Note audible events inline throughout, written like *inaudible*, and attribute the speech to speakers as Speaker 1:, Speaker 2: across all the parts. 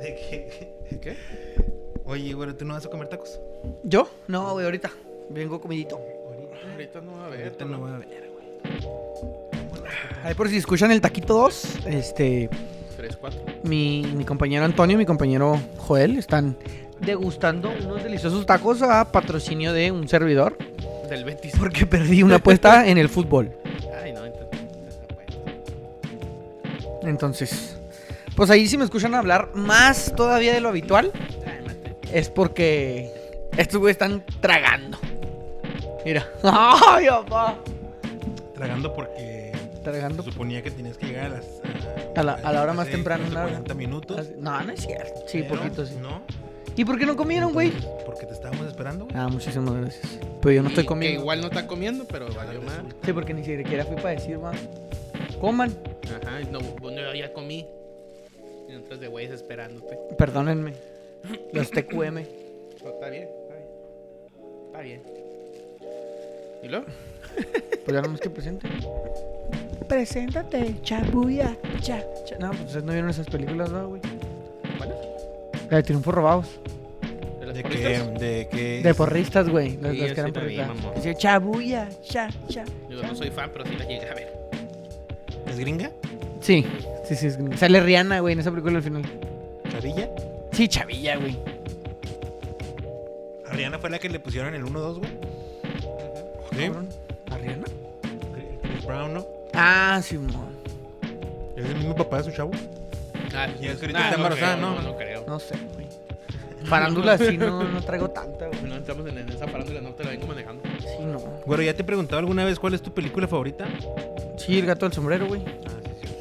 Speaker 1: ¿De qué?
Speaker 2: ¿Qué?
Speaker 1: *laughs* Oye, bueno, ¿tú no vas a comer tacos?
Speaker 3: ¿Yo? No, güey, ahorita. Vengo comidito.
Speaker 2: Ahorita no va a haber.
Speaker 1: Ahorita no voy a ver, güey.
Speaker 3: Ahí por si escuchan el taquito 2, este,
Speaker 2: 3, 4.
Speaker 3: mi, mi compañero Antonio y mi compañero Joel están degustando unos deliciosos tacos a patrocinio de un servidor.
Speaker 2: Del 25.
Speaker 3: Porque perdí una apuesta en el fútbol.
Speaker 2: Ay, no, entonces. pues,
Speaker 3: Entonces, pues ahí si me escuchan hablar más todavía de lo habitual, es porque estos güeyes están tragando. Mira. *laughs* ¡Ay, papá!
Speaker 1: Tragando porque se
Speaker 3: Tragando.
Speaker 1: suponía que tenías que llegar a las...
Speaker 3: A la- a la hora más
Speaker 1: hace,
Speaker 3: temprana,
Speaker 1: no sé,
Speaker 3: una hora.
Speaker 1: 40 minutos.
Speaker 3: No, no es cierto. Sí,
Speaker 1: pero
Speaker 3: poquito sí.
Speaker 1: No.
Speaker 3: ¿Y por qué no comieron, güey?
Speaker 1: Entonces, Porque te estábamos esperando, güey.
Speaker 3: Ah, muchísimas gracias. Pero yo no estoy comiendo.
Speaker 2: Que igual no está comiendo, pero valió
Speaker 1: Ahora
Speaker 2: mal.
Speaker 3: Sí, porque ni siquiera fui para decir, ma. Coman.
Speaker 2: Ajá, y no, bueno, yo ya comí. Y entonces de güeyes esperándote.
Speaker 3: Perdónenme. Los TQM.
Speaker 2: No, está bien, está bien. Está bien. ¿Y luego?
Speaker 3: Pues ya nomás que presente. Preséntate, chabuya, cha, cha. No, pues ustedes no vieron esas películas, ¿no, güey?
Speaker 2: ¿Cuál
Speaker 3: La de triunfos robados.
Speaker 2: ¿De las
Speaker 1: ¿De qué?
Speaker 2: porristas?
Speaker 1: ¿De qué?
Speaker 3: De porristas, güey. Las,
Speaker 2: Sí,
Speaker 3: las
Speaker 2: yo
Speaker 3: que
Speaker 2: sí
Speaker 3: eran
Speaker 2: la vi,
Speaker 3: porristas.
Speaker 2: mamón.
Speaker 3: Dice, chabuya, cha, cha.
Speaker 2: Yo no soy fan, pero sí la llegué a ver.
Speaker 1: ¿Es gringa?
Speaker 3: Sí, sí, sí. es gringo. Sale Rihanna, güey, en esa película al final.
Speaker 1: ¿Chavilla?
Speaker 3: Sí, chavilla, güey.
Speaker 1: Ariana fue la que le pusieron el 1-2, güey. Sí.
Speaker 3: Cabrón. ¿A Rihanna?
Speaker 1: Chris Brown, ¿no?
Speaker 3: Ah, Simón.
Speaker 1: Es el mismo papá de su chavo.
Speaker 2: Ah,
Speaker 1: Y es que ahorita está embarazada,
Speaker 2: creo,
Speaker 1: ¿no?
Speaker 2: No, creo.
Speaker 3: No sé, güey. Farándula sí, no, no traigo tanta, güey.
Speaker 2: No entramos en, en esa farándula, no te la vengo manejando.
Speaker 3: Sí, no.
Speaker 1: Bueno, ¿ya te he preguntado alguna vez cuál es tu película favorita?
Speaker 3: Sí, el gato del sombrero, güey.
Speaker 1: Ah, sí, sí.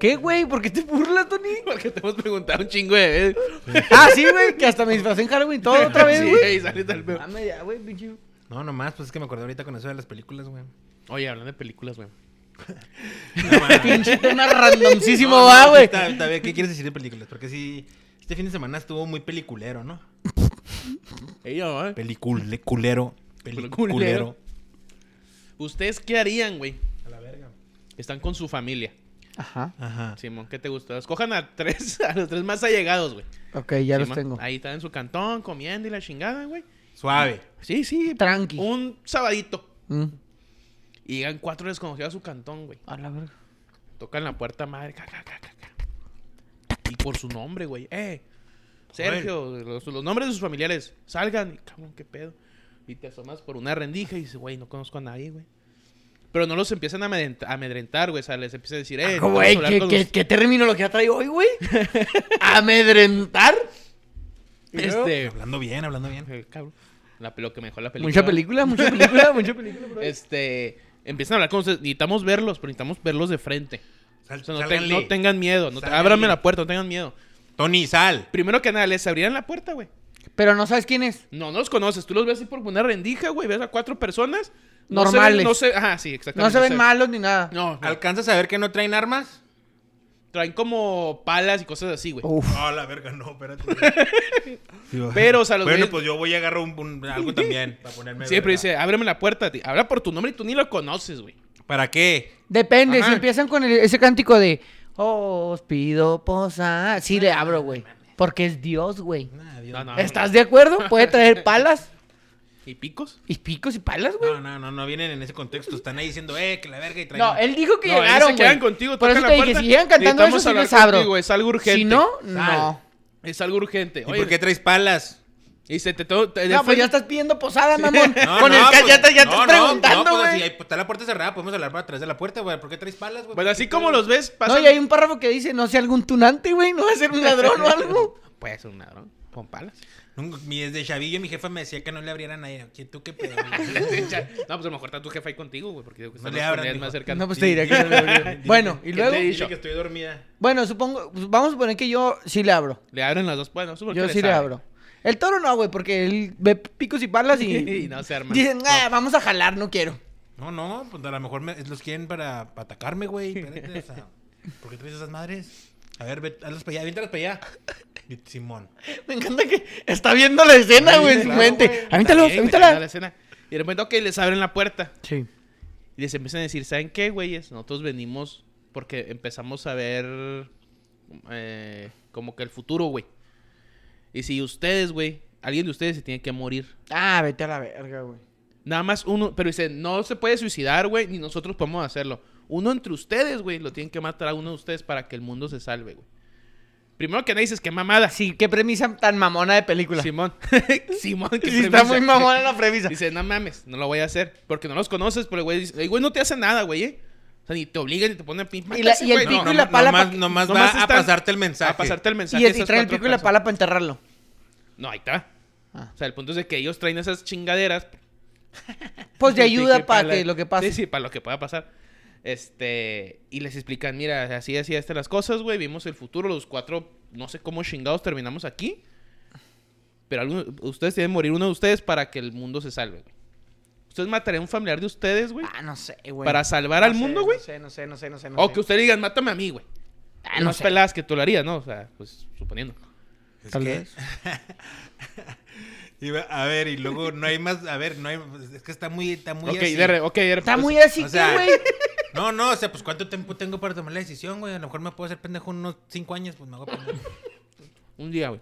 Speaker 3: ¿Qué, güey? ¿Por qué te burlas, Tony?
Speaker 2: *laughs* Porque te hemos preguntado un chingo de veces.
Speaker 3: ah, sí, güey, que hasta me disfrazé en Halloween todo otra
Speaker 2: *laughs*
Speaker 3: vez,
Speaker 2: Sí,
Speaker 3: güey.
Speaker 2: y sale tal peor.
Speaker 3: Dame ya, Ah, güey, pinche.
Speaker 1: No, nomás, pues es que me acordé ahorita con eso de las películas, güey.
Speaker 2: Oye, hablando de películas, güey.
Speaker 3: Pinche tema
Speaker 2: *laughs*
Speaker 3: randomísimo,
Speaker 1: No, no,
Speaker 3: va,
Speaker 1: sí,
Speaker 3: güey.
Speaker 1: está- está bien. ¿Qué quieres decir de películas? Porque sí, este fin de semana estuvo muy peliculero, ¿no?
Speaker 2: Ella, güey.
Speaker 1: Pelicule, culero.
Speaker 2: Culero.
Speaker 1: Peliculero.
Speaker 2: ¿Ustedes qué harían, güey?
Speaker 1: A la verga.
Speaker 2: Están con su familia.
Speaker 3: Ajá.
Speaker 1: Ajá.
Speaker 2: Simón, ¿qué te gustó? Escojan a tres, *laughs* a los tres más allegados, güey.
Speaker 3: Ok, ya los
Speaker 2: Simón,
Speaker 3: tengo.
Speaker 2: Ahí están en su cantón, comiendo y la chingada, güey.
Speaker 1: Suave.
Speaker 2: Sí, sí.
Speaker 3: Tranqui.
Speaker 2: Un sabadito.
Speaker 3: Mm.
Speaker 2: Y llegan cuatro desconocidos a su cantón, güey.
Speaker 3: A la verga.
Speaker 2: Tocan la puerta madre. ca, ca, ca, ca, ca. Y por su nombre, güey. Eh. Sergio, los, los nombres de sus familiares. Salgan. Y, cabrón, qué pedo. Y te asomas por una rendija y dices, güey, no conozco a nadie, güey. Pero no los empiezan a amedrent- a amedrentar, güey. O sea, les empiezan a decir, eh. vamos a
Speaker 3: Ah, Güey,
Speaker 2: hablar
Speaker 3: ¿qué,
Speaker 2: con
Speaker 3: qué,
Speaker 2: los-
Speaker 3: ¿qué terminología trae
Speaker 2: *laughs*
Speaker 3: hoy, güey? ¿Amedrentar?
Speaker 2: Este.
Speaker 1: Hablando bien, hablando bien.
Speaker 2: eh, cabrón. La, lo que me dejó la película.
Speaker 3: Mucha película, mucha película, mucha película. bro.
Speaker 2: Este. Empiezan a hablar con ustedes. Necesitamos verlos, pero necesitamos verlos de frente.
Speaker 1: Sal,
Speaker 2: O sea, no, te-
Speaker 1: sálganle.
Speaker 2: no tengan miedo. No te-
Speaker 1: Sálganle.
Speaker 2: ábranme la puerta, no tengan miedo.
Speaker 1: Tony, sal.
Speaker 2: Primero que nada, les abrirán la puerta, güey.
Speaker 3: Pero no sabes quién es.
Speaker 2: No, no los conoces. Tú los ves así por una rendija, güey. Ves a cuatro personas. No
Speaker 3: Normales.
Speaker 2: se ven- no se, ajá, sí, exactamente.
Speaker 3: No se ven malos ni nada.
Speaker 2: No, no.
Speaker 1: ¿Alcanzas a ver que no traen armas?
Speaker 2: traen como palas y cosas así, güey.
Speaker 3: Uf.
Speaker 1: Ah, la verga, no,
Speaker 2: *laughs*
Speaker 1: espérate.
Speaker 2: Pero, o sea, los
Speaker 1: Bueno,
Speaker 2: güeyes-
Speaker 1: pues yo voy a agarrar un, un- algo también para ponerme.
Speaker 2: *laughs* Siempre
Speaker 1: verga.
Speaker 2: dice, ábreme la puerta. ti- Habla por tu nombre y tú ni lo conoces, güey.
Speaker 1: ¿Para qué?
Speaker 3: Depende,
Speaker 2: Ajá.
Speaker 3: si empiezan con el- ese cántico de Os pido posa, sí le abro, güey. Porque es Dios, güey.
Speaker 1: Nah, Dios.
Speaker 2: No, no.
Speaker 3: ¿Estás de acuerdo? Puede traer palas
Speaker 2: ¿Y picos?
Speaker 3: y picos y palas, güey.
Speaker 1: No, no, no, no vienen en ese contexto. Están ahí diciendo, eh, que la verga y traen.
Speaker 3: No, él dijo que
Speaker 2: No, ellos se
Speaker 3: llegaron,
Speaker 2: quedan
Speaker 3: güey.
Speaker 2: contigo,
Speaker 3: Por
Speaker 2: tocan
Speaker 3: eso
Speaker 2: la
Speaker 3: te dije,
Speaker 2: puerta.
Speaker 3: si llegan cantando eso,
Speaker 2: Necesitamos
Speaker 3: sí
Speaker 2: hablar
Speaker 3: les abro.
Speaker 2: contigo, este, es algo urgente.
Speaker 3: Si no,
Speaker 1: Sal.
Speaker 3: no.
Speaker 2: Es algo urgente.
Speaker 1: ¿Y
Speaker 2: Oye,
Speaker 1: por qué traes palas?
Speaker 2: Y se te todo. te- de
Speaker 3: No, pues
Speaker 2: frente-
Speaker 3: ya estás pidiendo posada, mamón.
Speaker 1: No,
Speaker 3: Con
Speaker 1: no,
Speaker 3: el ca-
Speaker 1: pues,
Speaker 3: ya te, ya
Speaker 1: no,
Speaker 3: te
Speaker 1: no,
Speaker 3: estás preguntando,
Speaker 1: No, pues así,
Speaker 3: güey.
Speaker 1: ahí está la puerta cerrada, podemos hablar para atrás de la puerta, güey. ¿Por qué traes palas, güey?
Speaker 2: Pues así como los ves,
Speaker 3: No,
Speaker 2: pasan.
Speaker 3: y hay un párrafo que dice, no sea algún tunante, güey, no va a ser un
Speaker 2: *laughs*
Speaker 3: ladrón o algo.
Speaker 2: Puede ser un ladrón. Con palas. *laughs*
Speaker 1: Nunca- Mi, desde Chavillo mi jefa me decía que no le abrieran a ella. ¿Tú qué pedo?
Speaker 2: no, pues a lo mejor está tu jefe ahí contigo, güey. Porque digo
Speaker 1: No
Speaker 2: que están
Speaker 1: le
Speaker 2: las
Speaker 1: abran,
Speaker 2: comunidades
Speaker 1: mijo.
Speaker 2: más cercanas.
Speaker 3: No, *laughs* pues te diré que no le
Speaker 1: *laughs*
Speaker 3: abrí. Bueno, y
Speaker 2: ¿Qué
Speaker 3: luego,
Speaker 2: te dije?
Speaker 1: Dile que estoy dormida.
Speaker 3: bueno, supongo, pues, vamos a suponer que yo sí le abro.
Speaker 2: Le abren las dos puertas. No sé por qué
Speaker 3: Yo sí le
Speaker 2: sabe.
Speaker 3: abro. El toro no, güey, porque él ve picos y palas y,
Speaker 2: *laughs* Y no se arma.
Speaker 3: dicen, "Ah, vamos a jalar, no quiero.
Speaker 1: No, no, pues a lo mejor me- los quieren para, para atacarme, güey. Espérate, o sea, ¿por qué traes esas madres? A ver, ve, hazlas para allá, aviéntalas para
Speaker 3: *laughs*
Speaker 1: allá. Y Simón.
Speaker 3: Me encanta que está viendo la escena,
Speaker 1: Sí,
Speaker 3: güey, en su
Speaker 1: claro, güey.
Speaker 3: mente.
Speaker 1: Está
Speaker 3: Avítalo,
Speaker 2: Está bien, güey, está la
Speaker 3: avítala.
Speaker 2: escena. Y de repente, ok, les abren la puerta.
Speaker 3: Sí.
Speaker 2: Y les empiezan a decir, ¿saben qué, güeyes? Nosotros venimos porque empezamos a ver eh, como que el futuro, güey. Y si ustedes, güey, alguien de ustedes se tiene que morir.
Speaker 3: Ah, vete a la verga, güey.
Speaker 2: Nada más uno, pero dice, no se puede suicidar, güey, ni nosotros podemos hacerlo. Uno entre ustedes, güey, lo tienen que matar a uno de ustedes para que el mundo se salve, güey. Primero que nada dices, qué mamada.
Speaker 3: Sí, qué premisa tan mamona de película. *laughs* Sí,
Speaker 2: Simón. *laughs* Simón, qué
Speaker 3: está
Speaker 2: premisa.
Speaker 3: muy mamona la
Speaker 2: *laughs*
Speaker 3: premisa.
Speaker 2: Dice, no mames, no lo voy a hacer. Porque no los conoces, pero el güey dice, "Ey, güey no te hace nada, güey, ¿eh? O sea, ni te obliga, ni te pone pin.
Speaker 3: Y la-
Speaker 2: mátate,
Speaker 3: y el
Speaker 2: güey,
Speaker 3: pico
Speaker 2: no,
Speaker 3: y Pues, la pala
Speaker 1: Nomás,
Speaker 3: pa' que-
Speaker 1: nomás
Speaker 2: nomás
Speaker 1: va a
Speaker 2: están-
Speaker 1: pasarte el mensaje.
Speaker 2: A pasarte el mensaje.
Speaker 3: Y, es- y
Speaker 2: esas
Speaker 3: trae el
Speaker 2: cuatro
Speaker 3: pico y la
Speaker 2: personas.
Speaker 3: pala para enterrarlo.
Speaker 2: No, ahí está.
Speaker 3: Ah.
Speaker 2: O sea, el punto es de que ellos traen esas chingaderas.
Speaker 3: Pues de ayuda
Speaker 2: para
Speaker 3: para que lo que pase.
Speaker 2: Sí, sí, para lo que pueda pasar. Este, y les explican, mira, así, así, estas las cosas, güey. Vimos el futuro, los cuatro, no sé cómo chingados terminamos aquí. Pero alguno- ustedes tienen que morir uno de ustedes para que el mundo se salve, güey. ¿Ustedes matarían a un familiar de ustedes, güey?
Speaker 3: Ah, no sé, güey.
Speaker 2: ¿Para salvar
Speaker 3: No
Speaker 2: al
Speaker 3: sé,
Speaker 2: mundo, güey?
Speaker 3: No sé, no sé, no sé, no sé. no
Speaker 2: o
Speaker 3: sé.
Speaker 2: que ustedes digan, mátame a mí, güey.
Speaker 3: Ah,
Speaker 2: no
Speaker 3: no
Speaker 2: más
Speaker 3: sé.
Speaker 2: peladas que tú lo harías, ¿no? O sea, pues suponiendo.
Speaker 1: Es
Speaker 3: Tal
Speaker 1: que-
Speaker 3: vez.
Speaker 1: *laughs* y va- a ver, y luego no hay más. A ver, no hay. Es que está muy. Está muy
Speaker 2: ok,
Speaker 1: así.
Speaker 2: de re- ok, de re-
Speaker 3: Está
Speaker 2: pues,
Speaker 3: muy así
Speaker 1: o
Speaker 3: que,
Speaker 1: sea,
Speaker 3: güey.
Speaker 1: No, no, o sea, pues cuánto tiempo tengo para tomar la decisión, güey. A lo mejor me puedo hacer pendejo unos cinco años, pues me hago pendejo.
Speaker 2: Un día, güey.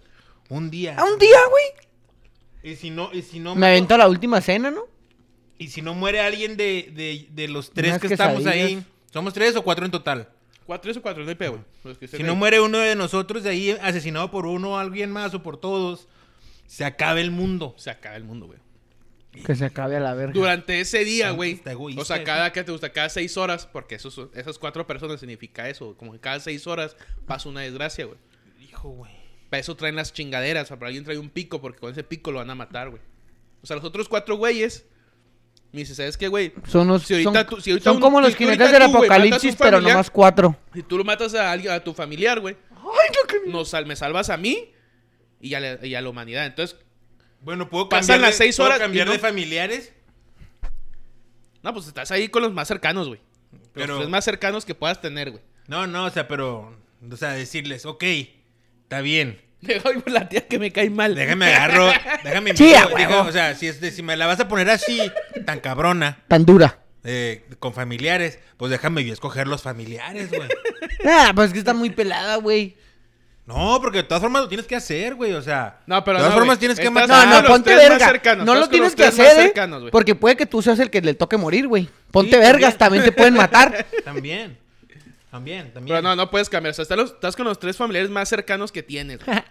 Speaker 1: Un día.
Speaker 3: A Ah, un día, güey.
Speaker 1: Y si no, y si no.
Speaker 3: Me aventó la última cena, ¿no?
Speaker 1: Y si no muere alguien de, de, de los tres
Speaker 3: Unas
Speaker 1: que estamos ahí.
Speaker 3: quesadillas.
Speaker 1: ¿Somos tres o cuatro en total?
Speaker 2: Cuatro, eso cuatro, no hay pedo, güey. Los que
Speaker 1: Si
Speaker 2: estén
Speaker 1: no
Speaker 2: ahí.
Speaker 1: muere uno de nosotros de ahí, asesinado por uno, alguien más o por todos, se acaba el mundo.
Speaker 2: Se acaba el mundo, güey.
Speaker 3: Que se acabe a la verga.
Speaker 2: Durante ese día, güey.
Speaker 1: Está egoísta
Speaker 2: O sea,
Speaker 1: eso.
Speaker 2: cada que te gusta, cada seis horas, porque esos, son- esas cuatro personas significa eso. Como que cada seis horas pasa una desgracia, güey.
Speaker 1: Hijo, güey.
Speaker 2: Para eso traen las chingaderas. O sea, para alguien trae un pico, porque con ese pico lo van a matar, güey. O sea, los otros cuatro güeyes. Me dice, ¿sabes qué, güey?
Speaker 3: Son, los-
Speaker 2: Si ahorita
Speaker 3: son-
Speaker 2: tú- si ahorita
Speaker 3: son
Speaker 2: un-
Speaker 3: como
Speaker 2: si
Speaker 3: los
Speaker 2: tú ahorita
Speaker 3: jinetes del
Speaker 2: tú, güey, matas a tu
Speaker 3: apocalipsis, pero
Speaker 2: familiar.
Speaker 3: nomás cuatro.
Speaker 2: Si tú lo matas a alguien, a tu familiar, güey.
Speaker 3: Ay, lo que...
Speaker 2: Nos, sal- me salvas a mí y a, la, y a la humanidad. Entonces,
Speaker 1: Bueno, puedo
Speaker 2: Pasan
Speaker 1: cambiar. de-
Speaker 2: las seis
Speaker 1: puedo
Speaker 2: horas y
Speaker 1: cambiar
Speaker 2: no-
Speaker 1: de familiares.
Speaker 2: no, pues estás ahí con los más cercanos, güey.
Speaker 1: Pero-
Speaker 2: Los tres más cercanos que puedas tener, güey. *laughs*
Speaker 1: No, no, o sea, pero. O sea, decirles, ok, está bien.
Speaker 2: Me voy por la tía que me cae mal.
Speaker 1: Déjame agarro, déjame
Speaker 3: Sí,
Speaker 1: invito,
Speaker 3: a huevo.
Speaker 1: digo, o sea, si, es de- si me la vas a poner así, tan cabrona,
Speaker 3: Tan dura.
Speaker 1: eh, con familiares, pues déjame yo escoger los familiares, güey.
Speaker 3: Ah, pues es que está muy pelada, güey.
Speaker 1: No, porque de todas formas lo tienes que hacer, güey, o sea.
Speaker 2: No, pero
Speaker 1: De todas
Speaker 2: no,
Speaker 1: formas
Speaker 2: güey.
Speaker 1: tienes que
Speaker 2: Estás-
Speaker 1: matar.
Speaker 3: No,
Speaker 2: Ah,
Speaker 3: no,
Speaker 2: los
Speaker 3: ponte
Speaker 2: tres más
Speaker 3: verga.
Speaker 2: cercanos,
Speaker 3: no
Speaker 2: estás
Speaker 3: lo
Speaker 2: con
Speaker 3: tienes
Speaker 2: los
Speaker 3: que
Speaker 2: tres más
Speaker 3: hacer, ¿eh?
Speaker 2: cercanos, güey.
Speaker 3: Porque puede que tú seas el que le toque morir, güey. Ponte
Speaker 1: Sí,
Speaker 3: vergas, también te
Speaker 2: *laughs*
Speaker 3: pueden matar.
Speaker 1: También, también, también.
Speaker 2: Pero no, no puedes cambiar. O sea, estás, los- estás con los tres familiares más cercanos que tienes. güey.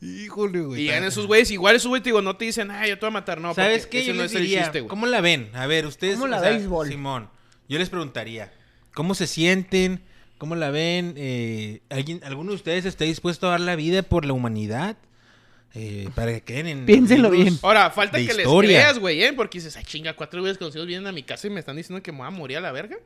Speaker 1: Híjole, güey.
Speaker 2: Y llegan
Speaker 1: está-
Speaker 2: esos güeyes, igual esos güeyes, te digo, no te dicen, ah, yo te voy a matar. No,
Speaker 1: ¿Sabes
Speaker 2: porque
Speaker 1: qué?
Speaker 2: ese
Speaker 1: Yo
Speaker 2: no
Speaker 1: les
Speaker 2: es el
Speaker 1: diría,
Speaker 2: chiste, güey.
Speaker 1: ¿cómo la ven? A ver, ustedes...
Speaker 3: ¿Cómo la béisbol?
Speaker 1: Simón, yo les preguntaría, ¿cómo se sienten? ¿Cómo la ven? Eh, ¿alguien, ¿Alguno de ustedes está dispuesto a dar la vida por la humanidad? Eh, para que queden en...
Speaker 3: Piénsenlo
Speaker 1: libros.
Speaker 3: bien.
Speaker 2: Ahora, falta que
Speaker 1: de
Speaker 2: les
Speaker 1: historia?
Speaker 2: creas, güey, ¿eh? Porque dices, ay, chinga, cuatro güeyes conocidos vienen a mi casa y me están diciendo que me voy a morir a la verga.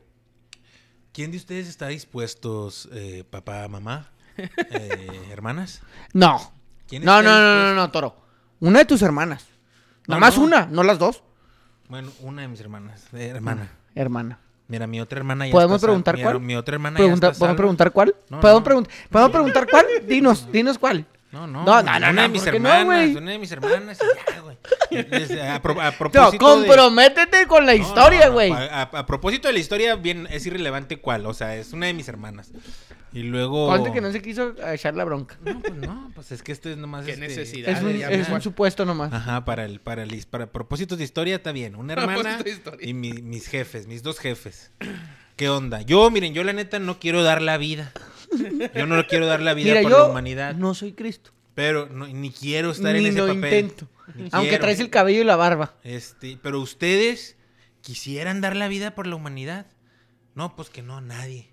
Speaker 1: ¿Quién de ustedes está dispuestos, eh, papá, mamá, eh, hermanas?
Speaker 3: No.
Speaker 1: ¿Quién
Speaker 3: No, no,
Speaker 1: está
Speaker 3: no, no,
Speaker 1: dispuesto?
Speaker 3: no, Toro. Una de tus hermanas.
Speaker 1: No,
Speaker 3: Nomás
Speaker 1: no.
Speaker 3: una, no las dos.
Speaker 1: Bueno, una de mis hermanas, eh, hermana.
Speaker 3: Hermana.
Speaker 1: Mira, mi otra hermana Ah, ya
Speaker 3: ¿Podemos
Speaker 1: está sal-
Speaker 3: preguntar
Speaker 1: mi-
Speaker 3: cuál?
Speaker 1: Mi otra hermana ya
Speaker 3: Pregunta-
Speaker 1: está
Speaker 3: ¿Podemos
Speaker 1: salva.
Speaker 3: preguntar cuál?
Speaker 1: No,
Speaker 3: ¿Podemos,
Speaker 1: no.
Speaker 3: pregun- ¿Podemos preguntar cuál? Dinos, dinos cuál.
Speaker 1: No, no.
Speaker 3: No,
Speaker 1: güey,
Speaker 3: no, no,
Speaker 1: Una de
Speaker 3: no,
Speaker 1: mis
Speaker 3: ¿por qué no,
Speaker 1: hermanas.
Speaker 3: güey?
Speaker 1: una de mis hermanas. y ya, güey. Les- eh, A, pro- a
Speaker 3: *laughs* No,
Speaker 1: propósito. de-
Speaker 3: comprométete con la
Speaker 1: No,
Speaker 3: historia,
Speaker 1: no, no,
Speaker 3: güey.
Speaker 1: a, a- a propósito de la historia, bien, es irrelevante cuál. O sea, es una de mis hermanas. Y luego.
Speaker 3: Conste que no se quiso echar la bronca.
Speaker 1: No, pues no, pues es que esto es nomás.
Speaker 2: Qué
Speaker 1: este,
Speaker 2: necesidad.
Speaker 3: Es
Speaker 2: Dale,
Speaker 3: un,
Speaker 2: ya,
Speaker 3: es
Speaker 2: ya.
Speaker 3: un supuesto nomás.
Speaker 1: Ajá, para el, para el, para propósitos de historia está bien. Una hermana
Speaker 2: Propósito de historia.
Speaker 1: y mi- mis jefes, mis dos jefes. ¿Qué onda? Yo, miren, yo la neta no quiero dar la vida. Yo no quiero dar la vida
Speaker 3: Mira,
Speaker 1: por
Speaker 3: yo
Speaker 1: la humanidad.
Speaker 3: no soy Cristo.
Speaker 1: Pero no- ni quiero estar en
Speaker 3: Ni
Speaker 1: ese
Speaker 3: lo
Speaker 1: papel.
Speaker 3: intento.
Speaker 1: Ni
Speaker 3: Aunque
Speaker 1: quiero.
Speaker 3: traes el cabello y la barba.
Speaker 1: Este, pero ustedes quisieran dar la vida por la humanidad. No, pues que no, nadie.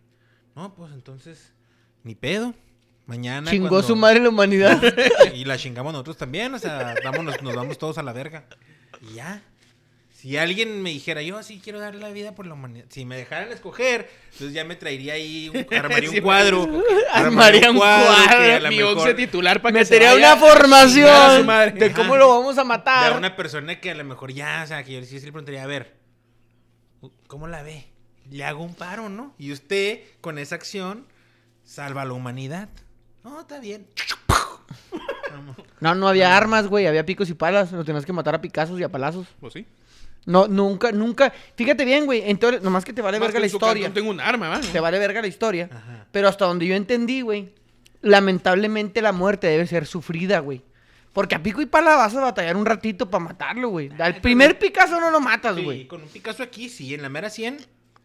Speaker 1: No, pues entonces, ni pedo. Mañana.
Speaker 3: Chingó
Speaker 1: cuando-
Speaker 3: su madre la humanidad.
Speaker 1: *laughs*
Speaker 3: *laughs*
Speaker 1: Y la chingamos nosotros también, o sea, vámonos, nos vamos todos a la verga. Y ya. Si alguien me dijera, yo sí quiero dar la vida por la humanidad, si me dejaran escoger, entonces ya me traería ahí,
Speaker 3: *laughs*
Speaker 1: un- armaría
Speaker 2: Sí,
Speaker 1: un cuadro.
Speaker 3: Armaría un cuadro,
Speaker 1: que a la
Speaker 2: Mi
Speaker 1: mejor-
Speaker 2: once titular para que se
Speaker 3: Metería
Speaker 2: vaya.
Speaker 3: una
Speaker 2: Chingar a su
Speaker 3: formación
Speaker 2: madre.
Speaker 3: de cómo
Speaker 1: Ajá.
Speaker 3: lo vamos a
Speaker 1: de a
Speaker 3: matar.
Speaker 1: una persona que a lo mejor ya, o sea, que yo sí sí le preguntaría, a ver, ¿cómo la ve? Le hago un paro, ¿no? Y usted, con esa acción, salva a la humanidad. No, está bien.
Speaker 3: No, no había armas, güey. Había picos y palas. Nos tenías que matar a picazos y a palazos.
Speaker 2: Pues sí.
Speaker 3: No, nunca, nunca. Fíjate bien, güey. Entonces, nomás que te vale
Speaker 2: Más
Speaker 3: verga
Speaker 2: que
Speaker 3: la
Speaker 2: en su casa
Speaker 3: historia.
Speaker 2: No tengo un arma, ¿va?
Speaker 3: Te vale verga la historia.
Speaker 1: Ajá.
Speaker 3: Pero hasta donde yo entendí, güey, lamentablemente la muerte debe ser sufrida, güey. Porque a pico y pala vas a batallar un ratito para matarlo, güey. Al primer Picasso no lo matas,
Speaker 1: Sí,
Speaker 3: güey.
Speaker 1: con un Picasso aquí, sí, en la mera 100.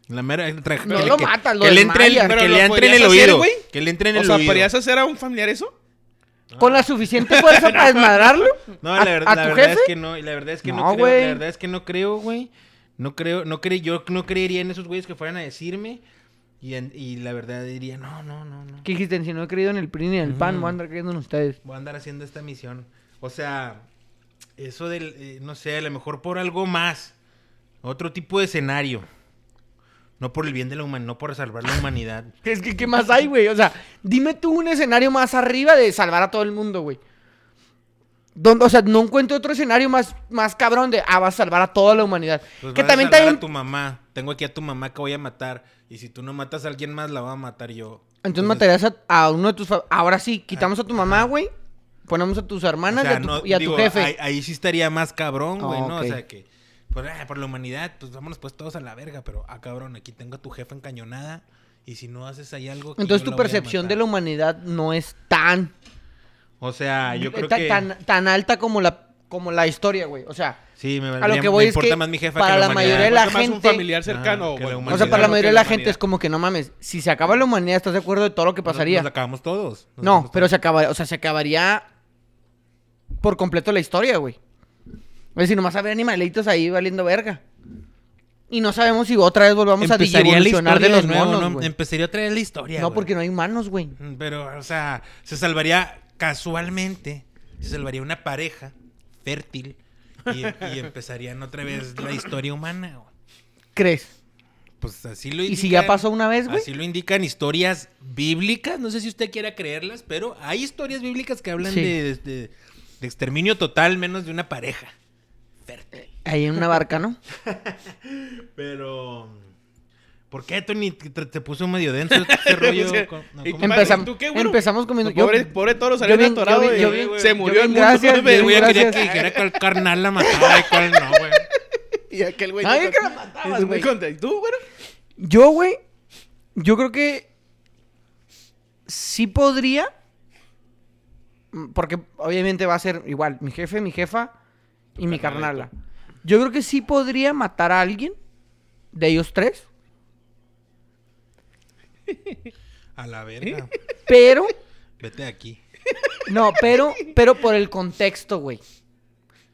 Speaker 1: En la mera. tra-
Speaker 3: No
Speaker 1: que
Speaker 3: lo
Speaker 1: le- que-
Speaker 3: matas, lo
Speaker 1: Que le entre en-
Speaker 3: desmayas.
Speaker 1: que
Speaker 2: Pero
Speaker 1: le
Speaker 2: lo
Speaker 1: entre en el
Speaker 2: podrías hacer,
Speaker 1: oído.
Speaker 2: güey.
Speaker 1: Que le entre en
Speaker 2: O
Speaker 1: el
Speaker 2: sea,
Speaker 1: oído.
Speaker 2: ¿podrías hacer a un familiar eso?
Speaker 3: Con la suficiente fuerza
Speaker 1: *laughs*
Speaker 3: para desmadrarlo.
Speaker 1: No,
Speaker 3: ¿A-
Speaker 1: la, ver-
Speaker 3: a
Speaker 1: la verdad
Speaker 3: tu jefe?
Speaker 1: es que no, y la verdad es que no,
Speaker 3: No,
Speaker 1: creo,
Speaker 3: güey.
Speaker 1: la verdad es que no creo, güey. No creo, no creo, yo no creería en esos güeyes que fueran a decirme y, en- y la verdad diría, no, no, no, no.
Speaker 3: ¿Qué dijiste? Si no he creído en el PRI ni en el PAN,
Speaker 1: Ujú.
Speaker 3: voy a andar creyendo en ustedes.
Speaker 1: Voy a andar haciendo esta misión. O sea, eso del, eh, no sé, a lo mejor por algo más, otro tipo de escenario. No por el bien de la humanidad, no por salvar la
Speaker 3: *laughs*
Speaker 1: humanidad.
Speaker 3: Es que, ¿qué más hay, güey? O sea, dime tú un escenario más arriba de salvar a todo el mundo, güey. Donde, o sea, no encuentro otro escenario más, más cabrón de, ah, vas a salvar a toda la humanidad.
Speaker 1: Pues
Speaker 3: que
Speaker 1: vas a
Speaker 3: también
Speaker 1: salvar
Speaker 3: hay
Speaker 1: a
Speaker 3: un-
Speaker 1: tu mamá. Tengo aquí a tu mamá que voy a matar. Y si tú no matas a alguien más, la voy a matar yo.
Speaker 3: Entonces matarías a, a uno de tus... fa- Ahora sí, quitamos a tu mamá, güey. Ponemos a tus
Speaker 1: O
Speaker 3: hermanas y
Speaker 1: sea,
Speaker 3: a tu,
Speaker 1: no,
Speaker 3: y a tu
Speaker 1: digo,
Speaker 3: jefe.
Speaker 1: Ahí, ahí sí estaría más cabrón, güey,
Speaker 3: Ah,
Speaker 1: ¿no?
Speaker 3: ok.
Speaker 1: O sea, que pues, ah, por la humanidad, pues vámonos pues todos a la verga, pero ah, cabrón, aquí tengo a tu jefa encañonada y si no haces ahí algo... aquí
Speaker 3: Entonces
Speaker 1: yo
Speaker 3: tu
Speaker 1: la voy a
Speaker 3: percepción de
Speaker 1: matar.
Speaker 3: la humanidad no es tan...
Speaker 1: O sea, Ah, yo creo
Speaker 3: tan,
Speaker 1: que...
Speaker 3: Eh, tan, tan alta como la, como la historia, güey. O sea,
Speaker 1: Sí, me,
Speaker 3: a lo que voy es
Speaker 1: importa
Speaker 3: que
Speaker 1: más mi jefa
Speaker 3: para
Speaker 1: que la,
Speaker 3: la
Speaker 1: humanidad.
Speaker 3: mayoría de la-
Speaker 2: Porque más un
Speaker 3: gente-
Speaker 2: familiar cercano.
Speaker 1: Ajá, Ah, que la
Speaker 2: bueno,
Speaker 1: humanidad.
Speaker 3: o sea, para la
Speaker 1: Claro
Speaker 3: mayoría de
Speaker 2: que
Speaker 3: la gente es
Speaker 2: humanidad.
Speaker 3: como que no mames. Si se acaba la humanidad, ¿estás de acuerdo de todo lo que pasaría?
Speaker 1: Nos, nos acabamos todos. Nos
Speaker 3: No,
Speaker 1: acabamos
Speaker 3: pero
Speaker 1: todos.
Speaker 3: se acaba, o sea, se acabaría por completo la historia, güey. Es decir, nomás habría animalitos ahí valiendo verga. Y no sabemos si otra vez volvamos a
Speaker 1: Empezaría la
Speaker 3: evolucionar
Speaker 1: historia
Speaker 3: de
Speaker 1: de
Speaker 3: los
Speaker 1: nuevo,
Speaker 3: monos,
Speaker 1: ¿no?
Speaker 3: güey.
Speaker 1: Empezaría otra vez la historia,
Speaker 3: No,
Speaker 1: güey. Mm,
Speaker 3: porque no hay humanos, güey.
Speaker 1: Pero, o sea, se salvaría casualmente, se salvaría una pareja fértil y, y empezarían otra vez la historia humana. güey.
Speaker 3: ¿Crees?
Speaker 1: Pues así lo
Speaker 3: ¿Y si ya pasó una vez, güey?
Speaker 1: Así lo indican historias bíblicas. No sé si usted quiera creerlas, pero hay historias bíblicas que hablan
Speaker 3: Sí.
Speaker 1: de, de- de exterminio total, menos de una pareja fértil.
Speaker 3: Ahí en una barca, ¿no?
Speaker 1: Pero. ¿Por qué, Tony? Te, te puso medio denso
Speaker 3: *laughs*
Speaker 1: este
Speaker 2: *laughs*
Speaker 1: rollo.
Speaker 2: Pues,
Speaker 1: ¿Cómo- no,
Speaker 2: y-
Speaker 1: cómo-
Speaker 2: Empezamos
Speaker 3: Empezam-
Speaker 2: ¿Tú qué, güey?
Speaker 3: empezamos comiendo. yo-
Speaker 2: Pobre, pobre toro salió
Speaker 3: yo bien-
Speaker 2: atorado.
Speaker 3: yo bien-
Speaker 2: y-
Speaker 3: yo bien-
Speaker 2: se
Speaker 3: yo
Speaker 2: murió
Speaker 3: bien
Speaker 2: el mundo.
Speaker 3: gracias,
Speaker 2: güey.
Speaker 3: yo
Speaker 1: Güey,
Speaker 3: bien
Speaker 1: yo quería que
Speaker 3: gracias.
Speaker 1: dijera cuál carnal la mataba y cuál no, güey.
Speaker 2: Y aquel güey.
Speaker 3: Ay,
Speaker 2: no-
Speaker 3: que la matabas,
Speaker 2: Es muy
Speaker 3: güey.
Speaker 2: contra- ¿Y tú, güey?
Speaker 3: Yo, güey, yo creo que sí podría, mm, porque obviamente va a ser igual mi jefe, mi jefa y mi carnala. Yo creo que sí podría matar a alguien de ellos tres,
Speaker 1: A la verga.
Speaker 3: pero,
Speaker 1: Vete de aquí.
Speaker 3: no, pero, pero por el contexto, güey,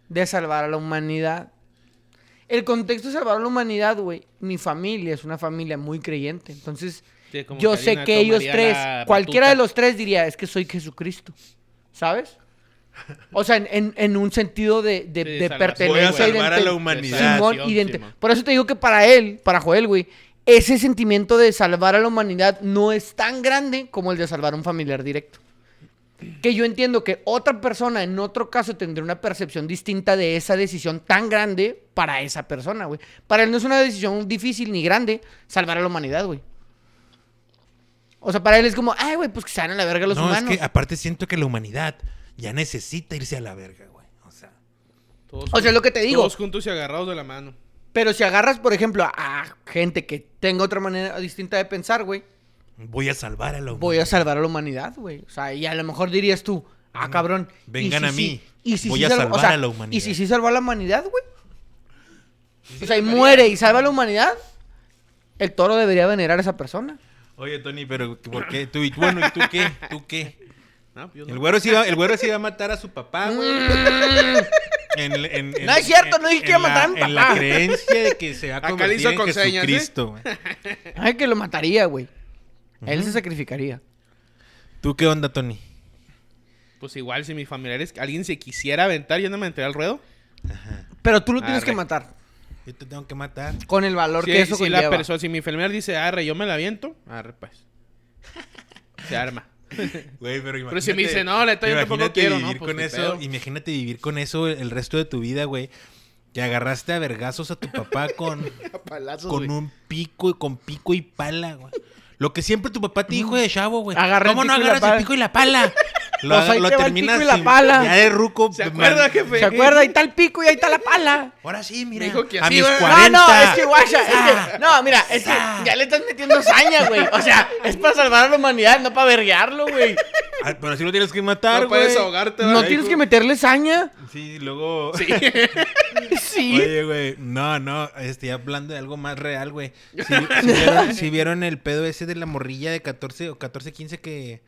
Speaker 3: de salvar a la humanidad. El contexto de salvar a la humanidad, güey, mi familia es una familia muy creyente, entonces... Yo sé que ellos tres, cualquiera de los tres diría, es que soy Jesucristo, ¿sabes? O sea, en, en- en un sentido de, de-
Speaker 2: Sí,
Speaker 1: Voy
Speaker 2: salvación,
Speaker 3: de
Speaker 1: a
Speaker 3: pertenencia
Speaker 2: güey.
Speaker 1: salvar a
Speaker 3: identi-
Speaker 1: la humanidad.
Speaker 3: Simón,
Speaker 2: Simón.
Speaker 3: identi-
Speaker 2: Simón.
Speaker 3: Por eso te digo que para él, para Joel, güey, ese sentimiento de salvar a la humanidad no es tan grande como el de salvar a un familiar directo. Que yo entiendo que otra persona en otro caso tendría una percepción distinta de esa decisión tan grande para esa persona, güey. Para él no es una decisión difícil ni grande salvar a la humanidad, güey. O sea, para él es como, ay, güey, pues que se van a la verga los
Speaker 1: no,
Speaker 3: humanos.
Speaker 1: es que aparte siento que la humanidad ya necesita irse a la verga, güey. O sea,
Speaker 2: Todos
Speaker 3: O sea, lo que te digo.
Speaker 2: Todos juntos y agarrados de la mano.
Speaker 3: Pero si agarras, por ejemplo, a, a gente que tenga otra manera distinta de pensar, güey,
Speaker 1: voy a salvar a la humanidad.
Speaker 3: voy a salvar a la humanidad, güey. O sea, y a lo mejor dirías tú, ah, cabrón. ¿y
Speaker 1: Vengan
Speaker 3: si
Speaker 1: a
Speaker 3: sí?
Speaker 1: mí,
Speaker 3: ¿Y si
Speaker 1: voy
Speaker 3: sí
Speaker 1: a
Speaker 3: salvo-
Speaker 1: salvar a la humanidad.
Speaker 3: ¿Y si sí salvó a la humanidad, güey? O sea, y muere y salva a la humanidad, el toro debería venerar a esa persona.
Speaker 1: Oye, Tony, pero ¿por qué? Tú, y- bueno, ¿y tú qué? ¿Tú qué?
Speaker 2: No, pues yo no.
Speaker 1: El güero sí iba, el güero sí iba a matar a su papá, güey. En- en- en-
Speaker 3: Mm. No es cierto, no dije que iba a
Speaker 1: en la-
Speaker 3: matar a mi
Speaker 1: En
Speaker 3: papá.
Speaker 1: la creencia de que se va a
Speaker 2: Acá le
Speaker 1: convertir
Speaker 2: hizo
Speaker 1: en
Speaker 2: con señas, ¿eh?
Speaker 1: Jesucristo, güey.
Speaker 3: Ay, que lo mataría, güey. Él se sacrificaría.
Speaker 1: ¿Tú qué onda, Tony?
Speaker 2: Pues igual, si mis familiares, alguien se quisiera aventar, yo no me entré al ruedo.
Speaker 3: Pero tú lo tienes
Speaker 2: Arre.
Speaker 3: que matar.
Speaker 1: Yo te tengo que matar.
Speaker 3: Con el valor
Speaker 2: Si,
Speaker 3: que eso
Speaker 2: si
Speaker 3: conlleva.
Speaker 2: la persona, si mi familiar dice, arre, yo me la aviento, arre, pues. Se arma.
Speaker 1: Güey, pero imagínate.
Speaker 2: Pero si me dice, no, neta, yo tampoco
Speaker 1: imagínate
Speaker 2: quiero, ¿no?
Speaker 1: vivir
Speaker 2: Pues,
Speaker 1: con
Speaker 2: ni
Speaker 1: eso,
Speaker 2: pedo.
Speaker 1: Imagínate vivir con eso el resto de tu vida, güey. Que agarraste a vergazos a tu papá con,
Speaker 2: Palazos,
Speaker 1: con un pico y con pico y pala, güey. Lo que siempre tu papá te dijo de chavo, güey.
Speaker 3: Agarré el
Speaker 1: ¿Cómo no
Speaker 3: pico y la
Speaker 1: agarras el
Speaker 3: pala?
Speaker 1: pico y la pala? Lo,
Speaker 3: Pues ahí
Speaker 1: lo
Speaker 3: te va el
Speaker 1: terminas
Speaker 3: pico y la
Speaker 1: sin-
Speaker 3: pala.
Speaker 1: ya de ruco.
Speaker 2: ¿Se acuerda,
Speaker 1: man-
Speaker 2: jefe?
Speaker 3: ¿Se acuerda? Ahí está el pico y ahí está la pala.
Speaker 1: Ahora sí, mira.
Speaker 2: Me dijo que
Speaker 1: a
Speaker 2: así,
Speaker 1: mis
Speaker 2: ¿verdad?
Speaker 1: 40.
Speaker 3: No, no, es que guacha,
Speaker 1: Ah.
Speaker 3: es que, no, mira, es
Speaker 2: Ah,
Speaker 3: que ya le estás metiendo saña, güey. O sea, es para salvar a la humanidad, no para verguearlo, güey.
Speaker 1: Ah, pero si lo tienes que matar,
Speaker 2: no
Speaker 1: güey.
Speaker 2: puedes ahogarte,
Speaker 3: No
Speaker 2: ¿verdad?
Speaker 3: tienes que meterle saña.
Speaker 1: Sí, luego.
Speaker 2: Sí.
Speaker 3: Sí.
Speaker 1: Oye, güey, no, no, estoy hablando de algo más real, güey. Si, vieron, sí vieron el pedo ese de la morrilla de 14 o 14, 15 que,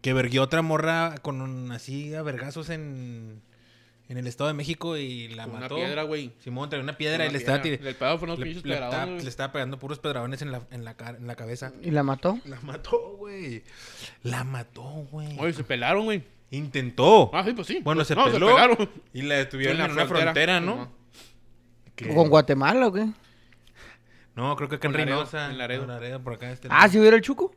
Speaker 1: que verguió otra morra con un- así a vergazos en, en el Estado de México y la
Speaker 2: Con una
Speaker 1: mató.
Speaker 2: piedra, güey.
Speaker 1: Simón traía una piedra y
Speaker 2: Una
Speaker 1: le estaba,
Speaker 2: piedra.
Speaker 1: tire-
Speaker 2: El pedo fue unos
Speaker 1: le-
Speaker 2: pinches
Speaker 1: le estaba-
Speaker 2: pedradones, güey.
Speaker 1: le estaba pegando puros pedradones en la, en la, cara- en la cabeza.
Speaker 3: ¿Y la mató?
Speaker 1: La mató, güey. La mató, güey.
Speaker 2: Oye, se pelaron, güey.
Speaker 1: Intentó.
Speaker 2: Ah, sí, pues sí.
Speaker 1: Bueno,
Speaker 2: Pues,
Speaker 1: se
Speaker 2: no,
Speaker 1: peló
Speaker 2: pelaron.
Speaker 1: y la estuvieron en,
Speaker 2: la
Speaker 1: una frontera, ¿no? Que-
Speaker 3: ¿Con Guatemala o qué?
Speaker 1: No, creo que acá en
Speaker 2: Con Laredo,
Speaker 1: Reynosa.
Speaker 2: en Laredo.
Speaker 1: no, por acá. Este
Speaker 3: Ah, si hubiera el chuco.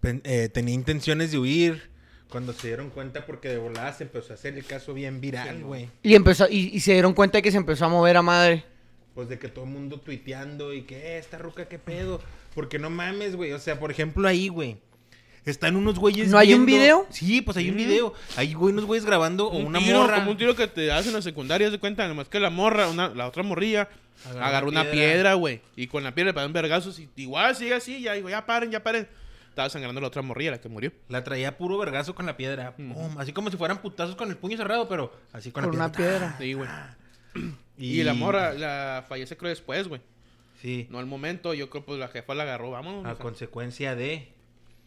Speaker 1: Pen- eh, tenía intenciones de huir cuando se dieron cuenta porque de volada se empezó a hacer el caso bien viral, güey.
Speaker 3: Y empezó, y, y se dieron cuenta de que se empezó a mover a madre.
Speaker 1: Pues de que todo el mundo tuiteando y que "Eh, esta ruca, qué pedo. Porque no mames, güey. O sea, por ejemplo, ahí, güey. Están unos güeyes.
Speaker 3: ¿No hay un video?
Speaker 1: Sí, pues hay un video. Hay güey, unos güeyes grabando o
Speaker 2: Un
Speaker 1: una
Speaker 2: tiro,
Speaker 1: morra.
Speaker 2: Como un tiro que te hacen en la secundaria, haz de cuenta, nomás que la morra, una- la otra morrilla,
Speaker 1: Agarró
Speaker 2: agarró, una
Speaker 1: piedra.
Speaker 2: piedra, güey. Y con la piedra le pegaron vergazos y igual sigue así, ya digo, ya paren, ya paren. Estaba sangrando la otra morrilla, la que murió.
Speaker 1: La traía puro vergazo con la piedra. Pum, Así como si fueran putazos con el puño cerrado, pero así con,
Speaker 3: Con
Speaker 1: la
Speaker 3: una
Speaker 1: piedra.
Speaker 3: piedra.
Speaker 2: Sí, güey. Y... la morra, la fallece creo después, güey.
Speaker 1: Sí.
Speaker 2: No al momento, yo creo pues la jefa la agarró, vamos.
Speaker 1: A consecuencia de.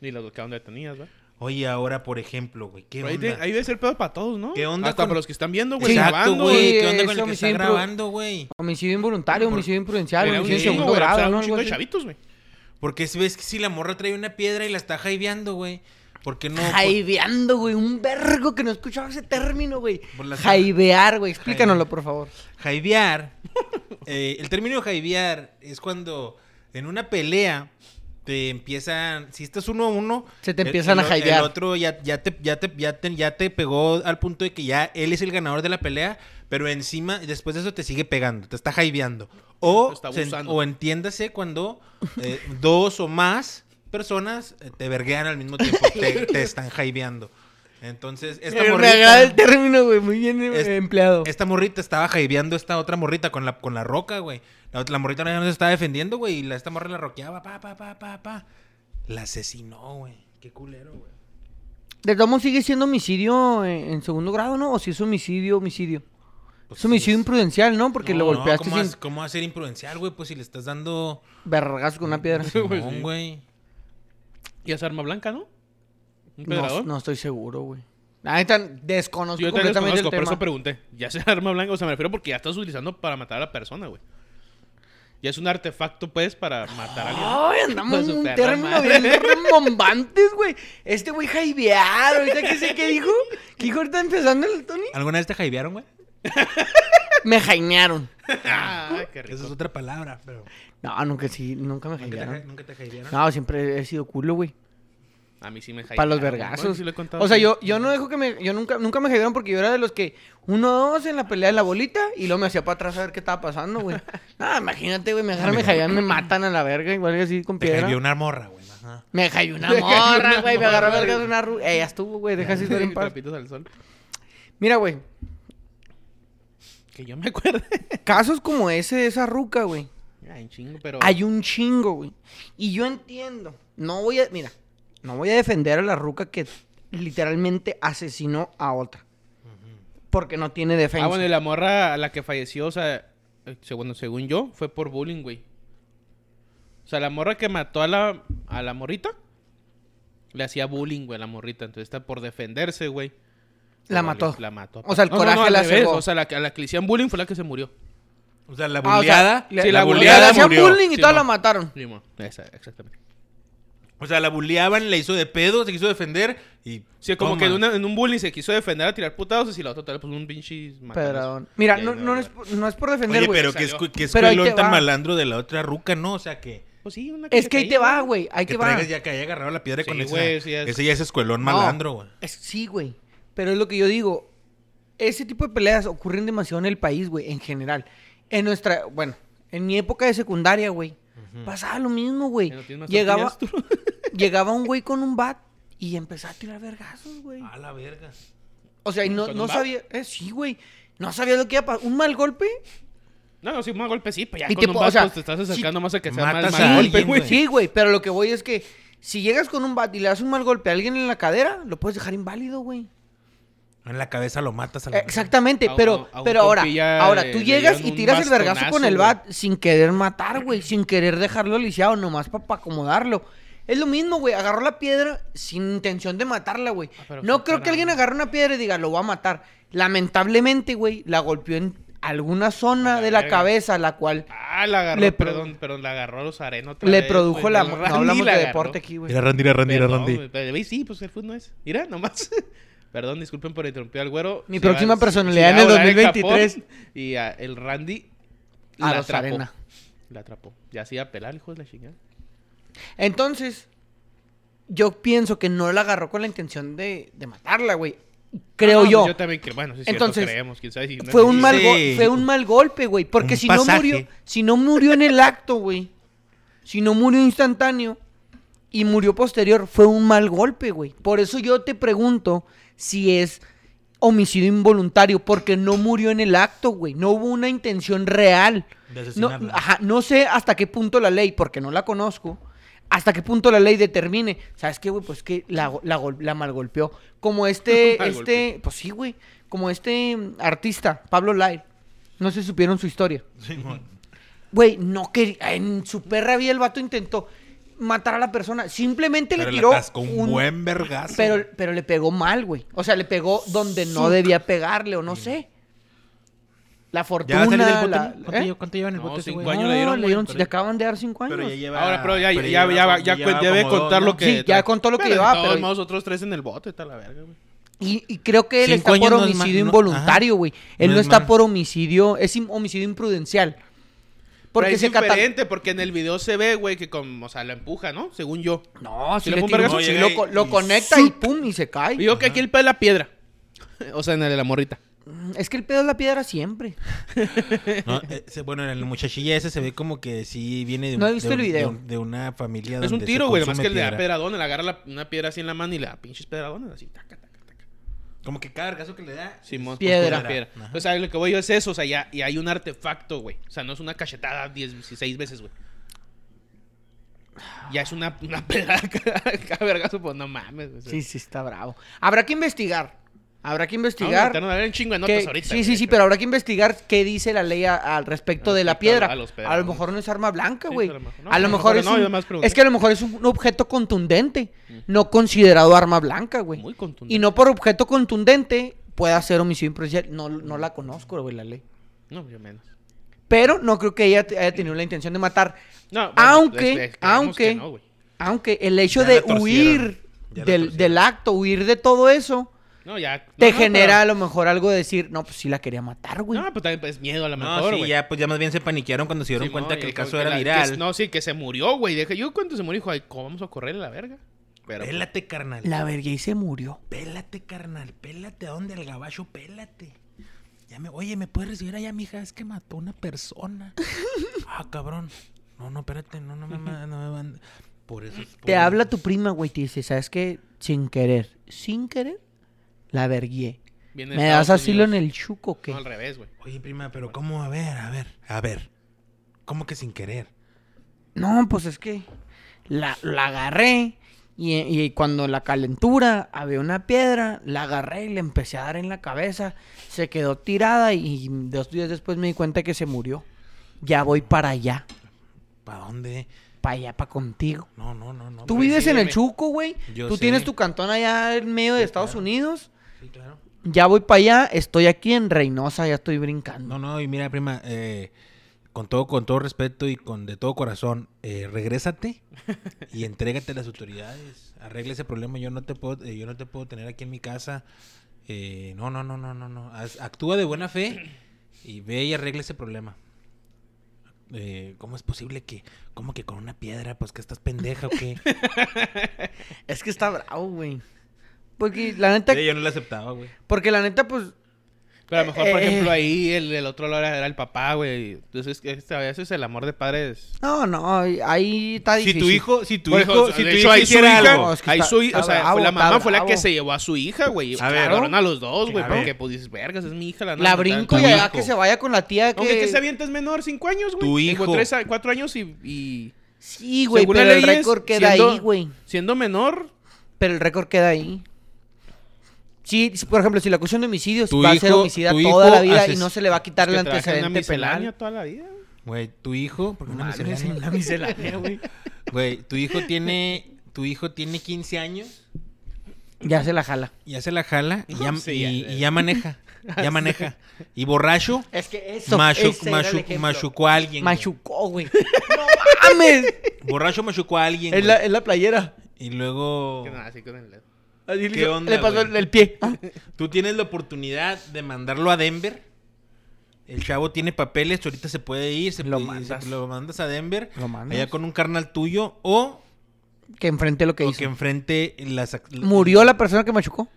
Speaker 2: Y las dos quedaron detenidas, güey.
Speaker 1: Oye, ahora, por ejemplo, güey, ¿qué
Speaker 2: Pero Ahí,
Speaker 1: onda?
Speaker 2: te- ahí debe ser pedo para todos, ¿no?
Speaker 1: ¿Qué onda
Speaker 2: Hasta
Speaker 1: con-
Speaker 2: para los que están viendo, güey.
Speaker 1: Exacto,
Speaker 2: grabando,
Speaker 1: güey.
Speaker 3: güey.
Speaker 1: ¿Qué onda con
Speaker 3: Ese
Speaker 1: el que está
Speaker 3: homicidio impro-
Speaker 1: grabado, güey?
Speaker 3: Homicidio involuntario, homicidio imprudencial,
Speaker 2: Era un
Speaker 3: homicidio en
Speaker 1: chingo,
Speaker 3: segundo
Speaker 2: güey, o sea,
Speaker 3: grado, ¿no?
Speaker 2: un
Speaker 3: Algo
Speaker 2: chingo de
Speaker 3: así.
Speaker 2: chavitos, güey.
Speaker 1: Porque si ves que si la morra trae una piedra y la está jaiveando, güey. ¿Por qué no? Por-
Speaker 3: Jaibeando, güey. Un vergo que no escuchaba ese término, güey.
Speaker 1: Por la-
Speaker 3: Jaibear, güey. Explícanoslo, por favor.
Speaker 1: Jaivear. *laughs* eh, el término jaivear es cuando en una pelea te empiezan. Si estás uno a uno.
Speaker 3: Se te
Speaker 1: el-
Speaker 3: empiezan
Speaker 1: el
Speaker 3: a
Speaker 1: o-
Speaker 3: jaivear.
Speaker 1: El otro ya, ya, te, ya, te, ya, te, ya te pegó al punto de que ya él es el ganador de la pelea. Pero encima, después de eso, te sigue pegando. Te está jaiveando. O,
Speaker 2: Está
Speaker 1: se-
Speaker 2: abusando.
Speaker 1: o entiéndase cuando eh, dos o más personas eh, te verguean al mismo tiempo.
Speaker 2: *laughs*
Speaker 1: te, te están jaiveando. Entonces, esta
Speaker 3: Eh, Me
Speaker 1: morrita-
Speaker 3: agrada el término, güey. Muy bien eh,
Speaker 1: Es-
Speaker 3: empleado.
Speaker 1: esta morrita estaba jaibeando a esta otra morrita con la, con la roca, güey. La, ot- la morrita no se estaba defendiendo, güey. Y la, esta morra la roqueaba, pa, pa, pa, pa, pa. La asesinó, güey. Qué culero, güey.
Speaker 3: De todos modos, sigue siendo homicidio en, en segundo grado, ¿no? O si es homicidio, homicidio.
Speaker 1: Pues
Speaker 3: es homicidio
Speaker 1: sí, es-
Speaker 3: imprudencial, ¿no? Porque
Speaker 1: No,
Speaker 3: lo
Speaker 1: no,
Speaker 3: golpeaste
Speaker 1: ¿cómo,
Speaker 3: sin
Speaker 1: vas- cómo va a ser imprudencial, güey? Pues si le estás
Speaker 3: *laughs*
Speaker 1: dando.
Speaker 3: vergazo con una
Speaker 1: *laughs*
Speaker 3: piedra.
Speaker 2: Pues sí.
Speaker 1: Simón, güey.
Speaker 2: Y es arma blanca, ¿no? Un
Speaker 3: No,
Speaker 2: pedrador.
Speaker 3: no estoy seguro, güey. La neta, desconozco
Speaker 2: Yo te
Speaker 3: completamente
Speaker 2: desconozco, por
Speaker 3: el
Speaker 2: eso
Speaker 3: tema.
Speaker 2: pregunté. Ya sea *laughs* arma blanca, o sea, me refiero porque ya estás utilizando para matar a la persona, güey. Ya es un artefacto, pues, para matar a alguien.
Speaker 3: Ay, andamos
Speaker 2: Pues,
Speaker 3: en
Speaker 2: su
Speaker 3: un
Speaker 2: perra
Speaker 3: término
Speaker 2: madre. *laughs*
Speaker 3: bien remombantes, güey. Este güey jaibear, ahorita que sé qué dijo. ¿Qué dijo ahorita empezando el Tony?
Speaker 1: ¿Alguna vez te jaibearon, güey?
Speaker 3: Me jaimearon.
Speaker 2: Ah, qué rico.
Speaker 1: Esa es otra palabra, pero.
Speaker 3: No, nunca sí, nunca me
Speaker 1: ¿Nunca te, ja-
Speaker 3: jaimearon.
Speaker 1: nunca te jaibearon?
Speaker 3: No, siempre he sido culo, güey.
Speaker 2: A mí sí me jaibaron.
Speaker 3: Para los
Speaker 2: Bueno,
Speaker 3: vergazos.
Speaker 2: sí lo he contado.
Speaker 3: o sea, yo, yo no dejo que me. Yo nunca, nunca me jodieron porque yo era de los que. Uno, dos en la pelea de la bolita y luego me hacía para atrás a ver qué estaba pasando,
Speaker 2: *laughs*
Speaker 3: güey. no, imagínate, güey. Me
Speaker 2: Ah,
Speaker 3: agarran, me jaibean, me matan a la verga, igual que así con
Speaker 1: Te
Speaker 3: piedra.
Speaker 1: jaibeó una morra, güey. Ajá.
Speaker 3: Me jaibió
Speaker 2: *laughs*
Speaker 3: una
Speaker 2: Me jaibió
Speaker 3: morra,
Speaker 2: una
Speaker 3: güey. Me agarró a
Speaker 2: morra,
Speaker 3: verga de
Speaker 2: güey.
Speaker 3: una ruca. Eh, ya estuvo, güey. Deja esa *laughs* historia en paz.
Speaker 2: Trapitos al sol.
Speaker 3: Mira, güey.
Speaker 2: Que yo me acuerde. *laughs*
Speaker 3: Casos como ese de esa ruca, güey.
Speaker 2: Ay, un chingo, pero.
Speaker 3: Hay un chingo, güey. Y yo entiendo. No voy a. Mira, no voy a defender a la ruca que literalmente asesinó a otra. Porque no tiene defensa.
Speaker 2: Ah, bueno, y la morra a la que falleció, o sea, eh, según, según yo, fue por bullying, güey. O sea, la morra que mató a la, a la morrita le hacía bullying, güey, a la morrita. Entonces, está por defenderse, güey.
Speaker 3: La
Speaker 2: valió-
Speaker 3: mató.
Speaker 2: La mató.
Speaker 3: O sea, el coraje
Speaker 2: al
Speaker 3: la
Speaker 2: revés.
Speaker 3: cegó.
Speaker 2: O sea, la, que- a la que le hicieron bullying fue la que se murió.
Speaker 1: O sea, la
Speaker 3: Ah, o sea,
Speaker 1: buleada.
Speaker 3: le-
Speaker 2: Sí,
Speaker 3: la
Speaker 2: la
Speaker 3: buleada.
Speaker 2: buleada
Speaker 3: Le hacían
Speaker 2: murió.
Speaker 3: bullying y
Speaker 2: Sí,
Speaker 3: todas
Speaker 2: no.
Speaker 3: la mataron.
Speaker 2: Primo. Esa, exactamente.
Speaker 1: O sea, la buleaban, le hizo de pedo, se quiso defender y.
Speaker 2: Sí, como
Speaker 1: Toma.
Speaker 2: que en, una- en un bullying se quiso defender a tirar putazos y la otra tal pues un pinche matazo.
Speaker 3: Perdón. Mira,
Speaker 2: Sí,
Speaker 3: no, no, es, por- no es por defender,
Speaker 1: Oye,
Speaker 3: güey.
Speaker 1: pero que es,
Speaker 2: salió.
Speaker 1: que es
Speaker 3: Pero ahí te
Speaker 1: cuelón tan
Speaker 3: va.
Speaker 1: malandro de la otra ruca, ¿no? O sea que.
Speaker 2: Pues sí, una
Speaker 3: Es que ahí te va,
Speaker 2: caída.
Speaker 3: güey. Ahí
Speaker 1: Que
Speaker 3: te va.
Speaker 1: traigas ya que haya agarrado la piedra
Speaker 2: Sí,
Speaker 1: con esa.
Speaker 2: güey, sí es-
Speaker 1: Ese ya es escuelón
Speaker 3: No.
Speaker 1: malandro, güey.
Speaker 3: Es- sí, güey. Pero es lo que yo digo. Ese tipo de peleas ocurren demasiado en el país, güey, en general. En nuestra, bueno, en mi época de secundaria, güey, pasaba lo mismo, güey.
Speaker 2: ¿No tienes más
Speaker 3: Llegaba,
Speaker 2: tortillas, tú?
Speaker 3: *laughs* llegaba un güey con un bat y empezaba a tirar vergazos, güey.
Speaker 1: A la verga.
Speaker 3: O sea, y no,
Speaker 2: ¿Con un
Speaker 3: no
Speaker 2: bat?
Speaker 3: sabía, eh, sí, güey. No sabía lo que iba a pasar. Un mal golpe.
Speaker 2: No, no, si un mal golpe sí, pues ya
Speaker 3: Y
Speaker 2: con
Speaker 3: tipo,
Speaker 2: un vaso
Speaker 3: o sea,
Speaker 2: te estás
Speaker 3: si
Speaker 2: acercando más a que sea
Speaker 1: matas
Speaker 2: mal,
Speaker 1: a
Speaker 2: mal golpe,
Speaker 1: alguien,
Speaker 2: güey.
Speaker 1: güey.
Speaker 3: Sí, güey, pero lo que voy es que Si llegas con un bat y le das un mal golpe a alguien en la cadera, lo puedes dejar inválido, güey.
Speaker 1: En la cabeza lo matas a la verga.
Speaker 3: Exactamente,
Speaker 2: A un-
Speaker 3: pero,
Speaker 2: a un
Speaker 3: pero ahora,
Speaker 2: compi ya
Speaker 3: ahora
Speaker 2: le-
Speaker 3: tú
Speaker 2: le
Speaker 3: llegas
Speaker 2: dieron
Speaker 3: y
Speaker 2: un
Speaker 3: tiras el vergazo con el
Speaker 2: bastonazo,
Speaker 3: bat sin querer matar, güey, sin querer dejarlo lisiado, nomás para acomodarlo. Es lo mismo, güey, agarró la piedra sin intención de matarla, güey.
Speaker 2: Ah, pero qué
Speaker 3: no creo que
Speaker 2: tarado.
Speaker 3: alguien agarre una piedra y diga, lo va a matar. Lamentablemente, güey, la golpeó en alguna zona
Speaker 2: La
Speaker 3: de la
Speaker 2: verga.
Speaker 3: cabeza, la cual
Speaker 2: Ah, la agarró,
Speaker 3: Le pro-
Speaker 2: perdón, perdón, la pues, agarró a los arenos.
Speaker 3: le produjo la... No hablamos de deporte aquí, güey.
Speaker 1: Mira, Randy, mira, Randy, mira,
Speaker 2: Perdón,
Speaker 1: Randy.
Speaker 2: güey, pero, güey, sí, pues el fútbol no es. Mira, nomás. *laughs* Perdón, disculpen por interrumpir al güero.
Speaker 3: Mi
Speaker 2: Se
Speaker 3: próxima
Speaker 2: se-
Speaker 3: personalidad
Speaker 2: se va
Speaker 3: en el
Speaker 2: a volar
Speaker 3: 2023.
Speaker 2: Japón y a- el Randy
Speaker 3: A
Speaker 2: la
Speaker 3: los
Speaker 2: atrapó.
Speaker 3: arena.
Speaker 2: La atrapó. Ya se iba a pelar, hijo de la chingada.
Speaker 3: Entonces, yo pienso que no la agarró con la intención de, de matarla, güey. Creo
Speaker 2: Ah, no,
Speaker 3: yo.
Speaker 2: pues yo también creo. Bueno, sí, es cierto,
Speaker 3: Entonces,
Speaker 2: creemos, quién sabe si no
Speaker 3: Fue
Speaker 2: es-
Speaker 3: un,
Speaker 1: Sí.
Speaker 3: mal go- fue un mal golpe, güey. Porque
Speaker 1: Un
Speaker 3: si no
Speaker 1: pasaje.
Speaker 3: murió, si no murió en el acto, güey. Si no murió instantáneo y murió posterior, fue un mal golpe, güey. Por eso yo te pregunto si es homicidio involuntario, porque no murió en el acto, güey. No hubo una intención real.
Speaker 1: De
Speaker 3: No,
Speaker 1: asesinarla.
Speaker 3: ajá, no sé hasta qué punto la ley, porque no la conozco, hasta qué punto la ley determine. ¿Sabes qué, güey? Pues que la, go- la, gol- la malgolpeó. Como este,
Speaker 2: Mal
Speaker 3: este, pues sí, güey. Como este mm, artista, Pablo Lai. No se supieron su historia.
Speaker 1: Simón.
Speaker 3: Güey, no quería. En su perra vida el vato intentó matar a la persona. Simplemente
Speaker 1: Pero
Speaker 3: le
Speaker 1: le
Speaker 3: tiró.
Speaker 1: atascó un, buen vergazo.
Speaker 3: pero, pero le pegó mal, güey. O sea, le pegó donde no debía pegarle, o no sé. La
Speaker 1: ¿Ya va
Speaker 3: fortuna.
Speaker 1: a salir del bote?
Speaker 3: la-
Speaker 1: no? ¿Cuánto,
Speaker 3: ¿eh?
Speaker 1: lleva, ¿Cuánto lleva en el
Speaker 2: No,
Speaker 1: bote ese
Speaker 2: cinco
Speaker 1: güey?
Speaker 2: años. le dieron, güey,
Speaker 3: le
Speaker 2: pero-
Speaker 3: acaban de dar cinco años.
Speaker 1: lleva...
Speaker 2: Ahora, pero ya, ya, ya, ya,
Speaker 1: lleva
Speaker 2: debe
Speaker 1: como
Speaker 2: contar
Speaker 1: dos,
Speaker 2: lo
Speaker 1: ¿no?
Speaker 2: que.
Speaker 3: Sí, ya contó lo que
Speaker 2: Pero de
Speaker 3: llevaba,
Speaker 2: todos
Speaker 3: pero-
Speaker 2: modos, otros tres en el bote, está la verga, güey.
Speaker 3: Y, y creo que él
Speaker 1: Cinco
Speaker 3: está por
Speaker 1: años no es
Speaker 3: homicidio
Speaker 1: ma- no-
Speaker 3: involuntario,
Speaker 1: ajá.
Speaker 3: güey. Él no,
Speaker 1: No es
Speaker 3: está
Speaker 1: ma-
Speaker 3: por homicidio, es im- homicidio imprudencial. Porque
Speaker 2: Pero
Speaker 3: se
Speaker 2: es
Speaker 3: cata...
Speaker 2: diferente, porque en el video se ve, güey, que como, o sea, la empuja, ¿no? Según yo.
Speaker 3: No, si
Speaker 2: ¿Sí le
Speaker 3: le
Speaker 2: fue un
Speaker 3: tira-
Speaker 2: vergazo?
Speaker 3: Ah, sí,
Speaker 1: No,
Speaker 3: lo,
Speaker 1: llega
Speaker 3: co-
Speaker 1: y-
Speaker 3: lo
Speaker 1: y
Speaker 3: conecta y pum, y se cae.
Speaker 2: Digo que aquí el pedo es la piedra. *laughs* O sea, en el de la morrita.
Speaker 3: Es que el pedo es la piedra siempre.
Speaker 1: No, ese- bueno, en el muchachilla ese se ve como que sí viene de, un-
Speaker 3: No he visto
Speaker 1: de
Speaker 3: el
Speaker 1: un-
Speaker 3: video.
Speaker 1: de un- de una familia
Speaker 2: Es un
Speaker 1: donde
Speaker 2: tiro,
Speaker 1: se
Speaker 2: güey. Más
Speaker 1: consume
Speaker 2: que le da
Speaker 1: piedra.
Speaker 2: pedradona, le agarra la- una piedra así en la mano y le da pinches pedradonas así. Taca, taca, taca.
Speaker 1: Como que cada vergazo que le da...
Speaker 2: Simón,
Speaker 3: Piedra.
Speaker 2: pues, piedra.
Speaker 1: Ajá.
Speaker 2: O sea, lo que voy yo es eso, o sea, ya, y hay un artefacto, güey. O sea, no es una cachetada 10, 16 veces, güey. Ya es una, una *laughs* pedra cada vergazo, pues no mames, güey.
Speaker 3: Sí, sí, está bravo. Habrá que investigar. Habrá que
Speaker 2: Vamos a
Speaker 3: investigar.
Speaker 2: meternos a ver un chingo de
Speaker 3: qué-
Speaker 2: notas pues, ahorita.
Speaker 3: sí,
Speaker 2: güey.
Speaker 3: sí, sí, pero habrá que investigar qué dice la ley a- al respecto de la
Speaker 2: Respecto a-
Speaker 3: piedra.
Speaker 2: a los pedazos.
Speaker 3: A lo mejor no es arma blanca,
Speaker 2: Sí,
Speaker 3: güey.
Speaker 2: a lo mejor no,
Speaker 3: a lo mejor es
Speaker 2: no, yo
Speaker 3: un-
Speaker 2: nomás pregunté.
Speaker 3: es que a lo mejor es un objeto contundente, no considerado arma blanca, güey.
Speaker 2: Muy contundente.
Speaker 3: Y no por objeto contundente pueda ser homicidio imprudencial. No, no la conozco, güey, la ley.
Speaker 2: No, yo menos.
Speaker 3: Pero no creo que ella te- haya tenido la intención de matar.
Speaker 2: No, bueno,
Speaker 3: Aunque-
Speaker 2: es- es- creemos
Speaker 3: aunque-
Speaker 2: que no, güey.
Speaker 3: Aunque el hecho
Speaker 1: Ya la
Speaker 3: de
Speaker 1: torcieron,
Speaker 3: huir
Speaker 1: ya la
Speaker 3: del,
Speaker 1: torcieron.
Speaker 3: del acto, huir de todo eso,
Speaker 2: No, ya.
Speaker 3: te
Speaker 2: no, no,
Speaker 3: genera a lo mejor algo de decir, no, pues sí la quería matar, güey.
Speaker 2: Pero, no, pues también es miedo a lo
Speaker 1: No,
Speaker 2: mejor,
Speaker 1: sí,
Speaker 2: güey.
Speaker 1: ya, pues ya más bien se paniquearon cuando se dieron
Speaker 2: Sí,
Speaker 1: cuenta
Speaker 2: no,
Speaker 1: que
Speaker 2: y
Speaker 1: el
Speaker 2: dijo
Speaker 1: caso era
Speaker 2: la- que
Speaker 1: viral.
Speaker 2: es- no, sí, que se murió, güey. Dije, yo cuando se murió, dijo, ay, ¿cómo vamos a correr a la verga? Pero, pues,
Speaker 1: Pélate, carnal.
Speaker 3: La verga y se murió.
Speaker 1: Pélate, carnal. Pélate. ¿A dónde? Al gabacho, pélate. Ya me... Oye, ¿me puedes recibir allá, mija? Es que mató una persona.
Speaker 3: *laughs*
Speaker 1: ah, cabrón. No, no, espérate. No, no me, ma- no me mand- Por eso...
Speaker 3: Te
Speaker 2: Pues,
Speaker 1: por-
Speaker 3: habla tu prima, güey, te dice, ¿sabes qué? Sin querer, sin querer, la vergué.
Speaker 2: Viene de
Speaker 3: ¿Me das
Speaker 2: Estados
Speaker 3: asilo en
Speaker 2: Unidos.
Speaker 3: el chuco o qué?
Speaker 2: No, al revés, güey.
Speaker 1: Oye, prima, pero ¿cómo? A ver, a ver, a ver. ¿Cómo que sin querer?
Speaker 3: No, pues es que la, la agarré y, y cuando la calentura había una piedra, la agarré y le empecé a dar en la cabeza. Se quedó tirada y dos días después me di cuenta que se murió. Ya voy para allá,
Speaker 1: ¿Para dónde?
Speaker 3: para allá, para contigo.
Speaker 1: No, no, no, no.
Speaker 3: Tú
Speaker 1: pues,
Speaker 3: vives
Speaker 2: sí,
Speaker 3: en el
Speaker 2: me-
Speaker 3: Chuco, güey.
Speaker 1: Yo
Speaker 3: Tú
Speaker 1: sé.
Speaker 3: tienes tu cantón allá en medio de Estados
Speaker 1: claro.
Speaker 3: Unidos.
Speaker 1: Sí, claro.
Speaker 3: Ya voy para allá, estoy aquí en Reynosa, ya estoy brincando.
Speaker 1: No, no, y mira, prima, eh, con todo, con todo respeto y con de todo corazón, eh,
Speaker 3: *laughs*
Speaker 1: regrésate y entrégate a las autoridades. Arregla ese problema. Yo no te puedo, eh, yo no te puedo tener aquí en mi casa. Eh, no, no, no, no, no, no. Haz- actúa de buena fe y ve y arregla ese problema. Eh, ¿Cómo es posible que, cómo que con una piedra, pues que estás pendeja o
Speaker 3: *laughs*
Speaker 1: qué?
Speaker 3: Es que está bravo, güey. Porque la neta,
Speaker 1: Sí, yo no la aceptaba, güey.
Speaker 3: porque la neta, pues,
Speaker 2: Pero a lo mejor, por
Speaker 3: Eh,
Speaker 2: ejemplo,
Speaker 3: eh.
Speaker 2: ahí el, el otro lado era el papá, güey. Entonces, este, a veces el amor de padres.
Speaker 3: no, no, ahí está difícil.
Speaker 1: Si tu hijo, si tu
Speaker 2: Por
Speaker 1: hijo,
Speaker 2: ejemplo,
Speaker 1: si
Speaker 2: de
Speaker 1: tu
Speaker 2: hecho,
Speaker 1: hijo
Speaker 2: ahí su
Speaker 1: hiciera
Speaker 2: hija-
Speaker 1: algo.
Speaker 3: No, es que
Speaker 2: ahí
Speaker 3: está-
Speaker 2: su hi-
Speaker 3: está
Speaker 2: o sea,
Speaker 3: bravo,
Speaker 2: fue la
Speaker 3: está
Speaker 2: mamá fue la que
Speaker 3: bravo.
Speaker 2: se llevó a su hija, güey.
Speaker 1: A ver.
Speaker 2: Claro, a los dos, güey.
Speaker 1: Claro.
Speaker 2: Porque pues dices, vergas, es mi hija la
Speaker 3: La
Speaker 2: neta,
Speaker 3: brinco
Speaker 2: tu
Speaker 3: y allá
Speaker 1: hijo.
Speaker 3: que se vaya con la tía que...
Speaker 2: Aunque que se avienta es menor, cinco años, güey.
Speaker 1: Tu
Speaker 2: Digo,
Speaker 1: hijo.
Speaker 2: tres a- cuatro años y, y-
Speaker 3: Sí, güey,
Speaker 2: Según
Speaker 3: pero
Speaker 2: las
Speaker 3: el
Speaker 2: leyes,
Speaker 3: récord queda
Speaker 2: siendo-
Speaker 3: ahí, güey.
Speaker 2: Siendo menor,
Speaker 3: Pero el récord queda ahí. Sí, si- por ejemplo, si la acusación de homicidio
Speaker 1: Tu
Speaker 3: va a ser
Speaker 1: hijo-
Speaker 3: homicida
Speaker 1: tu
Speaker 3: toda
Speaker 1: hijo
Speaker 3: la vida y
Speaker 1: haces-
Speaker 3: no se le va a quitar el
Speaker 2: que trabaja en una
Speaker 3: antecedente
Speaker 2: miscelánea
Speaker 3: penal.
Speaker 2: toda la vida.
Speaker 1: Güey, tu hijo. ¿Por qué una
Speaker 2: Madres,
Speaker 1: miscelánea?
Speaker 2: una miscelánea, *laughs* güey.
Speaker 1: Güey, tu hijo
Speaker 2: *laughs*
Speaker 1: tiene. Tu hijo tiene 15 años.
Speaker 3: Ya se la jala.
Speaker 1: Ya se la jala y ya,
Speaker 2: Sí,
Speaker 1: y-
Speaker 2: ya-
Speaker 1: y ya maneja.
Speaker 2: *laughs*
Speaker 1: Ya maneja. Y borracho.
Speaker 3: Es que eso
Speaker 1: Machu, machu- machucó a alguien. güey.
Speaker 3: Machucó, güey. *laughs* ¡No mames!
Speaker 1: Borracho machucó a alguien.
Speaker 3: Es
Speaker 1: güey.
Speaker 3: la, es la playera.
Speaker 1: Y luego.
Speaker 2: Que nada, así con el dedo.
Speaker 3: Así
Speaker 1: ¿Qué
Speaker 3: le-
Speaker 1: onda,
Speaker 3: le pasó
Speaker 1: güey?
Speaker 3: el, el pie. Ah,
Speaker 1: Tú tienes la oportunidad de mandarlo a Denver. El chavo tiene papeles, ahorita se puede ir, se
Speaker 3: Lo
Speaker 1: puede-
Speaker 3: mandas.
Speaker 1: se- lo mandas a Denver,
Speaker 3: Lo mandas.
Speaker 1: allá con un carnal tuyo o,
Speaker 3: Que enfrenté lo que
Speaker 1: o
Speaker 3: hizo.
Speaker 1: que enfrente las... ac-
Speaker 3: Murió la persona que machucó.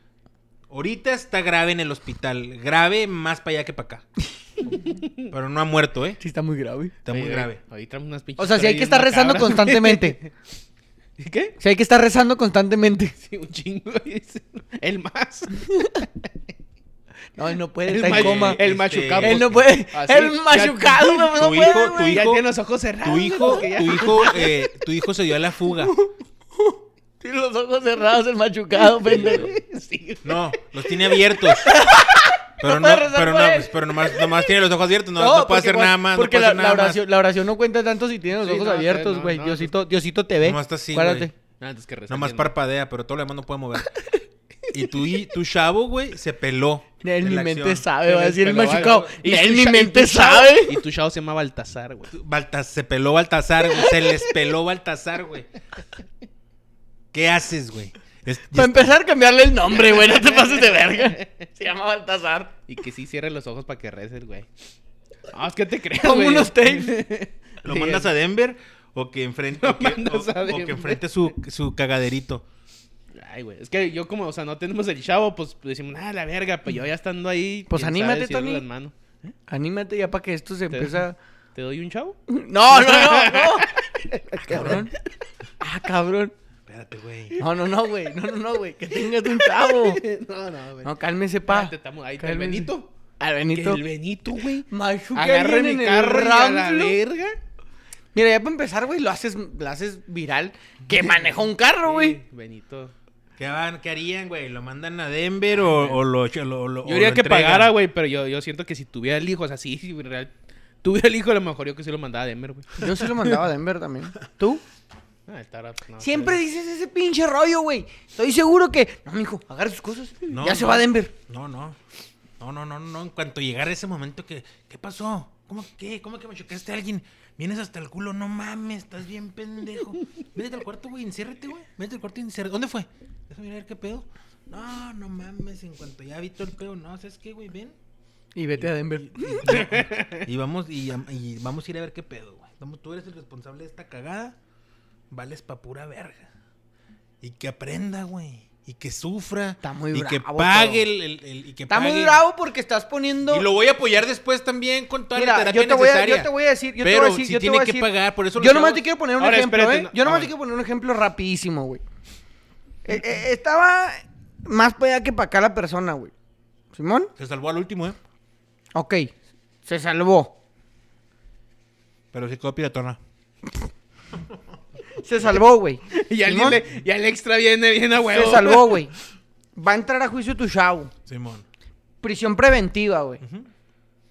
Speaker 1: Ahorita está grave en el hospital, grave más para allá que para *laughs* acá. Pero no ha muerto, ¿eh?
Speaker 3: Sí, está muy grave.
Speaker 1: Está
Speaker 2: Oye,
Speaker 1: muy
Speaker 2: oye,
Speaker 1: grave.
Speaker 2: Ahí traemos unas pinches.
Speaker 3: O sea, si hay que estar
Speaker 2: historias bien
Speaker 3: rezando
Speaker 2: *laughs* macabras.
Speaker 1: *laughs*
Speaker 3: constantemente.
Speaker 2: ¿Qué?
Speaker 3: Si hay que estar rezando constantemente.
Speaker 2: Sí, un chingo. *laughs* dice. El más.
Speaker 3: No, él no puede,
Speaker 2: El
Speaker 3: está en
Speaker 2: macho-
Speaker 3: coma.
Speaker 2: El
Speaker 1: Este,
Speaker 2: machucado.
Speaker 3: Él no puede.
Speaker 2: Así,
Speaker 3: el
Speaker 2: ya-
Speaker 3: machucado, no, no
Speaker 1: tu
Speaker 3: puede,
Speaker 1: hijo- tu
Speaker 3: güey.
Speaker 2: Ya
Speaker 1: hijo-
Speaker 2: tiene los ojos cerrados.
Speaker 1: Tu hijo,
Speaker 2: porque ya-
Speaker 1: tu hijo, eh, tu hijo se dio a la fuga.
Speaker 3: Tiene los ojos cerrados,
Speaker 1: *laughs*
Speaker 3: el machucado, pendejo.
Speaker 2: Sí.
Speaker 1: No, los tiene abiertos. Pero *laughs*
Speaker 3: No
Speaker 1: no,
Speaker 3: puede rezar
Speaker 1: pero
Speaker 3: por
Speaker 1: no,
Speaker 3: él.
Speaker 1: pues, pero nomás, nomás tiene los ojos abiertos, no, no puede
Speaker 3: porque
Speaker 1: hacer
Speaker 3: cuan-
Speaker 1: nada más. no
Speaker 3: Porque
Speaker 1: puede
Speaker 3: la,
Speaker 1: hacer nada
Speaker 3: la
Speaker 1: más.
Speaker 3: oración, la oración no cuenta tanto si tiene los
Speaker 2: Sí,
Speaker 3: ojos
Speaker 2: no,
Speaker 3: abiertos,
Speaker 2: no,
Speaker 3: güey.
Speaker 2: no,
Speaker 3: Diosito, Diosito te ve.
Speaker 1: Nomás está así,
Speaker 3: Acuérdate.
Speaker 1: güey.
Speaker 2: No, entonces que rezar
Speaker 1: Nomás
Speaker 2: bien,
Speaker 1: parpadea, pero todo lo demás no puede mover. Y tu, y tu chavo, güey, se peló.
Speaker 3: Él
Speaker 1: en
Speaker 3: mi
Speaker 1: la
Speaker 3: mente
Speaker 1: acción.
Speaker 3: sabe, Ah, va a
Speaker 2: Pero
Speaker 3: decir el
Speaker 2: va-
Speaker 3: machucado.
Speaker 2: y
Speaker 3: Él
Speaker 2: tu
Speaker 3: mi
Speaker 2: cha- y
Speaker 3: mente
Speaker 2: tu chavo-
Speaker 3: sabe.
Speaker 2: Y tu chavo se llama Baltasar, güey.
Speaker 1: Baltas- se peló Baltasar, güey. Se les peló Baltasar, *laughs* güey. ¿Qué haces, güey? Es-
Speaker 3: Para empezar, cambiarle el nombre, güey. No te pases de verga.
Speaker 2: *laughs*
Speaker 3: Se llama Baltasar.
Speaker 2: Y que sí cierre los ojos para que reces, güey. Ah, es que te creas,
Speaker 3: Como
Speaker 2: güey.
Speaker 3: unos tapes.
Speaker 1: ¿Lo mandas a Denver o que enfrente,
Speaker 2: *laughs* Lo
Speaker 1: o que,
Speaker 2: mandas
Speaker 1: o-
Speaker 2: a
Speaker 1: o que
Speaker 2: Denver.
Speaker 1: enfrente su, su cagaderito?
Speaker 2: Ay, güey. Es que yo como, o sea, no tenemos el chavo, pues decimos, ah, la verga, pues yo ya estando ahí.
Speaker 3: Pues
Speaker 2: quién
Speaker 3: anímate,
Speaker 2: sabe, cierro
Speaker 3: Tony.
Speaker 2: las manos.
Speaker 3: Anímate ya para que esto se empieza.
Speaker 2: *laughs* ¿Te doy un chavo?
Speaker 3: No, no, no, no. Ah, *laughs* cabrón. Ah, cabrón.
Speaker 1: Espérate, güey.
Speaker 3: No, no, no, güey. No, no, no, güey. Que tengas un chavo.
Speaker 2: Eh, no, no, güey.
Speaker 3: No, cálmese, pa.
Speaker 2: Espérate, Ah, estamos ahí. El
Speaker 3: Cálmense.
Speaker 2: Benito.
Speaker 3: Al
Speaker 2: Que
Speaker 3: Benito.
Speaker 2: El Benito, güey.
Speaker 3: Machuca
Speaker 2: Agarra
Speaker 3: alguien
Speaker 2: mi
Speaker 3: en el
Speaker 2: carro y a la
Speaker 3: Ramflo.
Speaker 2: verga.
Speaker 3: Mira, ya para empezar, güey, lo haces, lo haces viral. Que maneja un carro, güey.
Speaker 2: Sí, Benito.
Speaker 1: ¿Qué, van, ¿Qué harían, güey? ¿Lo mandan a Denver o, o lo, lo, lo- o
Speaker 3: Oh,
Speaker 2: Yo diría
Speaker 1: lo
Speaker 2: que
Speaker 1: entregan?
Speaker 2: pagara, güey, pero yo, yo siento que si tuviera el hijo, o sea, sí, si real, tuviera el hijo, a lo mejor yo que sí lo mandaba a Denver, güey.
Speaker 3: Yo sí lo mandaba a Denver también. ¿Tú?
Speaker 2: Ah, estará- no,
Speaker 3: Siempre dices ese pinche rollo, güey. Estoy seguro que. No, mijo, agarra sus cosas.
Speaker 1: No,
Speaker 3: ya se
Speaker 1: no.
Speaker 3: va a Denver.
Speaker 1: No, no. No, no, no, no. En cuanto llegara ese momento que, ¿qué pasó? ¿Cómo qué? ¿Cómo que me chocaste a alguien? Vienes hasta el culo, no mames, estás bien pendejo. Vete al cuarto, güey, enciérrate, güey. Vete al cuarto y enciérrate. ¿Dónde fue? Déjame ir a ver qué pedo. No, no mames, en cuanto ya vi todo el pedo, no, ¿sabes qué, güey? Ven.
Speaker 3: Y vete a Denver.
Speaker 1: Y vamos, y, y vamos a ir a ver qué pedo, güey. Vamos, tú eres el responsable de esta cagada. Vales pa' pura verga. Y que aprenda, güey. Y que sufra.
Speaker 3: Está muy
Speaker 1: Y que
Speaker 3: bravo
Speaker 1: pague
Speaker 3: todo.
Speaker 1: el, el- el- y que
Speaker 3: Está muy
Speaker 1: pague-
Speaker 3: bravo porque estás poniendo.
Speaker 1: Y lo voy a apoyar después también con toda la
Speaker 3: Mira,
Speaker 1: terapia
Speaker 3: yo te, voy a,
Speaker 1: necesaria.
Speaker 3: yo te voy a decir, yo te
Speaker 1: Pero
Speaker 3: voy a decir,
Speaker 1: si
Speaker 3: yo te
Speaker 1: tiene
Speaker 3: voy a
Speaker 1: que
Speaker 3: decir.
Speaker 1: pagar, por eso los
Speaker 3: Yo nomás
Speaker 1: chavos-
Speaker 3: te quiero poner un
Speaker 2: Ahora,
Speaker 3: ejemplo,
Speaker 2: espérate,
Speaker 3: ¿eh?
Speaker 2: no-
Speaker 3: Yo nomás
Speaker 2: ah,
Speaker 3: te
Speaker 2: bueno.
Speaker 3: quiero poner un ejemplo
Speaker 1: *laughs*
Speaker 3: rapidísimo, güey. Eh, eh, estaba más para allá que para acá la persona, güey. ¿Simón?
Speaker 1: Se salvó al último, ¿eh?
Speaker 3: Ok. Se salvó.
Speaker 1: Pero se quedó piratona.
Speaker 3: Se salvó,
Speaker 1: *laughs*
Speaker 3: güey.
Speaker 2: *laughs* Y al,
Speaker 3: Simón,
Speaker 2: dile- y al extra viene bien a huevo.
Speaker 3: Se salvó, güey. Va a entrar a juicio tu chavo.
Speaker 1: Simón.
Speaker 3: Prisión preventiva, güey.
Speaker 1: Ujú.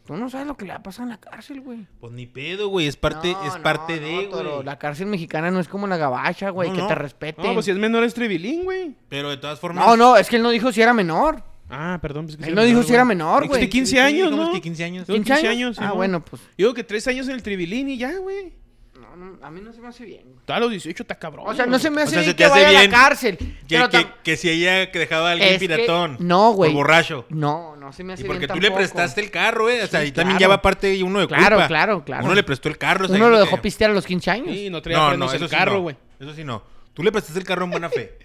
Speaker 3: Tú no sabes lo que le va a pasar en la cárcel, güey.
Speaker 1: Pues ni pedo, güey. Es parte,
Speaker 3: No,
Speaker 1: es
Speaker 3: no,
Speaker 1: parte
Speaker 3: no,
Speaker 1: de,
Speaker 3: Toro,
Speaker 1: güey.
Speaker 3: La cárcel mexicana no es como la gabacha, güey,
Speaker 1: No,
Speaker 3: que
Speaker 1: no.
Speaker 3: te
Speaker 1: No,
Speaker 3: respeten.
Speaker 2: No, pues si es menor es tribilín, güey.
Speaker 1: Pero de todas formas.
Speaker 3: no, no, es que él no dijo si era menor.
Speaker 2: Ah, perdón. pues, que
Speaker 3: Él
Speaker 2: sí
Speaker 3: no dijo si era
Speaker 2: güey.
Speaker 3: menor,
Speaker 2: Dijiste
Speaker 3: güey.
Speaker 2: 15
Speaker 1: Sí,
Speaker 2: Pues años,
Speaker 1: ¿cómo es
Speaker 2: ¿no?
Speaker 1: que 15 años?
Speaker 2: Son 15 años,
Speaker 3: ah,
Speaker 2: Simón.
Speaker 3: bueno, pues.
Speaker 2: Yo digo que 3 años en el tribilín y ya, güey.
Speaker 3: No, no, a mí no se me hace bien, güey.
Speaker 2: Tú a los 18 está cabrón.
Speaker 3: O sea,
Speaker 2: güey.
Speaker 3: no se me hace
Speaker 1: sea,
Speaker 3: bien
Speaker 1: se te
Speaker 3: que
Speaker 1: hace
Speaker 3: vaya
Speaker 1: bien
Speaker 3: a la cárcel.
Speaker 1: Que,
Speaker 3: pero
Speaker 1: que-
Speaker 3: tam-
Speaker 1: que si ella que dejaba a alguien
Speaker 3: Es que-
Speaker 1: piratón.
Speaker 3: no, güey.
Speaker 1: O borracho.
Speaker 3: No, no se me hace
Speaker 1: Y porque
Speaker 3: bien
Speaker 1: tú le
Speaker 3: tampoco.
Speaker 1: prestaste el carro, ¿eh? O sea,
Speaker 3: Sí,
Speaker 1: ahí también
Speaker 3: claro.
Speaker 1: ya va parte y uno de
Speaker 3: Claro,
Speaker 1: culpa.
Speaker 3: claro, claro.
Speaker 1: Uno le prestó el carro. o sea,
Speaker 3: Uno
Speaker 1: ahí
Speaker 3: lo
Speaker 1: no
Speaker 3: dejó
Speaker 1: te-
Speaker 3: pistear a los 15 años.
Speaker 2: Sí, no traía
Speaker 1: No,
Speaker 2: frenos
Speaker 1: no, eso
Speaker 2: el
Speaker 1: sí
Speaker 2: carro,
Speaker 1: no.
Speaker 2: güey.
Speaker 1: Eso sí no. Tú le prestaste el carro en buena
Speaker 3: *laughs*
Speaker 1: fe.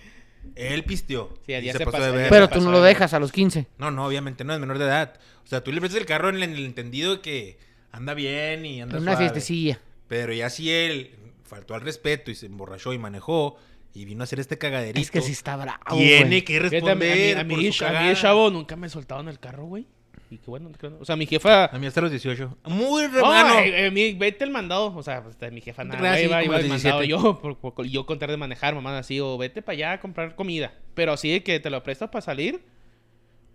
Speaker 1: Él pisteó.
Speaker 2: Sí, al
Speaker 1: y
Speaker 2: día
Speaker 1: se
Speaker 2: se
Speaker 1: pasó
Speaker 2: pasó.
Speaker 1: de verga.
Speaker 3: pero
Speaker 2: pasó
Speaker 3: tú no
Speaker 2: de
Speaker 3: lo
Speaker 2: ver-
Speaker 3: dejas a los 15.
Speaker 1: No, no, obviamente no es menor de edad. O sea, tú le prestas el carro en el, en el entendido que anda bien y anda
Speaker 3: En una
Speaker 1: suave.
Speaker 3: fiestecilla.
Speaker 1: Pero ya si él faltó al respeto y se emborrachó y manejó y vino a hacer este cagaderito.
Speaker 3: Es que sí está bravo,
Speaker 1: Tiene
Speaker 3: güey.
Speaker 1: que
Speaker 2: Fíjate, a mí- a mí-
Speaker 1: responder
Speaker 2: a mí,
Speaker 1: por su
Speaker 2: a mí,
Speaker 1: cagada.
Speaker 2: chavo, nunca me soltaron el carro, güey. Y qué bueno, qué bueno. O sea, mi jefa.
Speaker 1: A mí hasta los 18. Muy
Speaker 2: No,
Speaker 1: remano.
Speaker 2: eh, eh, mi, vete el mandado. O sea, pues, mi jefa nada.
Speaker 1: Real, sí,
Speaker 2: ahí va, ahí
Speaker 1: como
Speaker 2: va
Speaker 1: los
Speaker 2: el mandado
Speaker 1: 17.
Speaker 2: yo, *laughs* por- por- yo contar de manejar, mamá, así. O vete para allá a comprar comida. Pero así de que te lo prestas para salir.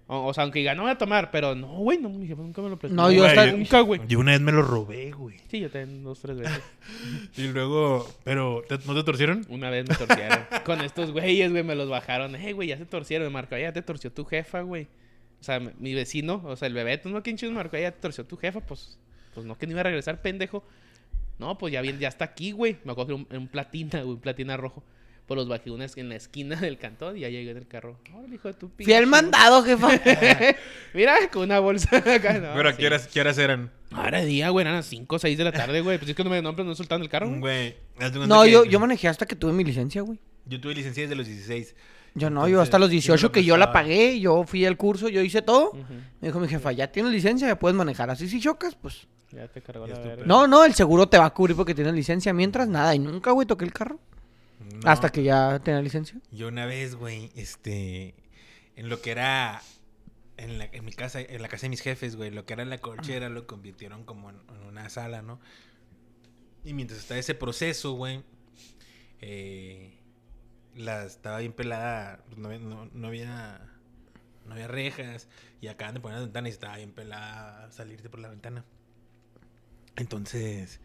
Speaker 2: O, o sea, aunque diga, no voy a tomar. Pero no, güey, no, mi jefa nunca me lo prestó.
Speaker 3: No, yo
Speaker 2: Güey,
Speaker 3: hasta-
Speaker 2: Nunca, güey.
Speaker 4: Yo una vez me lo robé, güey.
Speaker 2: Sí, yo también dos, tres veces.
Speaker 4: Y luego, pero, ¿te- ¿no te torcieron?
Speaker 2: *laughs* Una vez me torcieron. Con estos güeyes, güey, me los bajaron. Eh, güey, ya se torcieron. Me marcó, "Ay, ya te torció tu jefa, güey. O sea, m- mi vecino, o sea, el bebé, tú no, quién chido me marcó, "Ay, ya te torció tu jefa. Pues, pues no, que no iba a regresar, pendejo. No, pues ya bien, ya está aquí, güey. Me acuerdo que era un, un platina, güey, un platina rojo. Pues los bajé una es- en la esquina del cantón y ya llegué en el carro. Órale, hijo de tu
Speaker 3: Fui al
Speaker 2: pinche-
Speaker 3: mandado,
Speaker 1: *laughs*
Speaker 3: jefa.
Speaker 2: Mira, con una bolsa *laughs* acá. No,
Speaker 1: Pero ¿a
Speaker 2: sí.
Speaker 1: qué horas, qué horas eran?
Speaker 2: Ahora día, güey, eran las 5 o 6 de la tarde, güey. Pues es que no me, no, pues, no soltaban el carro, güey.
Speaker 1: Güey. haz de cuenta
Speaker 3: No,
Speaker 1: que
Speaker 3: yo, yo manejé hasta que tuve mi licencia, güey.
Speaker 1: Yo tuve licencia desde los 16.
Speaker 3: Yo no,
Speaker 1: Entonces,
Speaker 3: yo hasta los
Speaker 1: yo me la
Speaker 3: 18 que yo la
Speaker 1: prestaba.
Speaker 3: pagué, yo fui al curso, yo hice todo.
Speaker 1: Mm.
Speaker 2: Ujú.
Speaker 3: Me dijo mi jefa, ya tienes licencia, ya puedes manejar. Así si chocas, pues.
Speaker 2: Ya te cargó
Speaker 1: Ya
Speaker 2: la
Speaker 1: es tu
Speaker 2: verga.
Speaker 1: pedo.
Speaker 3: No, no, el seguro te va a cubrir porque tienes licencia. Mientras, nada. Y nunca, güey, toqué el carro.
Speaker 1: No.
Speaker 3: Hasta que ya tenía licencia.
Speaker 1: Yo una vez, güey, este. En lo que era. En, la, en mi casa, en la casa de mis jefes, güey, lo que era la corchera lo convirtieron como en, en una sala, ¿no? Y mientras estaba ese proceso, güey, eh, la estaba bien pelada, pues, no, había- no- no había no había rejas y acaban de poner las ventanas y estaba bien pelada salirte por la ventana. Entonces,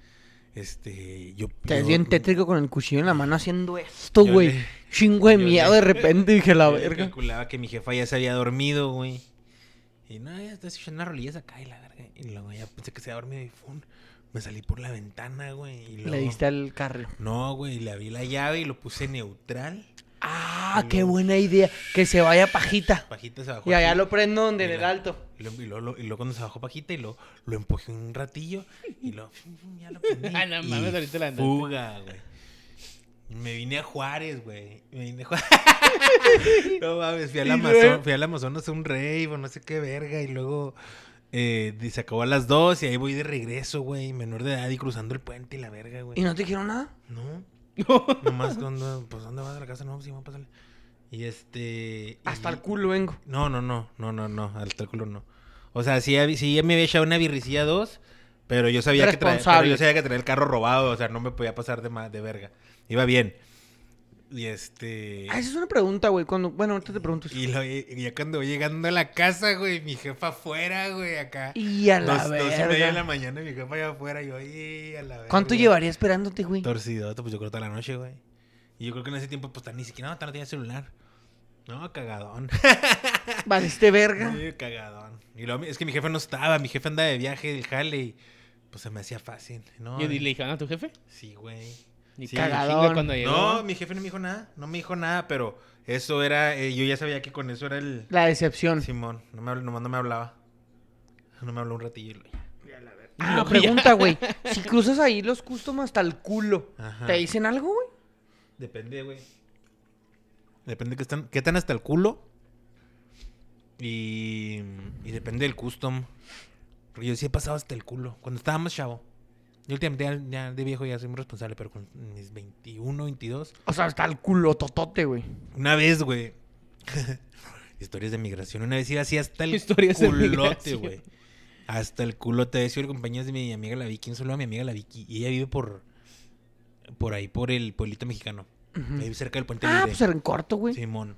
Speaker 1: este, yo...
Speaker 3: Te ves
Speaker 1: yo-
Speaker 3: bien tétrico con el cuchillo en la mano haciendo esto,
Speaker 1: Yo
Speaker 3: güey.
Speaker 1: le-
Speaker 3: Chingo de
Speaker 1: yo
Speaker 3: miedo
Speaker 1: le-
Speaker 3: de repente. Dije,
Speaker 1: *laughs*
Speaker 3: la
Speaker 1: yo le
Speaker 3: verga.
Speaker 1: calculaba que mi jefa ya se había dormido, güey. Y no, ya estás echando unas rolillas acá y la verga. Y luego ya pensé que se había dormido y ¡fum! Me salí por la ventana, güey. Y luego-
Speaker 3: Le diste al carro.
Speaker 1: No, güey, le abrí la llave y lo puse neutral.
Speaker 3: Ah,
Speaker 1: Y
Speaker 3: qué
Speaker 1: luego-
Speaker 3: buena idea. Que se vaya pajita.
Speaker 1: Pajita se bajó.
Speaker 3: Y allá
Speaker 1: así.
Speaker 3: lo prendo donde en el
Speaker 1: Mira.
Speaker 3: alto.
Speaker 1: Y luego, y luego- lo- y luego cuando se bajó Paquita y lo, lo empujé un ratillo y lo fum, fum, ya lo prendí.
Speaker 2: *laughs* Ah, no
Speaker 1: y
Speaker 2: mames, ahorita la andaste.
Speaker 1: Fuga, güey. Me vine a Juárez, güey. Me vine a
Speaker 2: *laughs*
Speaker 1: Juárez. no mames, fui al
Speaker 3: Y
Speaker 1: Amazonas,
Speaker 3: luego-
Speaker 1: fui al Amazonas a un rave o no sé qué verga y luego eh, se acabó a las dos y ahí voy de regreso, güey, menor de edad y cruzando el puente y la verga, güey.
Speaker 3: ¿Y no te dijeron nada?
Speaker 1: No,
Speaker 2: *laughs* No.
Speaker 1: nomás cuando pues dónde vas a la casa, no, sí, vamos a pasarle. Y este y-
Speaker 3: Hasta el culo vengo.
Speaker 1: no, no, no, no, no, no, al cálculo no. O sea, sí, hab- sí me había echado una birricilla dos, pero yo sabía que traía, pero
Speaker 3: Responsable.
Speaker 1: yo sabía que traía el carro robado, o sea, no me podía pasar de ma- de verga. Iba bien. Y este
Speaker 3: Ah, esa es una pregunta, güey. Cuando... Bueno, ahorita te pregunto. eso.
Speaker 1: y, lo- y ya cuando voy llegando a la casa, güey, mi jefa afuera, güey, acá.
Speaker 3: Y a la
Speaker 1: Dos, dos y media de la
Speaker 3: verga.
Speaker 1: mañana, mi jefa allá afuera, yo ahí a la verga.
Speaker 3: ¿Cuánto llevaría esperándote, güey?
Speaker 1: Torcido, pues yo creo toda la noche, güey. Y yo creo que en ese tiempo, pues tan- ni siquiera no, tan no tenía celular. No, cagadón.
Speaker 3: Valiste verga.
Speaker 1: Sí, cagadón. Y luego, es que mi jefe no estaba, mi jefe andaba de viaje del jale y pues se me hacía fácil, ¿no?
Speaker 2: ¿Y le dijeron a tu jefe?
Speaker 1: Sí, güey.
Speaker 2: Ni
Speaker 1: Sí.
Speaker 2: cagadón.
Speaker 3: Cagadón.
Speaker 2: cuando llegó.
Speaker 1: No, mi jefe no me dijo nada, no me dijo nada, pero eso era, eh, yo ya sabía que con eso era el
Speaker 3: La decepción.
Speaker 1: Simón, no me, habl- nomás no me hablaba. No me habló un ratillo y lo-
Speaker 3: Ah, pregunta, güey. Si cruzas ahí los custom hasta el culo,
Speaker 1: Ajá.
Speaker 3: ¿te dicen algo, güey?
Speaker 1: Depende, güey. Depende que están, que están hasta el culo. Y, y depende del custom. Porque yo sí he pasado hasta el culo. Cuando estaba más chavo. Yo últimamente ya, ya de viejo ya soy muy responsable, pero con mis 21, 22.
Speaker 3: O sea, hasta el culo totote, güey.
Speaker 1: Una vez, güey. *laughs* Historias de migración. Una vez iba así hasta el
Speaker 2: Historias de
Speaker 1: culote,
Speaker 2: migración.
Speaker 1: güey. Hasta el culote. De hecho, el compañero de mi amiga la Vicky. Un saludo a mi amiga la Vicky. Y ella vive por, por ahí, por el pueblito mexicano.
Speaker 3: Ujú.
Speaker 1: Ahí cerca del puente
Speaker 3: Ah,
Speaker 1: libre.
Speaker 3: pues era en corto, güey.
Speaker 1: Simón.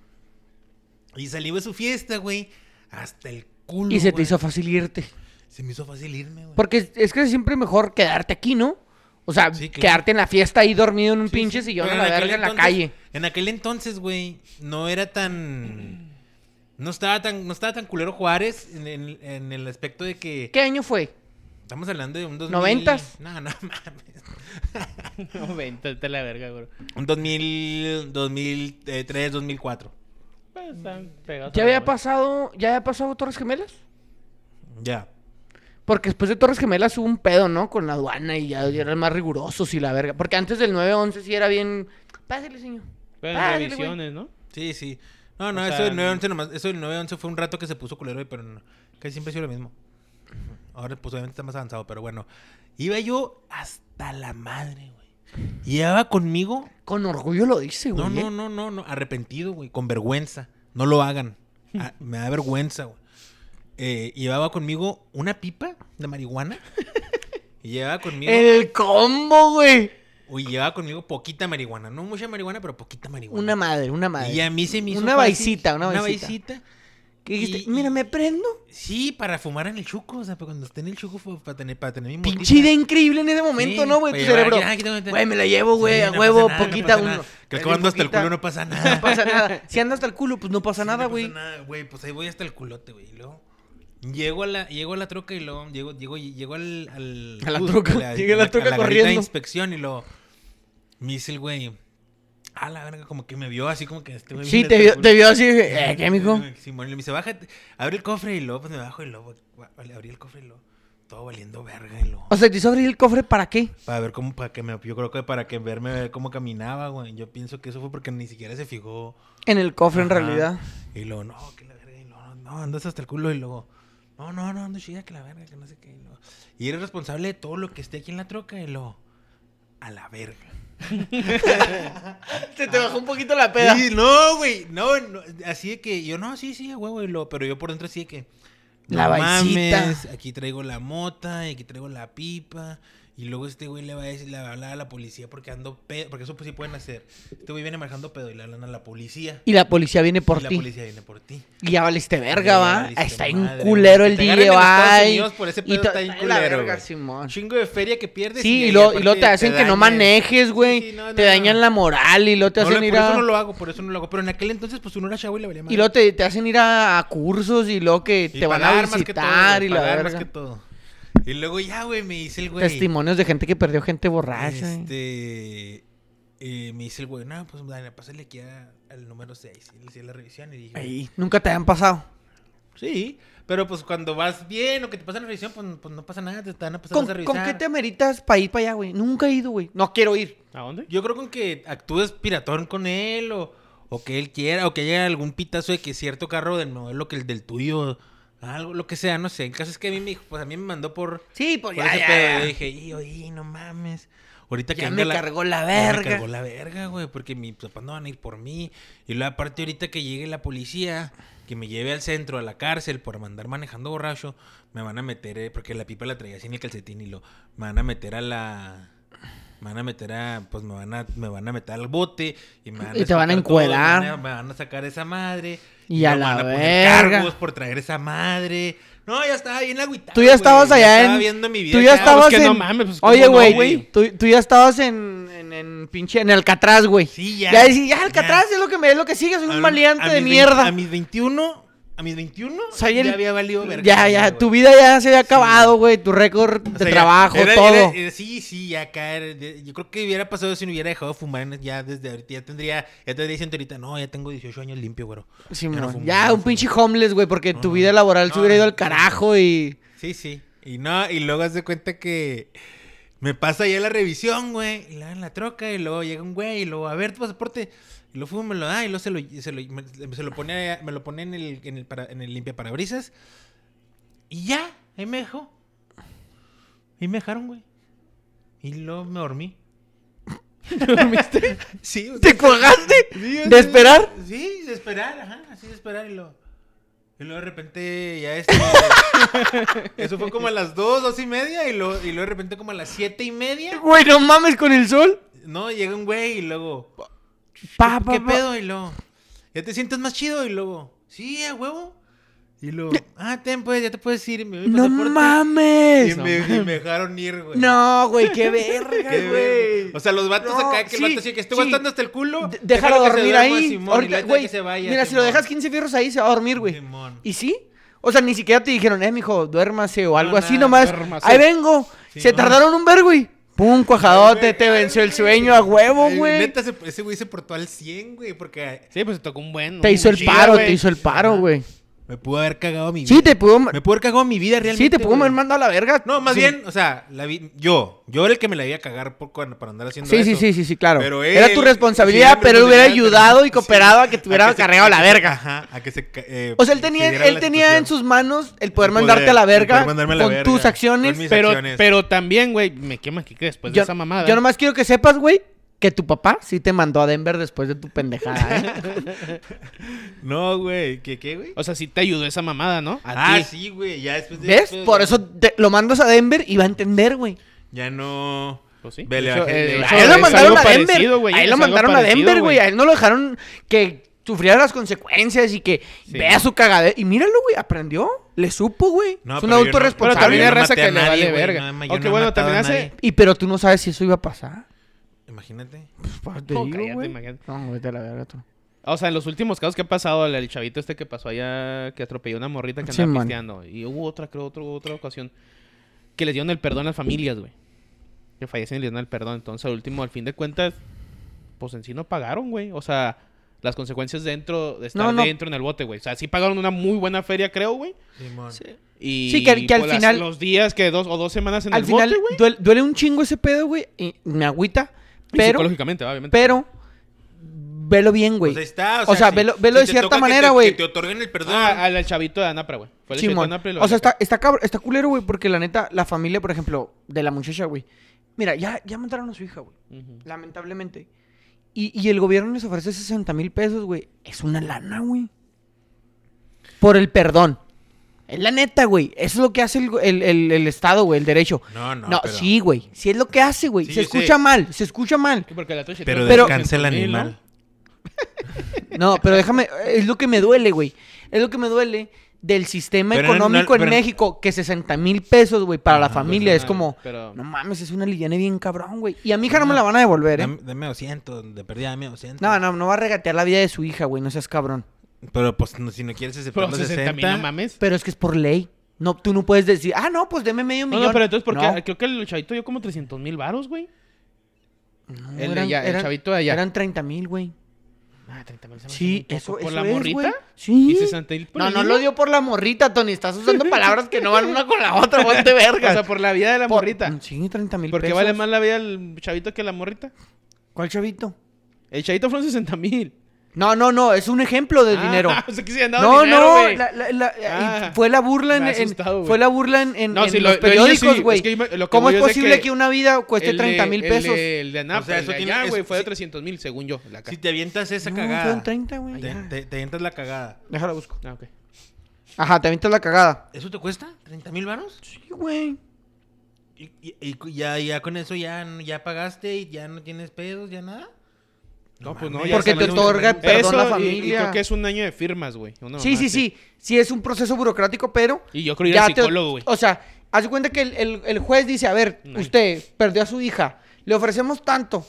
Speaker 1: Y salí de su fiesta, güey. Hasta el culo.
Speaker 3: y se te
Speaker 1: güey.
Speaker 3: hizo fácil irte.
Speaker 1: Se me hizo fácil irme, güey.
Speaker 3: Porque es- es que es siempre mejor quedarte aquí, ¿no? O sea,
Speaker 1: Sí, claro.
Speaker 3: quedarte en la fiesta ahí dormido en un
Speaker 1: Sí,
Speaker 3: pinche
Speaker 1: sí.
Speaker 3: sillón a
Speaker 1: Pero
Speaker 3: la
Speaker 1: aquel
Speaker 3: verga en la
Speaker 1: entonces-
Speaker 3: calle.
Speaker 1: En aquel entonces, güey, no era tan. No estaba tan, no estaba tan culero Juárez en, en- en el aspecto de que.
Speaker 3: ¿Qué año fue?
Speaker 1: Estamos hablando de un 2000.
Speaker 3: ¿Noventas?
Speaker 1: No, *laughs* no mames.
Speaker 2: *laughs* No, vente, vete a la verga, bro.
Speaker 1: Un 2000, 2003, 2004.
Speaker 2: Pues, están pegados
Speaker 3: ¿Ya
Speaker 2: a la
Speaker 3: había
Speaker 2: bolsa.
Speaker 3: pasado, ya había pasado Torres Gemelas?
Speaker 1: Ya.
Speaker 3: Porque después de Torres Gemelas hubo un pedo, ¿no? Con la aduana y ya, ya eran más rigurosos y la verga. Porque antes del 9-11 sí era bien... Pásale, señor.
Speaker 2: Pero en
Speaker 3: Pásale, güey.
Speaker 2: revisiones, ¿no?
Speaker 1: Sí, sí. No, no,
Speaker 2: O
Speaker 1: eso
Speaker 2: sea,
Speaker 1: del 9-11 nomás- eso del 9-11 fue un rato que se puso culero, güey, pero no, casi siempre ha sido lo mismo. Ahora, pues obviamente está más avanzado, pero bueno. Iba yo hasta la madre, güey. Llevaba conmigo.
Speaker 3: Con orgullo lo dice, güey.
Speaker 1: No,
Speaker 3: ¿eh?
Speaker 1: no, no, no, no. Arrepentido, güey. Con vergüenza. No lo hagan. Ah, me da vergüenza, güey. eh, llevaba conmigo una pipa de marihuana. y llevaba conmigo.
Speaker 3: *laughs* El combo, güey.
Speaker 1: Uy, llevaba conmigo poquita marihuana. No mucha marihuana, pero poquita marihuana.
Speaker 3: Una madre, una madre.
Speaker 1: Y a mí se me hizo.
Speaker 3: Una
Speaker 1: fácil,
Speaker 3: baisita, una baisita. ¿Qué dijiste?
Speaker 1: y-
Speaker 3: Mira, me prendo.
Speaker 1: Sí, para fumar en el chuco. O sea, para cuando esté en el chuco, fue para tener, para tener mi
Speaker 3: Pinche idea increíble en ese momento,
Speaker 1: Sí,
Speaker 3: ¿no, güey?
Speaker 1: pa'
Speaker 3: Tu
Speaker 1: llevar
Speaker 3: cerebro.
Speaker 1: aquí, ah, aquí tengo que-
Speaker 3: Güey, me la llevo, güey,
Speaker 1: Sí,
Speaker 3: a
Speaker 1: no
Speaker 3: huevo,
Speaker 1: pasa nada, no
Speaker 3: poquita
Speaker 1: pasa
Speaker 3: uno.
Speaker 1: nada. Que el
Speaker 3: Dale
Speaker 1: comando hasta el
Speaker 3: poquita.
Speaker 1: culo no pasa
Speaker 3: *laughs* No
Speaker 1: nada.
Speaker 3: pasa nada. Si anda hasta el culo, pues no pasa
Speaker 1: Sí,
Speaker 3: nada,
Speaker 1: no
Speaker 3: güey.
Speaker 1: pasa nada, güey. Pues ahí voy hasta el culote, güey. Y luego llego a la, llego a la troca y luego llego, llego, llego al, al-
Speaker 3: A la
Speaker 1: bus,
Speaker 3: troca. *laughs* Llega la troca
Speaker 1: garita
Speaker 3: corriendo.
Speaker 1: de inspección y luego me dice el güey. A la verga, como que me vio así como que este güey.
Speaker 3: Sí,
Speaker 1: viene
Speaker 3: te
Speaker 1: hasta el
Speaker 3: vio,
Speaker 1: culo.
Speaker 3: te vio así, eh, ¿qué, mijo?
Speaker 1: Simón, y me dice, bájate, abre el cofre y luego, pues me bajo y luego, va- vale, abrí el cofre y luego, todo valiendo verga y luego.
Speaker 3: O sea, ¿te hizo abrir el cofre para qué?
Speaker 1: Para ver cómo, para que me, yo creo que para que verme cómo caminaba, güey. Yo pienso que eso fue porque ni siquiera se fijó.
Speaker 3: En el cofre, en
Speaker 1: Ajá.
Speaker 3: realidad.
Speaker 1: Y luego, no, que la verga, y luego, no, no, andas hasta el culo y luego, no, no, no, ando chida, que la verga, que no sé qué. Y, luego, y eres responsable de todo lo que esté aquí en la troca y luego, a la verga.
Speaker 3: *laughs* Se te bajó un poquito la
Speaker 1: Sí, no, güey, no, no, así de que yo, no, sí, sí, a huevo, y luego, pero yo por dentro así de que, no
Speaker 3: La vaisita.
Speaker 1: aquí traigo la mota, y aquí traigo la pipa. Y luego este güey le va a decir, le va a hablar a la policía porque ando pedo, porque eso pues sí pueden hacer. Este güey viene manejando pedo y le hablan a la policía.
Speaker 3: Y la policía viene por
Speaker 1: y la
Speaker 3: ti.
Speaker 1: policía viene por ti.
Speaker 3: Y ya valiste verga,
Speaker 1: Ya
Speaker 3: va.
Speaker 1: valiste
Speaker 3: Está en
Speaker 1: madre,
Speaker 3: culero
Speaker 1: güey.
Speaker 3: el
Speaker 1: Que te agarren
Speaker 3: DJ,
Speaker 1: en Estados
Speaker 3: bye.
Speaker 1: Unidos por ese pedo
Speaker 3: to-
Speaker 1: está bien
Speaker 3: la
Speaker 1: culero,
Speaker 3: verga,
Speaker 1: güey. Un
Speaker 3: Simón.
Speaker 1: chingo de feria que pierdes.
Speaker 3: Sí, y luego y luego
Speaker 1: aparte
Speaker 3: te hacen que no
Speaker 1: dañan.
Speaker 3: manejes, güey.
Speaker 1: Sí, no,
Speaker 3: te
Speaker 1: no,
Speaker 3: dañan
Speaker 1: no.
Speaker 3: la moral y luego te
Speaker 1: No,
Speaker 3: hacen
Speaker 1: lo-
Speaker 3: ir
Speaker 1: Por eso
Speaker 3: a...
Speaker 1: no lo hago, por eso no lo hago. Pero en aquel entonces, pues uno era chavo y le valía
Speaker 3: Y
Speaker 1: madre.
Speaker 3: luego te, te hacen ir a, a cursos y luego que
Speaker 1: Y
Speaker 3: te van a
Speaker 1: pagar más que
Speaker 3: visitar
Speaker 1: todo,
Speaker 3: y la
Speaker 1: pagar más
Speaker 3: verga.
Speaker 1: que todo. Y luego ya, güey, me dice el güey.
Speaker 3: Testimonios de gente que perdió gente borracha. eh.
Speaker 1: Este. eh, me dice el güey, no, pues dale, pásale aquí a- al número 6. Y le hice la revisión y dije,
Speaker 3: Ahí. Nunca te habían pasado.
Speaker 1: sí. Pero pues cuando vas bien o que te pasan la revisión, pues, pues no pasa nada, te están pasando
Speaker 3: ¿Con,
Speaker 1: a revisar.
Speaker 3: con qué te ameritas para ir para allá, güey? Nunca he ido, güey. No quiero ir.
Speaker 2: ¿A dónde?
Speaker 1: Yo creo con que actúes piratón con él o, o que él quiera o que haya algún pitazo de que cierto carro del modelo que el del tuyo, algo, lo que sea, no sé. El caso es que a mí me dijo, pues a mí me mandó por,
Speaker 3: Sí, pues
Speaker 1: por
Speaker 3: ya,
Speaker 1: ese
Speaker 3: ya,
Speaker 1: pedo.
Speaker 3: ya.
Speaker 1: Yo dije, y oye, no mames. Ahorita que
Speaker 3: Ya
Speaker 1: venga
Speaker 3: me
Speaker 1: la-
Speaker 3: cargó la
Speaker 1: ya
Speaker 3: verga.
Speaker 1: Me cargó la verga, güey, porque mis papás no van a ir por mí. Y luego aparte ahorita que llegue la policía, que me lleve al centro, a la cárcel, por mandar manejando borracho, me van a meter, eh, porque la pipa la traía sin el calcetín y lo, me van a meter a la... Me van a meter a, pues me van a, me van a meter al bote y me van a
Speaker 3: Y te van a
Speaker 1: escupir todo, me van a-
Speaker 3: encuerar.
Speaker 1: me van a sacar esa madre.
Speaker 3: Y a
Speaker 1: me
Speaker 3: la
Speaker 1: van a
Speaker 3: verga.
Speaker 1: poner cargos por traer esa madre. No, ya estaba bien agüitado.
Speaker 3: Tú ya estabas
Speaker 1: güey.
Speaker 3: allá
Speaker 1: Ya ah, estaba
Speaker 3: en-
Speaker 1: viendo mi vida
Speaker 3: Tú ya
Speaker 1: acá,
Speaker 3: estabas
Speaker 2: que
Speaker 3: en...
Speaker 2: no mames, pues, ¿cómo
Speaker 3: Oye,
Speaker 2: no,
Speaker 3: güey.
Speaker 2: güey?
Speaker 3: tú, tú ya estabas en, en, en pinche... En Alcatraz, güey.
Speaker 1: Sí, ya.
Speaker 3: Ya decís, ya,
Speaker 1: Ya.
Speaker 3: Alcatraz es lo que me es lo que sigue. Soy
Speaker 1: A
Speaker 3: un
Speaker 1: mi-
Speaker 3: maleante
Speaker 1: a
Speaker 3: de
Speaker 1: mis
Speaker 3: mierda.
Speaker 1: vein- a mis 21, a mis 21
Speaker 3: Soy
Speaker 1: ya
Speaker 3: el-
Speaker 1: había valido verga.
Speaker 3: Ya, ya,
Speaker 1: güey.
Speaker 3: tu vida ya se había acabado, güey. Tu récord de
Speaker 1: O sea, ya-
Speaker 3: trabajo,
Speaker 1: era-
Speaker 3: todo.
Speaker 1: era- era- sí, sí, ya caer. de- Yo creo que hubiera pasado si no hubiera dejado de fumar ya desde ahorita. Ya tendría, ya tendría diciendo ahorita, no, ya tengo 18 años limpio, güero.
Speaker 3: Sí,
Speaker 1: ya no
Speaker 3: mon.
Speaker 1: fumo,
Speaker 3: ya,
Speaker 1: ya no
Speaker 3: un
Speaker 1: fumo.
Speaker 3: pinche homeless, güey, porque tu
Speaker 1: no,
Speaker 3: vida laboral se
Speaker 1: no,
Speaker 3: hubiera ido al
Speaker 1: no.
Speaker 3: carajo y.
Speaker 1: Sí, sí. Y no, y luego haz de cuenta que me pasa ya la revisión, güey. Y la en la troca, y luego llega un güey, y luego, a ver, tu pasaporte. Y lo fumo, me lo da, y luego se lo, se lo, me, se lo pone, a- me lo pone en el, en el, para, en el limpia parabrisas. Y ya, ahí me dejó. Ahí me dejaron, güey. Y luego me dormí. ¿Dormiste? Sí, o sea,
Speaker 3: ¿Te colgaste?
Speaker 1: Sí,
Speaker 3: ¿De
Speaker 1: así-
Speaker 3: esperar?
Speaker 1: Sí, de esperar, ajá, así de esperar y lo. Y luego de repente ya este.
Speaker 3: *laughs*
Speaker 1: eso fue como a las dos, dos y media, y luego, y luego de repente como a las siete y media.
Speaker 3: Güey, no mames con el sol.
Speaker 1: No, llega un güey y luego.
Speaker 3: Pa,
Speaker 1: ¿Qué,
Speaker 3: pa,
Speaker 1: qué
Speaker 3: pa.
Speaker 1: pedo? Y luego. ¿Ya te sientes más chido? Y luego. Sí, a huevo. Y luego. Ah, ten, pues, ya te puedes ir. y me doy
Speaker 3: No
Speaker 1: pasaporte. Y
Speaker 3: mames.
Speaker 1: me, y me dejaron ir, güey.
Speaker 3: No, güey, qué
Speaker 1: *laughs* Qué
Speaker 3: verga,
Speaker 1: verga.
Speaker 3: güey.
Speaker 1: O sea, los vatos
Speaker 3: No,
Speaker 1: acá, que el
Speaker 3: sí,
Speaker 1: vato así que estuvo
Speaker 3: sí.
Speaker 1: andando hasta el *laughs* culo.
Speaker 3: D-
Speaker 1: déjalo
Speaker 3: Déjalo
Speaker 1: que se
Speaker 3: dormir
Speaker 1: duerma,
Speaker 3: ahí.
Speaker 1: Simón, y
Speaker 3: Ahorita,
Speaker 1: luego
Speaker 3: güey.
Speaker 1: que se vaya,
Speaker 3: Mira, si lo
Speaker 1: Simón.
Speaker 3: dejas 15 fierros ahí, se va a dormir, güey.
Speaker 1: Simón.
Speaker 3: ¿Y sí? O sea, ni siquiera te dijeron, eh, mijo, duérmase o algo
Speaker 1: No,
Speaker 3: así
Speaker 1: nada,
Speaker 3: nomás.
Speaker 2: duérmase.
Speaker 3: Ahí vengo.
Speaker 1: Sí,
Speaker 3: se
Speaker 1: no.
Speaker 3: tardaron un ver, güey. Pum, cuajadote, te venció el sueño a huevo,
Speaker 1: Ay,
Speaker 3: güey.
Speaker 1: Neta, se- ese güey se portó al 100, güey, porque
Speaker 2: Sí, pues se tocó un buen.
Speaker 3: Te
Speaker 2: un
Speaker 3: hizo el
Speaker 2: chida,
Speaker 3: paro,
Speaker 2: güey.
Speaker 3: te hizo el paro, güey.
Speaker 1: me pudo haber cagado mi vida.
Speaker 3: Sí, te pudo.
Speaker 1: Me pudo haber cagado mi vida realmente.
Speaker 3: Sí, te pudo
Speaker 1: güey.
Speaker 3: haber mandado a la verga.
Speaker 1: No, más
Speaker 3: Sí.
Speaker 1: bien, o sea, la vi- yo. Yo era el que me la iba a cagar por, cuando- para andar haciendo
Speaker 3: Sí,
Speaker 1: eso.
Speaker 3: sí, sí, sí, sí, claro.
Speaker 1: Pero
Speaker 3: Era tu
Speaker 1: él-
Speaker 3: responsabilidad,
Speaker 1: sí, era mi
Speaker 3: pero él hubiera
Speaker 1: responsabilidad,
Speaker 3: ayudado
Speaker 1: pero-
Speaker 3: y cooperado a que te hubiera
Speaker 1: se-
Speaker 3: agarrado a la
Speaker 1: que-
Speaker 3: verga.
Speaker 1: Ajá, a que se. ca- eh,
Speaker 3: O sea, él
Speaker 1: se
Speaker 3: tenía,
Speaker 1: diera
Speaker 3: él
Speaker 1: la
Speaker 3: tenía en
Speaker 1: situación.
Speaker 3: sus manos el poder
Speaker 1: El
Speaker 3: mandarte
Speaker 1: poder,
Speaker 3: a la
Speaker 1: el
Speaker 3: verga
Speaker 1: poder mandarme a la
Speaker 3: con
Speaker 1: verga,
Speaker 3: tus
Speaker 1: con
Speaker 3: acciones.
Speaker 1: mis
Speaker 2: Pero,
Speaker 1: acciones.
Speaker 2: pero también, güey, me quema que después de
Speaker 3: Yo-
Speaker 2: esa mamada.
Speaker 3: Yo nomás quiero que sepas, güey, que tu papá sí te mandó a Denver después de tu pendejada, ¿eh?
Speaker 2: *laughs*
Speaker 1: No, güey. ¿Qué, qué, güey?
Speaker 2: O sea, sí te ayudó esa mamada, ¿no?
Speaker 1: Ah, sí, güey. Ya después de
Speaker 3: ¿Ves?
Speaker 1: esto,
Speaker 3: Por eso te- lo mandas a Denver y va a entender, güey.
Speaker 1: Ya no.
Speaker 2: Pues sí.
Speaker 1: Vele,
Speaker 2: Eso,
Speaker 1: Ángel,
Speaker 2: eh,
Speaker 1: vele.
Speaker 2: eso
Speaker 3: A él
Speaker 2: es
Speaker 3: lo
Speaker 1: es
Speaker 3: mandaron
Speaker 2: algo
Speaker 3: a
Speaker 2: parecido,
Speaker 3: Denver.
Speaker 2: güey,
Speaker 3: a él
Speaker 2: es
Speaker 3: lo
Speaker 2: algo
Speaker 3: mandaron a
Speaker 2: parecido,
Speaker 3: Denver, güey. A él no lo dejaron que sufriera las consecuencias y que
Speaker 2: Sí.
Speaker 3: vea su cagadera. Y míralo, güey. Aprendió. Le supo, güey.
Speaker 1: No,
Speaker 3: es un
Speaker 1: pero yo
Speaker 3: adulto
Speaker 1: no-
Speaker 2: Pero
Speaker 1: Pues,
Speaker 2: también
Speaker 1: yo no
Speaker 2: hay
Speaker 3: responsable.
Speaker 2: raza
Speaker 1: maté
Speaker 2: que
Speaker 1: a
Speaker 2: le
Speaker 1: nadie,
Speaker 2: vale
Speaker 1: güey,
Speaker 2: verga.
Speaker 1: no, yo
Speaker 2: Ok,
Speaker 1: no he
Speaker 2: bueno,
Speaker 1: matado
Speaker 2: también
Speaker 1: a
Speaker 2: hace...
Speaker 1: nadie.
Speaker 3: Y pero tú no sabes si eso iba a pasar.
Speaker 1: Imagínate.
Speaker 3: Pues, pues, te
Speaker 2: No,
Speaker 3: digo,
Speaker 2: Oh, cállate,
Speaker 3: güey.
Speaker 2: imagínate.
Speaker 3: No, vete a la verga tú.
Speaker 2: O sea, en los últimos casos que ha pasado, el, el chavito este que pasó allá, que atropelló una morrita que
Speaker 3: Sí,
Speaker 2: andaba
Speaker 3: man.
Speaker 2: pisteando. Y hubo otra, creo, otro- otra ocasión que les dieron el perdón a las familias, güey. Que fallecen y les dan el perdón. Entonces, al último, al fin de cuentas, pues en sí no pagaron, güey. O sea, las consecuencias dentro de estar
Speaker 3: No, no.
Speaker 2: dentro en el bote, güey. O sea, sí pagaron una muy buena feria, creo, güey.
Speaker 1: Simón.
Speaker 2: Y
Speaker 3: Sí, que- que al
Speaker 2: por las-
Speaker 3: final-
Speaker 2: los días que dos o dos semanas en
Speaker 3: Al
Speaker 2: el
Speaker 3: final,
Speaker 2: bote, güey.
Speaker 3: duele, duele un chingo ese pedo, güey. Y me agüita.
Speaker 2: Y
Speaker 3: Pero,
Speaker 2: psicológicamente, obviamente.
Speaker 3: pero, velo bien, güey.
Speaker 1: Pues ahí está.
Speaker 3: O sea, velo- velo de
Speaker 1: te
Speaker 3: cierta
Speaker 1: toca que
Speaker 3: manera,
Speaker 1: te-
Speaker 3: güey.
Speaker 1: Que te otorguen el perdón.
Speaker 2: Ah, al, al chavito de Anapra, güey. Fue el chavito de
Speaker 3: Simón.
Speaker 2: Anapra y lo
Speaker 3: O sea,
Speaker 2: aventaron.
Speaker 3: está, está, cabr- está culero, güey, porque la neta, la familia, por ejemplo, de la muchacha, güey. Mira, ya, ya mataron a su hija, güey.
Speaker 2: Ujú.
Speaker 3: Lamentablemente. Y, y el gobierno les ofrece 60 mil pesos, güey. Es una lana, güey. Por el perdón. Es la neta, güey. Eso es lo que hace el, el- el- el Estado, güey, el derecho.
Speaker 1: No, no,
Speaker 3: No,
Speaker 1: pero-
Speaker 3: sí, güey. Sí es lo que hace, güey.
Speaker 1: Sí,
Speaker 3: se
Speaker 1: yo sé.
Speaker 3: escucha mal, se escucha mal.
Speaker 2: Sí, porque la Toshi
Speaker 1: Pero,
Speaker 2: tiene
Speaker 3: Pero-
Speaker 1: descansa el
Speaker 2: 300,000, ¿no?
Speaker 1: animal.
Speaker 3: No, pero déjame, es lo que me duele, güey. Es lo que me duele del sistema
Speaker 1: Pero no,
Speaker 3: económico
Speaker 1: no,
Speaker 3: en
Speaker 1: pero-
Speaker 3: México, que 60 mil pesos, güey, para la
Speaker 1: Ajá,
Speaker 3: familia.
Speaker 2: pues,
Speaker 3: es
Speaker 2: no,
Speaker 3: como,
Speaker 2: pero-
Speaker 3: no mames, es una liviana bien cabrón, güey. Y a mi hija no me la van a devolver, ¿eh?
Speaker 1: Dame, dame 200, de perdida dame 200.
Speaker 3: No, no, no va a regatear la vida de su hija, güey, no seas cabrón.
Speaker 1: Pero pues no, si no quieres aceptar
Speaker 2: Pero
Speaker 1: los
Speaker 2: 60
Speaker 1: 60.
Speaker 2: mil, no mames.
Speaker 3: Pero es que es por ley. No, tú no puedes decir, ah, no, pues deme medio
Speaker 2: No,
Speaker 3: millón.
Speaker 2: no, pero entonces, porque
Speaker 3: No,
Speaker 2: creo que el chavito dio como 300 mil varos, güey.
Speaker 3: no,
Speaker 2: el de
Speaker 3: eran-
Speaker 2: allá, el
Speaker 3: eran-
Speaker 2: chavito de allá.
Speaker 3: Eran 30 mil, güey.
Speaker 2: Ah, 30 mil.
Speaker 3: Sí, eso,
Speaker 2: ¿Por
Speaker 3: eso
Speaker 2: la
Speaker 3: es,
Speaker 2: morrita?
Speaker 3: güey. Sí.
Speaker 2: Y 60 mil. pues,
Speaker 3: No, no lo dio por la morrita, Tony. Estás usando palabras que no van una con la otra,
Speaker 2: *laughs*
Speaker 3: ponte
Speaker 2: O
Speaker 3: verga.
Speaker 2: sea, por la vida de la
Speaker 3: Por-
Speaker 2: morrita.
Speaker 3: Sí, 30 mil pesos.
Speaker 2: ¿Por qué vale más la vida del chavito que la morrita?
Speaker 3: ¿Cuál chavito?
Speaker 2: El chavito fueron 60 mil.
Speaker 3: No, no, no, es un ejemplo de
Speaker 2: *laughs*
Speaker 3: dinero.
Speaker 2: o sea, que se han dado
Speaker 3: No,
Speaker 2: Ah, dinero,
Speaker 3: no,
Speaker 2: güey.
Speaker 3: la- la- la- y
Speaker 2: Ah,
Speaker 3: fue la burla en,
Speaker 2: me ha
Speaker 3: en-
Speaker 2: asustado, güey.
Speaker 3: fue la burla en, en-
Speaker 2: No,
Speaker 3: en
Speaker 2: sí, lo-
Speaker 3: los
Speaker 2: lo de ellos sí,
Speaker 3: periódicos,
Speaker 2: es
Speaker 3: güey.
Speaker 2: que yo me- lo que
Speaker 3: ¿Cómo
Speaker 2: voy
Speaker 3: es
Speaker 2: yo es de
Speaker 3: posible que...
Speaker 2: que
Speaker 3: una vida cueste
Speaker 2: El de-
Speaker 3: 30 mil
Speaker 2: el
Speaker 3: pesos?
Speaker 2: de- El de Anapa,
Speaker 1: O sea, eso
Speaker 2: el de
Speaker 1: tiene-
Speaker 2: allá,
Speaker 1: es-
Speaker 2: güey, fue de
Speaker 1: sí.
Speaker 2: 300 mil, según yo. La
Speaker 1: Si
Speaker 2: caja.
Speaker 1: te avientas esa
Speaker 3: No,
Speaker 1: cagada.
Speaker 3: fueron 30, güey.
Speaker 1: Te,
Speaker 3: ya.
Speaker 1: te- te avientas la cagada.
Speaker 3: Déjala busco.
Speaker 2: Ah, ok.
Speaker 3: Ajá, te avientas la cagada.
Speaker 1: ¿Eso te cuesta? ¿30 mil varos?
Speaker 3: Sí, güey.
Speaker 1: Y, y- y ya, ya con eso ya, ya pagaste y ya no tienes pedos, ya nada.
Speaker 2: No, pues no,
Speaker 1: mames.
Speaker 2: ya
Speaker 3: Porque
Speaker 2: se
Speaker 3: te
Speaker 2: lo-
Speaker 3: otorga perdón
Speaker 2: Eso,
Speaker 3: la
Speaker 2: y- Y,
Speaker 3: familia.
Speaker 2: creo que es un año de firmas, güey. una
Speaker 3: Sí,
Speaker 2: mamá
Speaker 3: sí,
Speaker 2: así.
Speaker 3: sí. Sí, es un proceso burocrático, pero.
Speaker 2: Y yo creo ir al
Speaker 3: ya te-
Speaker 2: psicólogo, güey.
Speaker 3: O sea, haz de cuenta que el, el- el juez dice: A ver,
Speaker 2: Ay.
Speaker 3: usted perdió a su hija, le ofrecemos tanto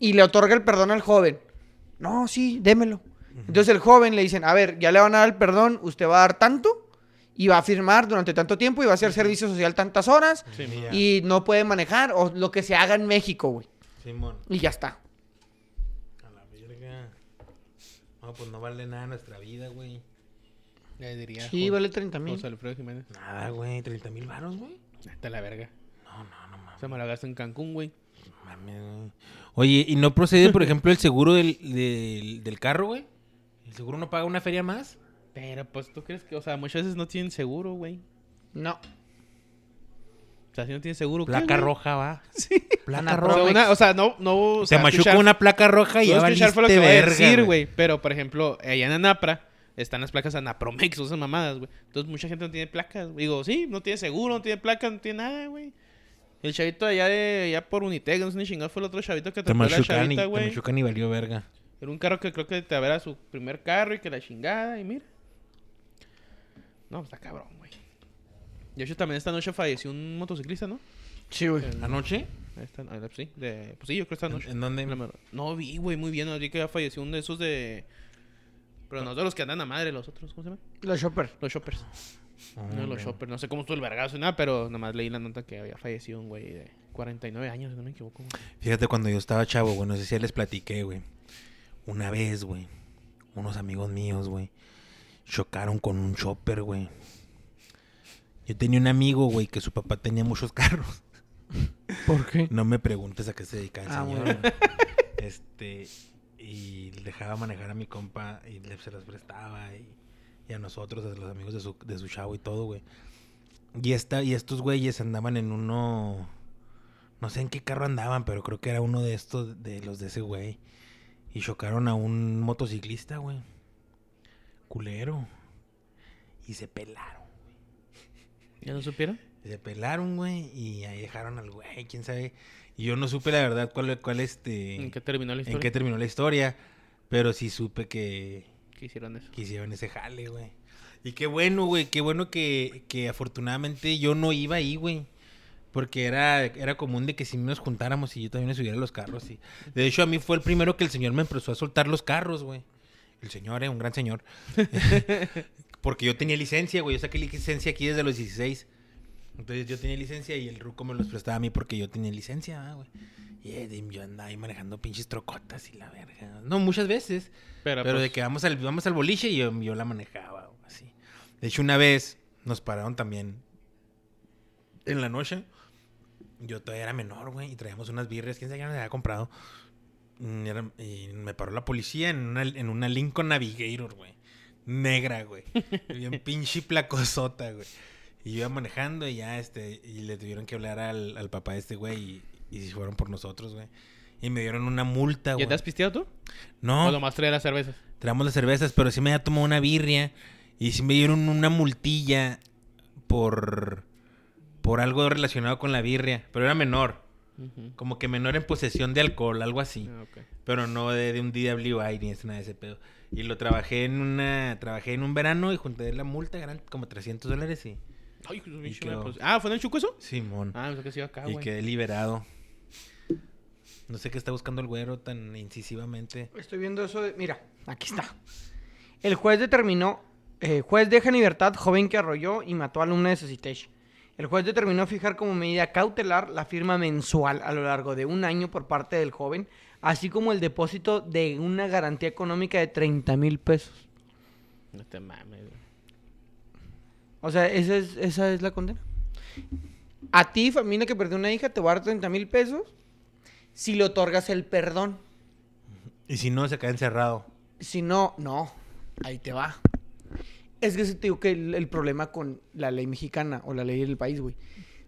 Speaker 3: y le otorga el perdón al joven. No, sí, démelo. Entonces el joven le dicen: A ver, ya le van a dar el perdón, usted va a dar tanto y va a firmar durante tanto tiempo y va a hacer servicio social tantas horas
Speaker 2: Sí,
Speaker 1: Y ya.
Speaker 3: y no puede manejar o lo que se haga en México, güey.
Speaker 1: Simón.
Speaker 3: Y ya está.
Speaker 1: A la verga. No, pues no vale nada nuestra vida, güey.
Speaker 2: Le diría.
Speaker 3: Sí,
Speaker 2: Jo-
Speaker 3: vale 30 mil.
Speaker 2: José Alfredo Jiménez.
Speaker 1: Nada, güey. 30 mil varos, güey.
Speaker 2: Hasta la verga.
Speaker 1: No, no, no mames.
Speaker 2: Se me la gasto en Cancún, güey.
Speaker 1: mames, güey. Oye, ¿y no procede, por ejemplo, el seguro del, del, del carro, güey? ¿El seguro no paga una feria más?
Speaker 2: Pero pues tú crees que, o sea, muchas veces no tienen seguro, güey.
Speaker 3: No.
Speaker 2: O sea, si no tienen seguro, ¿qué,
Speaker 1: Placa
Speaker 2: güey?
Speaker 1: roja, va. Placa
Speaker 2: O sea,
Speaker 1: roja.
Speaker 2: una- o sea, no, no. O
Speaker 1: Se
Speaker 2: sea,
Speaker 1: machuca
Speaker 2: escuchar-
Speaker 1: una placa roja y
Speaker 2: no
Speaker 1: ya
Speaker 2: escuchar
Speaker 1: valiste
Speaker 2: fue lo que voy a
Speaker 1: verga,
Speaker 2: decir, güey. Pero, por ejemplo, allá en Anapra están las placas Anapromex, o esas mamadas, güey. Entonces mucha gente no tiene placas. güey. Digo, sí, no tiene seguro, no tiene placas, no tiene nada, güey. El chavito allá de allá por Unitec, no sé ni chingado, fue el otro chavito que
Speaker 1: Te
Speaker 2: atropelló a la
Speaker 1: machucan y,
Speaker 2: chavita,
Speaker 1: te
Speaker 2: güey.
Speaker 1: machucan y valió verga.
Speaker 2: Era un carro que creo que te habrá su primer carro y que la chingada, y mira. No, está cabrón, güey. De hecho, también esta noche falleció un motociclista, ¿no?
Speaker 3: Sí, güey.
Speaker 1: ¿Anoche?
Speaker 2: Esta, ah, sí, de- pues sí, yo creo esta noche.
Speaker 1: ¿En dónde?
Speaker 2: La mero- No vi, güey, muy bien. No vi que ya falleció uno de esos de. Pero no de los que andan a madre, los otros, ¿cómo se llama?
Speaker 3: La shopper.
Speaker 2: Los shoppers. Uno de
Speaker 1: Oh,
Speaker 2: los shoppers. No sé cómo estuvo el vergazo y nada, pero nomás leí la nota que había fallecido un güey de 49 años, si no me equivoco. güey.
Speaker 1: Fíjate cuando yo estaba chavo, güey, no sé si ya les platiqué, güey. Una vez, güey, unos amigos míos, güey, chocaron con un chopper, güey. Yo tenía un amigo, güey, que su papá tenía muchos *laughs* carros.
Speaker 3: ¿Por qué?
Speaker 1: No me preguntes a qué se dedicaba el
Speaker 3: Ah,
Speaker 1: señor,
Speaker 3: bueno. *laughs*
Speaker 1: güey. Este, y le dejaba manejar a mi compa y le- se los prestaba y, y a nosotros, a los amigos de su, de su chavo y todo, güey. Y, esta, y estos güeyes andaban en uno... No sé en qué carro andaban, pero creo que era uno de estos, de los de ese güey. Y chocaron a un motociclista, güey. Culero. Y se pelaron.
Speaker 2: ¿Ya lo supieron?
Speaker 1: Se pelaron, güey. Y ahí dejaron al güey, quién sabe. Y yo no supe la verdad cuál, cuál este.
Speaker 2: ¿En qué terminó la historia?
Speaker 1: en qué terminó la historia. Pero sí supe que,
Speaker 2: ¿Qué hicieron eso?
Speaker 1: que hicieron ese jale, güey. Y qué bueno, güey, qué bueno que, que afortunadamente yo no iba ahí, güey. Porque era, era común de que si nos juntáramos y yo también me subiera a los carros. Y... De hecho, a mí fue el primero que el señor me empezó a soltar los carros, güey. El señor, eh, un gran señor. *laughs* Porque yo tenía licencia, güey. Yo saqué licencia aquí desde los 16. Entonces yo tenía licencia y el ruco me los prestaba a mí porque yo tenía licencia, ah, güey. Y eh, yo andaba ahí manejando pinches trocotas y la verga. No, muchas veces.
Speaker 2: Pero,
Speaker 1: Pero
Speaker 2: pues,
Speaker 1: de que vamos al, vamos al boliche y yo, yo la manejaba o así. De hecho, una vez nos pararon también en la noche. Yo todavía era menor, güey, y traíamos unas birrias. ¿Quién sabe quién las había comprado? Mm, era- y me paró la policía en una, en una Lincoln Navigator, güey. Negra, *laughs* güey. Bien pinche placosota, güey. Y yo iba manejando y ya, este, y le tuvieron que hablar al, al papá de este güey y, y fueron por nosotros, güey. Y me dieron una multa,
Speaker 2: ¿Ya
Speaker 1: güey.
Speaker 2: te has pisteado tú?
Speaker 1: No.
Speaker 2: ¿O lo más traer las cervezas?
Speaker 1: Traemos las cervezas, pero sí me había tomado una birria y sí me dieron una multilla por por algo relacionado con la birria, pero era menor, como que menor en posesión de alcohol, algo así,
Speaker 2: Ah, ok.
Speaker 1: pero no de, de un DWI ni es nada de ese pedo. Y lo trabajé en una trabajé en un verano y junté la multa, eran como 300 dólares y
Speaker 2: Ay, qué bicho,
Speaker 1: quedó.
Speaker 2: pues. Ah, ¿fue en el chuco eso?
Speaker 1: Simón.
Speaker 2: Ah, no sé qué se iba acá,
Speaker 1: y
Speaker 2: güey.
Speaker 1: quedé liberado. No sé qué está buscando el güero tan incisivamente.
Speaker 3: Estoy viendo eso de. Mira, aquí está. El juez determinó. eh, juez deja en libertad joven que arrolló y mató a alumna de Sositech. El juez determinó fijar como medida cautelar la firma mensual a lo largo de un año por parte del joven, así como el depósito de una garantía económica de 30 mil pesos.
Speaker 2: No te mames, güey.
Speaker 1: Ah,
Speaker 3: O sea, esa es, esa es la condena. A ti, familia que perdió una hija, te voy a dar 30 mil pesos si le otorgas el perdón.
Speaker 1: Y si no se queda encerrado.
Speaker 3: Si no, no. Ahí te va. Es que se te digo que el, el problema con la ley mexicana o la ley del país, güey.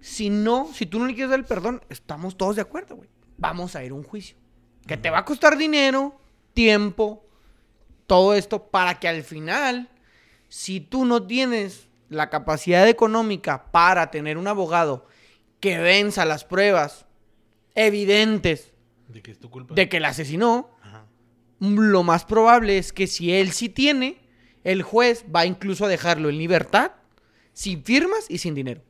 Speaker 3: Si no, si tú no le quieres dar el perdón, estamos todos de acuerdo, güey. Vamos a ir a un juicio. Que te va a costar dinero, tiempo, todo esto, para que al final, si tú no tienes la capacidad económica para tener un abogado que venza las pruebas evidentes
Speaker 1: De que es tu culpa.
Speaker 3: de que el asesinó,
Speaker 1: Ajá.
Speaker 3: lo más probable es que si él sí tiene, el juez va incluso a dejarlo en libertad, sin firmas y sin dinero.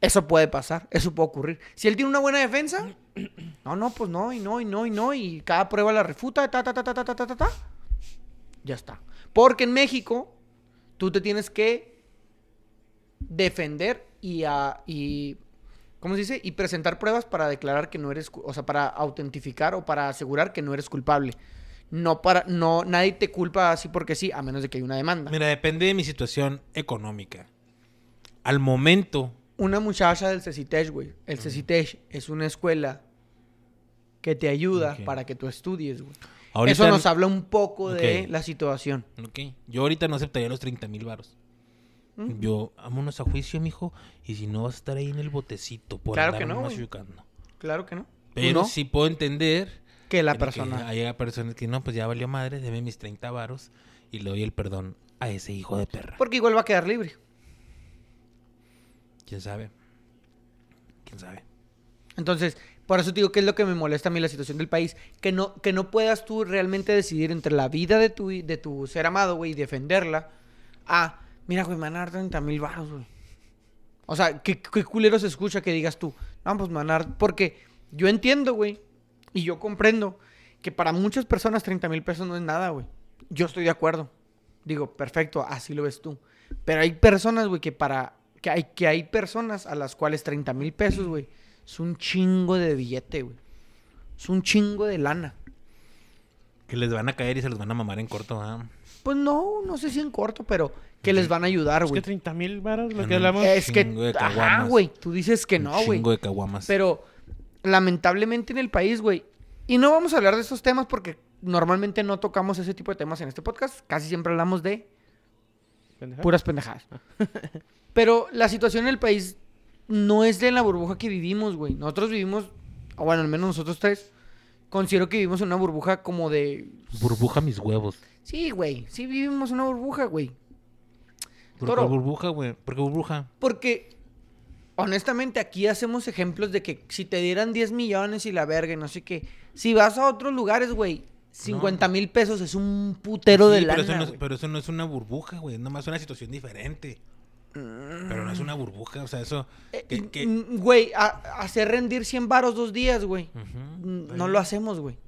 Speaker 3: Eso puede pasar, eso puede ocurrir. Si él tiene una buena defensa, *clears throat* no, no, pues no, y no, y no, y no, y cada prueba la refuta, ta, ta, ta, ta, ta, ta, ta, ta, ta, ya está. Porque en México, tú te tienes que defender y, a- y ¿cómo se dice? Y presentar pruebas para declarar que no eres, cu- o sea, para autentificar o para asegurar que no eres culpable. No para, no, nadie te culpa así porque sí, a menos de que haya una demanda.
Speaker 1: Mira, depende de mi situación económica. Al momento,
Speaker 3: Una muchacha del CECITESH, güey. El CECITESH es una escuela que te ayuda
Speaker 1: Ok.
Speaker 3: para que tú estudies, güey.
Speaker 1: Ahorita
Speaker 3: Eso nos
Speaker 1: no-
Speaker 3: habla un poco de
Speaker 1: Ok.
Speaker 3: la situación.
Speaker 1: ok, yo ahorita no aceptaría los 30 mil varos.
Speaker 3: Mm.
Speaker 1: Yo, vámonos a juicio, mijo, y si no vas a estar ahí en el botecito por
Speaker 3: Claro
Speaker 1: andar
Speaker 3: que no,
Speaker 1: nomás
Speaker 3: güey.
Speaker 1: yucando.
Speaker 3: Claro que no.
Speaker 1: Pero
Speaker 3: ¿No?
Speaker 1: sí puedo entender
Speaker 3: que la
Speaker 1: en que
Speaker 3: persona.
Speaker 1: Hay personas que no, pues ya valió madre, deme mis 30 varos y le doy el perdón a ese hijo de perra.
Speaker 3: Porque igual va a quedar libre.
Speaker 1: ¿Quién sabe? ¿Quién sabe?
Speaker 3: Entonces, por eso te digo que es lo que me molesta a mí la situación del país, que no, que no puedas tú realmente decidir entre la vida de tu, de tu ser amado, güey, y defenderla, a, mira, güey, me van a dar 30 mil baros, güey. O sea, ¿qué, qué culero se escucha que digas tú, no, pues me van a dar, porque yo entiendo, güey, y yo comprendo que para muchas personas 30 mil pesos no es nada, güey. Yo estoy de acuerdo. Digo, perfecto, así lo ves tú. Pero hay personas, güey, que para. Que hay, que hay personas a las cuales 30 mil pesos, güey, es un chingo de billete, güey. Es un chingo de lana.
Speaker 1: Que les van a caer y se los van a mamar en corto, ¿ah?
Speaker 3: Pues no, no sé si en corto, pero que les van a ayudar,
Speaker 2: Es que
Speaker 3: güey.
Speaker 2: 30 mil varos lo
Speaker 1: Ah,
Speaker 2: que
Speaker 1: no.
Speaker 2: hablamos.
Speaker 3: Es que.
Speaker 1: Chingo de
Speaker 3: Ajá,
Speaker 1: caguamas.
Speaker 3: güey. Tú dices que
Speaker 1: Un
Speaker 3: no, güey.
Speaker 1: Chingo de caguamas.
Speaker 3: Pero lamentablemente en el país, güey. Y no vamos a hablar de esos temas porque normalmente no tocamos ese tipo de temas en este podcast. Casi siempre hablamos de
Speaker 2: pendeja.
Speaker 1: ¿Eh?
Speaker 3: *laughs* puras pendejadas. Pero la situación en el país no es de la burbuja que vivimos, güey. Nosotros vivimos, o bueno, al menos nosotros tres, considero que vivimos en una burbuja como de...
Speaker 1: Burbuja mis huevos.
Speaker 3: Sí, güey, sí vivimos una burbuja, güey.
Speaker 1: ¿Por
Speaker 3: Toro.
Speaker 1: qué burbuja, güey? ¿Por qué burbuja?
Speaker 3: Porque, honestamente, aquí hacemos ejemplos de que si te dieran 10 millones y la verga y no sé qué. Si vas a otros lugares, güey, 50 mil pesos es un putero de
Speaker 1: Sí,
Speaker 3: lana,
Speaker 1: pero, eso no es,
Speaker 3: güey.
Speaker 1: pero eso no es una burbuja, güey. Es nomás una situación diferente. Pero no es una burbuja, o sea, eso.
Speaker 3: Eh,
Speaker 1: que- que-
Speaker 3: mm, Güey, a- hacer rendir 100 varos dos días, güey.
Speaker 1: Ujú,
Speaker 3: Mm,
Speaker 1: está
Speaker 3: No
Speaker 1: bien.
Speaker 3: lo hacemos, güey.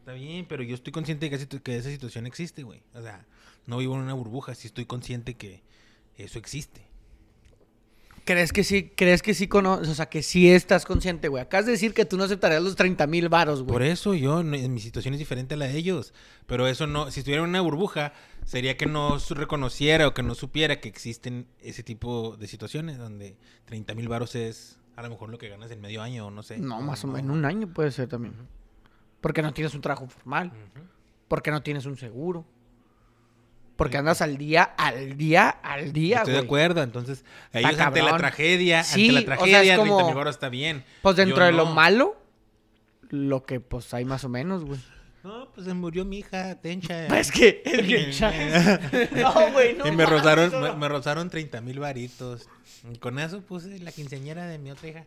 Speaker 1: Está bien, pero yo estoy consciente de que, esa situ- que esa situación existe, güey. O sea, no vivo en una burbuja, sí estoy consciente que eso existe.
Speaker 3: ¿Crees que sí, crees que sí conoces, o sea, que sí estás consciente, güey? Acabas de decir que tú no aceptarías los 30 mil varos,
Speaker 1: Por
Speaker 3: güey.
Speaker 1: eso yo, no- mi situación es diferente a la de ellos. Pero eso no, si estuviera en una burbuja, sería que no su- reconociera o que no supiera que existen ese tipo de situaciones donde 30 mil baros es a lo mejor lo que ganas en medio año o no sé.
Speaker 3: No, más o menos, en un año puede ser también. Porque no tienes un trabajo formal,
Speaker 1: Ujú.
Speaker 3: porque no tienes un seguro, porque andas al día, al día, al día,
Speaker 1: Estoy de
Speaker 3: güey.
Speaker 1: acuerdo, entonces, ellos ante la
Speaker 3: cabrón.
Speaker 1: tragedia, ante
Speaker 3: Sí, o sea,
Speaker 1: la
Speaker 3: es
Speaker 1: tragedia,
Speaker 3: como-
Speaker 1: 30 mil baros está bien.
Speaker 3: Pues dentro
Speaker 1: Yo
Speaker 3: de lo
Speaker 1: no.
Speaker 3: malo, lo que pues hay más o menos, güey.
Speaker 1: No, pues se murió mi hija, tencha.
Speaker 3: *laughs* Es que,
Speaker 2: *laughs*
Speaker 3: es
Speaker 1: que-
Speaker 3: No, güey,
Speaker 1: *laughs*
Speaker 3: no.
Speaker 1: y me
Speaker 3: mames,
Speaker 1: rozaron,
Speaker 3: eso
Speaker 1: me,
Speaker 3: no.
Speaker 1: me rozaron 30 mil varitos. Y Con eso puse la quinceañera de mi otra hija.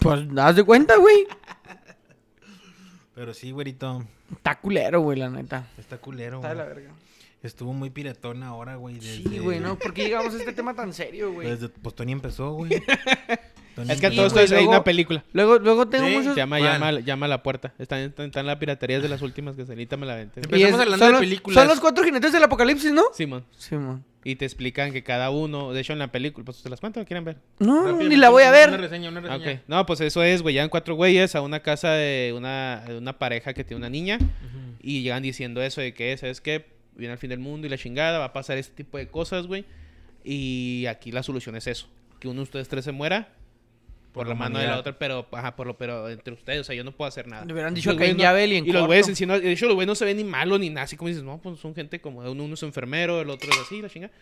Speaker 3: Pues haz de cuenta, güey.
Speaker 1: Pero sí, güerito,
Speaker 3: Está culero, güey, la neta.
Speaker 1: está culero.
Speaker 3: Está de la
Speaker 1: güey.
Speaker 3: verga.
Speaker 1: Estuvo muy piratón ahora, güey.
Speaker 3: Sí,
Speaker 1: desde-
Speaker 3: güey, no, ¿por qué llegamos a este tema tan serio, güey?
Speaker 1: Desde, pues Tony empezó,
Speaker 3: *laughs*
Speaker 1: güey. Tony
Speaker 2: Es que
Speaker 1: empezó.
Speaker 2: todo esto
Speaker 3: güey,
Speaker 2: es ahí
Speaker 3: luego-
Speaker 2: una película.
Speaker 3: Luego, luego tengo
Speaker 1: Sí,
Speaker 3: muchos.
Speaker 2: Llama,
Speaker 1: ¿Cuál?
Speaker 2: llama, llama a la puerta. Están, están, están las piraterías de las últimas que se ahorita me la vente.
Speaker 1: Empe- Empezamos hablando de
Speaker 3: los-
Speaker 1: películas.
Speaker 3: Son los cuatro jinetes del apocalipsis, ¿no?
Speaker 2: Simón.
Speaker 3: Simón.
Speaker 2: Y te explican que cada uno, de hecho en la película, pues te las cuento, quieren ver.
Speaker 3: No, no,
Speaker 1: Rápido,
Speaker 3: Mm, ni la voy a
Speaker 1: Una
Speaker 3: ver.
Speaker 1: reseña, una
Speaker 2: Ah,
Speaker 1: reseña.
Speaker 2: ok. No, pues eso es, güey. Llegan cuatro güeyes a una casa de una, de una pareja que tiene una niña.
Speaker 1: Ujú.
Speaker 2: Y llegan diciendo eso de que, ¿sabes qué? Viene el fin del mundo y la chingada, va a pasar este tipo de cosas, güey. Y aquí la solución es eso. Que uno de ustedes tres se muera por,
Speaker 1: Por
Speaker 2: la mano de la
Speaker 1: humanidad.
Speaker 2: otra, pero, ajá, por lo, pero entre ustedes, o sea, yo no puedo hacer nada.
Speaker 3: Le hubieran dicho
Speaker 2: Los
Speaker 3: a
Speaker 2: güeyes
Speaker 3: Caín
Speaker 2: no-
Speaker 3: Yabel y en
Speaker 2: Y los
Speaker 3: corto.
Speaker 2: güeyes, en sí no- de hecho, los güeyes no se ven ni malos ni nada. Así como dices, no, pues son gente como, uno, uno es enfermero, el otro es así, la chingada.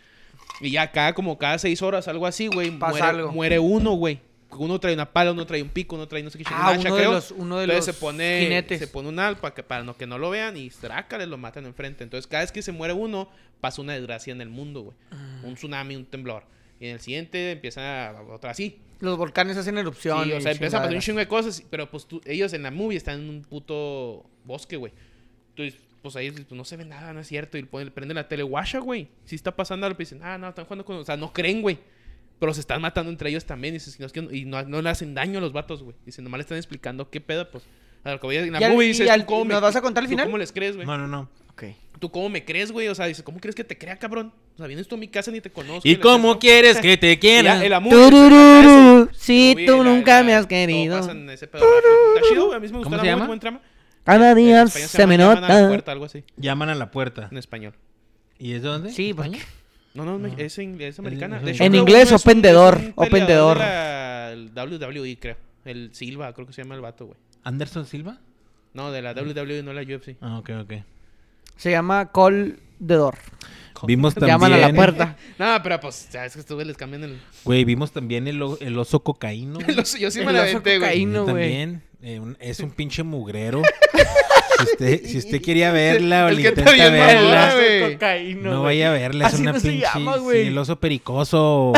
Speaker 2: Y ya cada, como cada seis horas, algo así, güey,
Speaker 3: Pasa
Speaker 2: muere,
Speaker 3: algo.
Speaker 2: muere uno, güey. Uno trae una pala, uno trae un pico, uno trae no sé qué
Speaker 3: Ah,
Speaker 2: chingada,
Speaker 3: uno de
Speaker 2: creo.
Speaker 3: los, uno de los
Speaker 2: Entonces se pone,
Speaker 3: jinetes.
Speaker 2: se pone un alpa que, para no, que no lo vean y trácales, lo matan enfrente. Entonces, cada vez que se muere uno, pasa una desgracia en el mundo, güey.
Speaker 3: Ah.
Speaker 2: Un tsunami, un temblor. Y en el siguiente empieza a- otra así.
Speaker 3: Los volcanes hacen
Speaker 2: Sí,
Speaker 3: erupción.
Speaker 2: o
Speaker 3: y
Speaker 2: sea, empieza a pasar un
Speaker 3: chingaderas.
Speaker 2: chingo de cosas. Pero pues tú- ellos en la movie están en un puto bosque, güey. Entonces, pues ahí pues, no se ve nada, no es cierto. Y ponen- prenden la tele, guasha, güey. Si está pasando algo, pues, dicen, ah, no, están jugando con. O sea, no creen, güey. Pero se están matando entre ellos también. Y, se- no, es que- y no, no le hacen daño a los vatos, güey. Dicen, nomás le están explicando qué pedo, pues. A lo que voy a- en la
Speaker 3: ¿Y al-
Speaker 2: movie
Speaker 3: y
Speaker 2: dices,
Speaker 3: al-
Speaker 2: ¿tú cómo me-
Speaker 3: nos vas a contar el
Speaker 2: tú
Speaker 3: final?
Speaker 2: ¿Cómo les crees, güey?
Speaker 1: No, no, no.
Speaker 3: Ok.
Speaker 2: ¿Tú cómo me crees, güey? O sea, dices, ¿cómo crees que te crea, cabrón? O sea, vienes tú a mi casa ni te conozco.
Speaker 1: ¿Y
Speaker 2: la
Speaker 1: cómo
Speaker 2: chingada.
Speaker 1: quieres que te
Speaker 2: Y
Speaker 1: quieran?
Speaker 2: la- en la movie, "Ah,
Speaker 3: Turururu,
Speaker 2: Sí,
Speaker 3: si tú
Speaker 2: la-
Speaker 3: nunca
Speaker 2: la-
Speaker 3: me has
Speaker 2: todo
Speaker 3: querido.
Speaker 2: pasa en ese pedo rápido. Está chido, güey, a mí me gustó
Speaker 1: ¿Cómo
Speaker 2: la
Speaker 1: se
Speaker 2: movie,
Speaker 1: llama?
Speaker 2: buen trama.
Speaker 3: Cada
Speaker 2: En
Speaker 3: día
Speaker 2: español
Speaker 3: se me
Speaker 2: llama Llaman a la
Speaker 3: nota.
Speaker 2: puerta, algo así,
Speaker 1: Llaman a la puerta.
Speaker 2: en español.
Speaker 1: ¿Y es dónde?
Speaker 3: Sí, porque
Speaker 2: No, no, es, es inglés, es americana.
Speaker 1: En
Speaker 2: De hecho, creo
Speaker 3: inglés,
Speaker 2: uno es
Speaker 3: open
Speaker 2: un-
Speaker 3: the
Speaker 2: es
Speaker 3: door,
Speaker 2: un
Speaker 3: open
Speaker 2: peleador
Speaker 3: the
Speaker 2: de
Speaker 3: door.
Speaker 2: la- el WWE, creo. El Silva, creo que se llama el vato, güey.
Speaker 1: ¿Anderson Silva?
Speaker 2: No, de
Speaker 1: Mm.
Speaker 2: la WWE, no la UFC.
Speaker 1: Ah, ok, ok.
Speaker 3: se llama Call the Door.
Speaker 1: Vimos también.
Speaker 3: Llaman a la puerta.
Speaker 2: No, pero pues, ya, es que estos güeyes les cambian el... *laughs*
Speaker 1: Güey, vimos también el, o- el oso cocaíno. güey.
Speaker 2: el oso. yo sí
Speaker 3: El
Speaker 2: me la
Speaker 3: oso
Speaker 2: aventé, güey.
Speaker 3: cocaíno. no, güey.
Speaker 1: también. eh, un- es un pinche
Speaker 3: *laughs*
Speaker 1: mugrero. si, usted, si usted quería verla o
Speaker 2: El
Speaker 1: le
Speaker 2: que está
Speaker 1: intenta
Speaker 2: bien mamón,
Speaker 1: verla,
Speaker 2: güey.
Speaker 3: Cocaíno,
Speaker 1: no
Speaker 3: güey.
Speaker 1: vaya a verla. Es
Speaker 3: Así
Speaker 1: una
Speaker 3: no se
Speaker 1: pinche.
Speaker 3: llama,
Speaker 1: sí,
Speaker 3: güey.
Speaker 1: el oso
Speaker 2: *laughs*
Speaker 1: pericoso.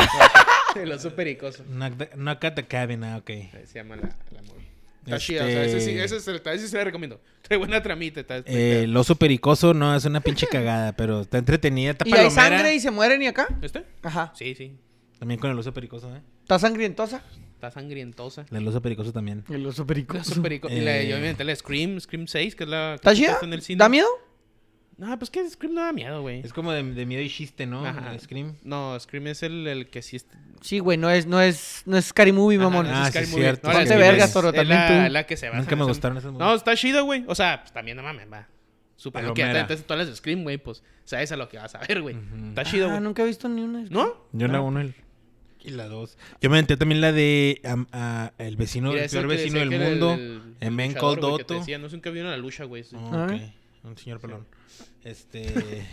Speaker 2: El oso pericoso.
Speaker 1: knock, the- knock at the cabin, ah, ok.
Speaker 2: Ahí Se llama la, la movie. Está
Speaker 1: Este,
Speaker 2: chida, o sea, ese sí, ese es el, ese sí se la recomiendo. Trae buena tramita, está... está-
Speaker 1: eh, el oso pericoso no es una pinche cagada, pero está entretenida. Está
Speaker 3: Y hay
Speaker 1: palomera.
Speaker 3: sangre y se mueren y acá.
Speaker 2: ¿Este?
Speaker 3: Ajá.
Speaker 2: Sí, sí.
Speaker 1: También con el oso pericoso, ¿eh?
Speaker 3: Está sangrientosa.
Speaker 2: Está sangrientosa.
Speaker 1: El oso pericoso también.
Speaker 3: El oso
Speaker 2: El oso perico- Y la,
Speaker 1: Eh.
Speaker 2: yo me inventé la Scream, Scream 6, que es la que
Speaker 3: ¿Está chida?
Speaker 2: en el cine.
Speaker 3: ¿Da miedo?
Speaker 2: No, pues que Scream no da miedo, güey.
Speaker 1: Es como de, de miedo y chiste, ¿no?
Speaker 2: Ajá.
Speaker 1: Scream.
Speaker 2: No, Scream es el, el que sí está.
Speaker 3: Sí, güey, no es, no es, no es Scary Movie, mamón.
Speaker 1: Ah,
Speaker 2: es
Speaker 1: sí,
Speaker 2: Scary
Speaker 1: es
Speaker 2: Movie.
Speaker 1: cierto.
Speaker 2: la
Speaker 3: Ponte
Speaker 2: Scream
Speaker 3: vergas,
Speaker 2: es-
Speaker 3: Toro,
Speaker 2: es
Speaker 3: también
Speaker 2: la,
Speaker 3: tú.
Speaker 2: la que se basa.
Speaker 1: Nunca
Speaker 2: en
Speaker 1: me
Speaker 2: esa-
Speaker 1: gustaron esas
Speaker 2: No,
Speaker 1: movies.
Speaker 2: está chido, güey. O sea, pues también no mames, va. Super lo que
Speaker 1: Palomera.
Speaker 2: entonces todas las de Scream, güey, pues sabes a lo que vas a ver, güey.
Speaker 1: Ujú.
Speaker 2: Está chido,
Speaker 3: Ah,
Speaker 2: güey.
Speaker 3: nunca he visto ni una.
Speaker 2: ¿No?
Speaker 1: Yo la uno el- y la dos. Yo me aventé también la de am- a- El vecino,
Speaker 2: Mira,
Speaker 1: el
Speaker 2: es el
Speaker 1: peor
Speaker 2: que
Speaker 1: vecino del
Speaker 2: decía que era el-
Speaker 1: mundo.
Speaker 2: el
Speaker 1: en Ben
Speaker 2: luchador,
Speaker 1: Cold
Speaker 2: güey, que te
Speaker 1: Otto.
Speaker 2: decía, No sé nunca vieron la lucha, güey. sí.
Speaker 1: Oh, ok.
Speaker 3: Ah.
Speaker 1: Un señor pelón.
Speaker 2: *laughs*
Speaker 1: Este.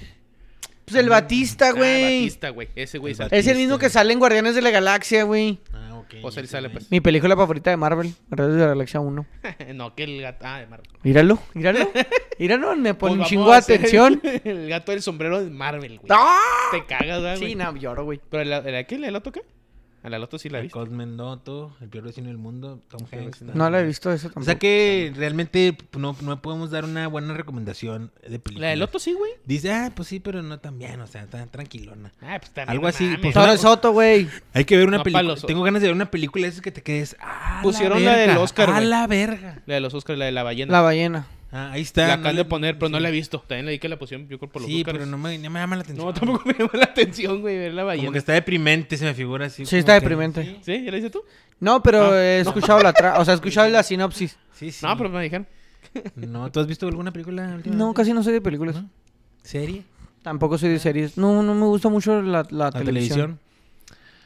Speaker 3: Pues el Batista,
Speaker 2: Ah,
Speaker 3: güey.
Speaker 2: Batista, güey. Ese güey
Speaker 1: El
Speaker 2: sale.
Speaker 3: es el mismo que sale en Guardianes de la Galaxia, güey.
Speaker 1: Ah, ok. pequeño.
Speaker 2: O sea, él sale, pues.
Speaker 3: Mi película favorita de Marvel, Guardianes de la Galaxia 1.
Speaker 2: *laughs* no, que el gato. Ah, de Marvel.
Speaker 3: Míralo, míralo. *laughs* Míralo, me pone un
Speaker 2: Pues
Speaker 3: chingo de
Speaker 2: vamos a hacer
Speaker 3: *laughs* atención.
Speaker 2: *laughs* El, gato del sombrero de Marvel, güey.
Speaker 3: ¡Ah!
Speaker 2: Te cagas, ¿verdad, güey.
Speaker 3: Sí, no, lloro, güey.
Speaker 2: Pero el, el, aquel, el otro qué? A la loto sí la
Speaker 1: El
Speaker 2: viste.
Speaker 1: Cos Mendoto, el peor vecino del mundo, Tom Hanks.
Speaker 2: vecino.
Speaker 1: también.
Speaker 3: No la he visto eso tampoco.
Speaker 1: O sea que realmente no, no podemos dar una buena recomendación de película.
Speaker 2: La del otro sí, güey.
Speaker 1: Dice, ah, pues sí, pero no tan bien, o sea, tan tranquilona.
Speaker 2: Ah, pues también.
Speaker 1: Algo
Speaker 2: no
Speaker 1: así,
Speaker 2: mames.
Speaker 1: pues,
Speaker 3: Toro Soto, güey.
Speaker 1: Hay que ver una
Speaker 2: No,
Speaker 1: película.
Speaker 2: palos.
Speaker 1: Tengo ganas de ver una película de esas que te quedes. "Ah,
Speaker 2: Pusieron la del
Speaker 1: verga,
Speaker 2: Oscar,
Speaker 1: A
Speaker 2: güey.
Speaker 1: la verga.
Speaker 2: La de los Oscars, la de la ballena.
Speaker 3: La
Speaker 2: La,
Speaker 3: ballena.
Speaker 1: Ah, ahí está.
Speaker 2: acaban
Speaker 1: le-
Speaker 2: de poner, pero no
Speaker 1: sí.
Speaker 2: la he visto. También le di que la pusieron, yo creo, por los
Speaker 1: Sí,
Speaker 2: Oscars.
Speaker 1: pero no me, no me llama la atención.
Speaker 2: No, tampoco me llamó la atención, güey, ver la
Speaker 1: Como
Speaker 2: ballena.
Speaker 1: que está deprimente, se me figura así.
Speaker 3: Sí,
Speaker 1: como
Speaker 3: está
Speaker 1: que-
Speaker 3: deprimente.
Speaker 2: ¿Sí? ¿Ya la dices tú?
Speaker 3: No, pero he escuchado la tra- o sea, he escuchado la sinopsis.
Speaker 1: Sí, sí.
Speaker 2: No, pero me dijeron.
Speaker 1: No, ¿tú has visto alguna película?
Speaker 3: No,
Speaker 1: últimamente?
Speaker 3: casi no soy de películas.
Speaker 1: ¿No? ¿Serie?
Speaker 3: Tampoco soy de series. No, no me gusta mucho la, la
Speaker 1: ¿La
Speaker 3: televisión.
Speaker 1: televisión?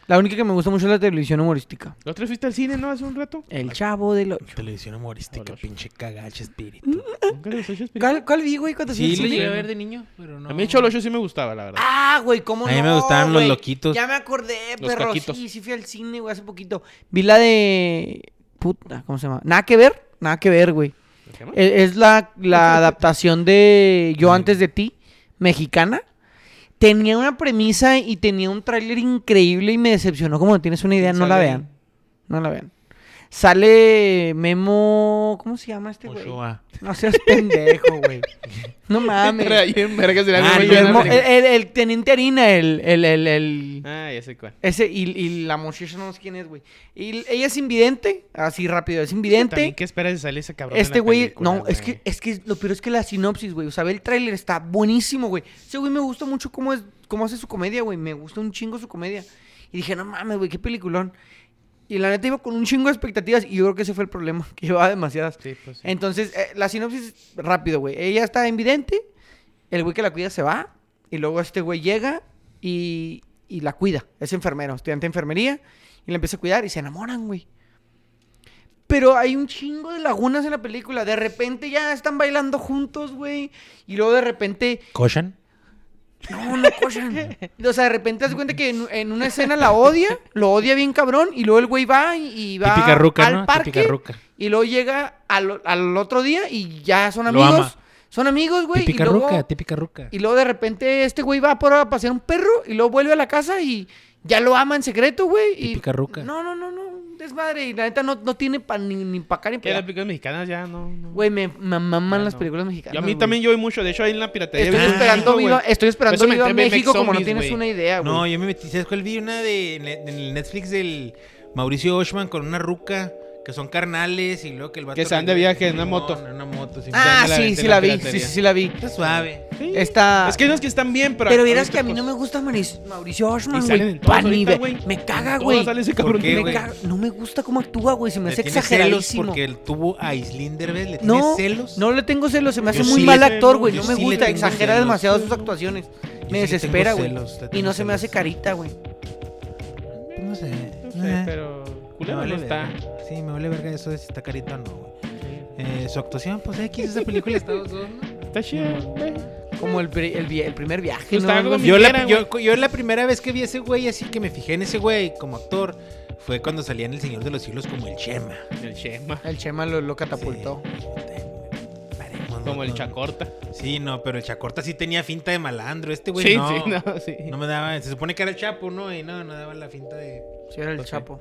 Speaker 3: La única que me gusta mucho es la televisión humorística.
Speaker 2: ¿Los tres fuiste al cine, no? Hace un rato.
Speaker 3: El Chavo del Ocho.
Speaker 1: Televisión humorística,
Speaker 2: Hola.
Speaker 1: pinche cagache
Speaker 3: Mm,
Speaker 1: espíritu.
Speaker 2: Nunca los ocho, espíritu.
Speaker 3: ¿Cuál, cuál vi, güey? ¿Cuánto
Speaker 1: Sí, lo llegué a ver de niño, pero no.
Speaker 2: A mí el Cholo Ocho sí me gustaba, la verdad.
Speaker 3: Ah, güey, ¿cómo
Speaker 1: A
Speaker 3: no?
Speaker 1: mí me gustaban los
Speaker 3: güey?
Speaker 1: loquitos.
Speaker 3: Ya me acordé,
Speaker 2: Los
Speaker 3: perro.
Speaker 2: caquitos.
Speaker 3: Sí, sí fui al cine, güey, hace poquito. Vi la de... Puta, ¿cómo se llama? Nada que ver, nada que ver, güey.
Speaker 2: ¿Se llama?
Speaker 3: E- Es la, la adaptación de Yo antes de ti, mexicana. Tenía una premisa y tenía un tráiler increíble y me decepcionó. Como no tienes una idea, no la
Speaker 2: Sale-
Speaker 3: vean. No la vean. Sale Memo... ¿Cómo se llama este güey?
Speaker 1: Ochoa.
Speaker 3: No seas pendejo, güey.
Speaker 2: *laughs*
Speaker 3: No mames.
Speaker 2: Pero ahí en vergas de la
Speaker 1: Ah,
Speaker 2: misma
Speaker 1: no,
Speaker 2: idea de la
Speaker 3: Memo- el,
Speaker 2: película.
Speaker 3: el- el teniente harina, el... el, el, el-
Speaker 2: Ah, ya sé cuál.
Speaker 3: Ese, y, y la muchacha no sé quién es, güey. Y l- ella es invidente, así rápido, es
Speaker 2: También,
Speaker 3: invidente.
Speaker 2: ¿Qué esperas de salir ese cabrón? en
Speaker 3: Este
Speaker 2: la
Speaker 3: güey,
Speaker 2: película,
Speaker 3: no, es que,
Speaker 2: güey?
Speaker 3: es que lo peor es que la sinopsis, güey. O sea, ve el tráiler, está buenísimo, güey. Ese güey me gusta mucho cómo es, cómo hace su comedia, güey. Me gusta un chingo su comedia. Y dije, no mames, güey, qué peliculón. Y la neta iba con un chingo de expectativas y yo creo que ese fue el problema, *laughs* que llevaba demasiadas.
Speaker 2: Sí, pues. sí.
Speaker 3: Entonces, eh, la sinopsis, rápido, güey. Ella está en vidente, el güey que la cuida se va, y luego este güey llega y, y la cuida. Es enfermero, estudiante de enfermería, y la empieza a cuidar y se enamoran, güey. Pero hay un chingo de lagunas en la película. De repente ya están bailando juntos, güey. Y luego de repente
Speaker 1: ¿Cochan?
Speaker 3: no, no
Speaker 1: *laughs*
Speaker 3: cochan. O sea, de repente hace cuenta que en, en una escena la odia, lo odia bien cabrón, y luego el güey va y, y va
Speaker 1: Típica ruca,
Speaker 3: al
Speaker 1: ¿no?
Speaker 3: parque,
Speaker 1: Típica ruca.
Speaker 3: y luego llega al, al otro día y ya son
Speaker 1: Lo
Speaker 3: amigos.
Speaker 1: ama.
Speaker 3: Son amigos, güey. Y
Speaker 1: Típica
Speaker 3: luego,
Speaker 1: ruca, típica ruca.
Speaker 3: y luego de repente este güey va por a pasear un perro y luego vuelve a la casa y ya lo ama en secreto, güey. y-
Speaker 1: Típica ruca.
Speaker 3: No, no, no, no. un Desmadre. Y la neta no, no tiene pa- ni, ni pa' acá ni pa'
Speaker 2: Ya las
Speaker 3: allá.
Speaker 2: películas mexicanas ya no. no.
Speaker 3: Güey, me, me maman
Speaker 2: Ya
Speaker 3: las
Speaker 2: no.
Speaker 3: películas mexicanas.
Speaker 2: Yo a mí
Speaker 3: güey.
Speaker 2: también yo voy mucho. De hecho, ahí en la piratería.
Speaker 3: Estoy
Speaker 2: vi un
Speaker 3: esperando,
Speaker 2: chingo, güey.
Speaker 3: viva, estoy esperando
Speaker 2: Eso me
Speaker 3: viva
Speaker 2: entré en
Speaker 3: México como no
Speaker 2: Zombies,
Speaker 3: tienes
Speaker 2: güey.
Speaker 3: una idea, güey.
Speaker 1: No, yo me metí, ¿sabes cuál? Vi una de en el- en el Netflix del Mauricio Oshman con una ruca que son carnales y luego que el vato...
Speaker 2: Que se van de
Speaker 1: regresa
Speaker 2: viaje en una
Speaker 1: Simón,
Speaker 2: moto.
Speaker 1: En una moto, sí.
Speaker 3: Ah,
Speaker 2: Ya me la
Speaker 3: sí,
Speaker 2: aventé
Speaker 3: sí
Speaker 2: en
Speaker 3: la
Speaker 2: la
Speaker 3: vi, sí,
Speaker 2: piratería.
Speaker 3: sí, sí la vi.
Speaker 1: Está suave.
Speaker 2: Sí.
Speaker 3: Está...
Speaker 2: Es que hay unos que están bien, pero. pues,
Speaker 3: Pero vieras que a mí
Speaker 2: otras
Speaker 3: no me gusta Mauricio, Mauricio Oshman,
Speaker 2: Y
Speaker 3: güey.
Speaker 2: salen en todas
Speaker 3: Pa' ni
Speaker 2: ahorita,
Speaker 3: ve-
Speaker 2: güey.
Speaker 3: Me caga,
Speaker 2: cosas.
Speaker 3: güey.
Speaker 2: Todas sale ese
Speaker 1: ¿Por
Speaker 2: cabrón.
Speaker 1: qué,
Speaker 3: Me
Speaker 1: güey?
Speaker 3: caga- No me gusta cómo actúa, güey. Se me hace
Speaker 1: Le tiene celos
Speaker 3: exageradísimo.
Speaker 1: porque él tuvo a Islinder, ¿ves? Le tiene
Speaker 3: No,
Speaker 1: celos.
Speaker 3: no le tengo celos. Se me hace
Speaker 1: Yo
Speaker 3: muy
Speaker 1: sí
Speaker 3: mal
Speaker 2: le-
Speaker 3: actor, güey.
Speaker 1: yo
Speaker 3: No me
Speaker 1: sí le
Speaker 3: gusta.
Speaker 1: tengo
Speaker 3: Exagera
Speaker 1: celos.
Speaker 3: demasiado sus actuaciones.
Speaker 1: Yo sí
Speaker 3: Me
Speaker 1: le
Speaker 3: desespera,
Speaker 1: tengo
Speaker 3: güey.
Speaker 1: celos, le
Speaker 3: Y
Speaker 1: tengo
Speaker 3: no se me
Speaker 1: celos.
Speaker 3: hace carita, güey.
Speaker 1: No sé.
Speaker 2: No
Speaker 1: eh,
Speaker 2: sé, pero.
Speaker 1: me
Speaker 2: Culero
Speaker 1: vale
Speaker 2: no está.
Speaker 1: verga. Sí, me vale verga eso de si está carita o no, güey. Eh, su actuación, pues X, esa película *laughs* está dos, dos, ¿no?
Speaker 2: Está chido, güey.
Speaker 3: Como el, pri- el vi- el primer viaje.
Speaker 2: Pues
Speaker 3: ¿no?
Speaker 2: está
Speaker 3: Algo
Speaker 2: algo
Speaker 3: así.
Speaker 1: Yo
Speaker 2: Mira,
Speaker 1: la,
Speaker 2: güey.
Speaker 1: yo, yo la primera vez que vi a ese güey, así que me fijé en ese güey como actor, fue cuando salía en El Señor de los Cielos como el Chema.
Speaker 2: El Chema.
Speaker 3: El Chema lo, lo catapultó.
Speaker 1: Paremos,
Speaker 2: Como
Speaker 1: no,
Speaker 2: el
Speaker 1: no.
Speaker 2: Chacorta.
Speaker 1: Sí, no, pero el Chacorta sí tenía finta de malandro. Este güey
Speaker 2: Sí,
Speaker 1: no.
Speaker 2: sí, no, sí.
Speaker 1: No me daba. Se supone que era el Chapo, ¿no? Y no, no daba la finta de. mm,
Speaker 3: Sí, era el
Speaker 2: Pues sí.
Speaker 3: Chapo.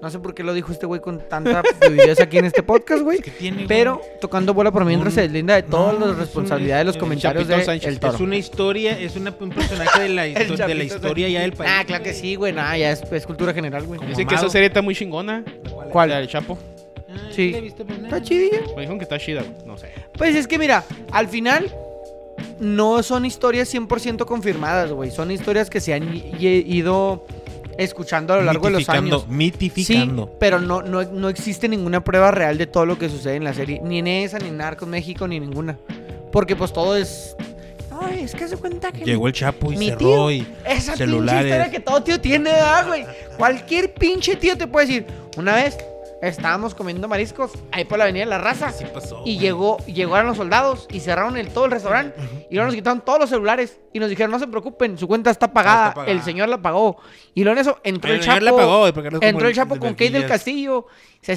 Speaker 3: No sé por qué lo dijo este güey con tanta fluidez aquí en este podcast,
Speaker 1: *laughs*
Speaker 3: güey.
Speaker 1: ¿Qué tiene, güey?
Speaker 3: Pero tocando bola por mientras
Speaker 1: Un-
Speaker 3: se deslinda de todas
Speaker 1: No, es
Speaker 3: las
Speaker 1: un-
Speaker 3: responsabilidades de los
Speaker 1: es-
Speaker 3: comentarios
Speaker 2: Chapito
Speaker 3: de
Speaker 2: Sánchez,
Speaker 3: El
Speaker 1: Es
Speaker 3: Toro.
Speaker 1: una historia, es una- un personaje de
Speaker 2: *laughs*
Speaker 1: la, histo- de la historia ya del país.
Speaker 3: Ah, claro que sí, güey. Nah, ya es, es cultura general, güey.
Speaker 1: Como
Speaker 2: Dicen que
Speaker 1: Amado.
Speaker 2: esa serie está muy chingona.
Speaker 3: ¿Cuál?
Speaker 2: La del Chapo.
Speaker 1: Ah,
Speaker 3: Sí.
Speaker 1: la he visto, pero
Speaker 3: Está
Speaker 1: nada.
Speaker 3: chidilla.
Speaker 2: Me dijeron que está chida, güey. No sé.
Speaker 3: Pues es que mira, al final no son historias 100% confirmadas, güey. Son historias que se han i- i- ido escuchando a lo largo de los
Speaker 1: Mitificando,
Speaker 3: años.
Speaker 1: Mitificando.
Speaker 3: Sí, pero no, no, no existe ninguna prueba real de todo lo que sucede en la serie. Ni en esa, ni en Narcos México, ni ninguna. Porque pues todo es... Ay, es que se cuenta que...
Speaker 1: Llegó
Speaker 3: mi-
Speaker 1: el Chapo y
Speaker 3: mi
Speaker 1: cerró
Speaker 3: tío,
Speaker 1: y.
Speaker 3: Esa pinche
Speaker 1: celulares.
Speaker 3: historia que todo tío tiene, ¿verdad, güey. Cualquier pinche tío te puede decir, una vez Estábamos comiendo mariscos ahí por la avenida de la raza.
Speaker 1: Así pasó.
Speaker 3: Y
Speaker 1: güey.
Speaker 3: llegó, llegaron los soldados y cerraron el, todo el restaurante y luego nos quitaron todos los celulares y nos dijeron, no se preocupen, su cuenta está pagada,
Speaker 1: Está pagada.
Speaker 3: el señor la pagó. Y luego en eso entró
Speaker 1: Ay,
Speaker 3: el
Speaker 1: no, ya
Speaker 3: Chapo,
Speaker 1: la pagó, güey, porque no es como
Speaker 3: entró el
Speaker 1: el-
Speaker 3: Chapo
Speaker 1: el
Speaker 3: con
Speaker 1: de
Speaker 3: Kate del
Speaker 1: Villas.
Speaker 3: Castillo, se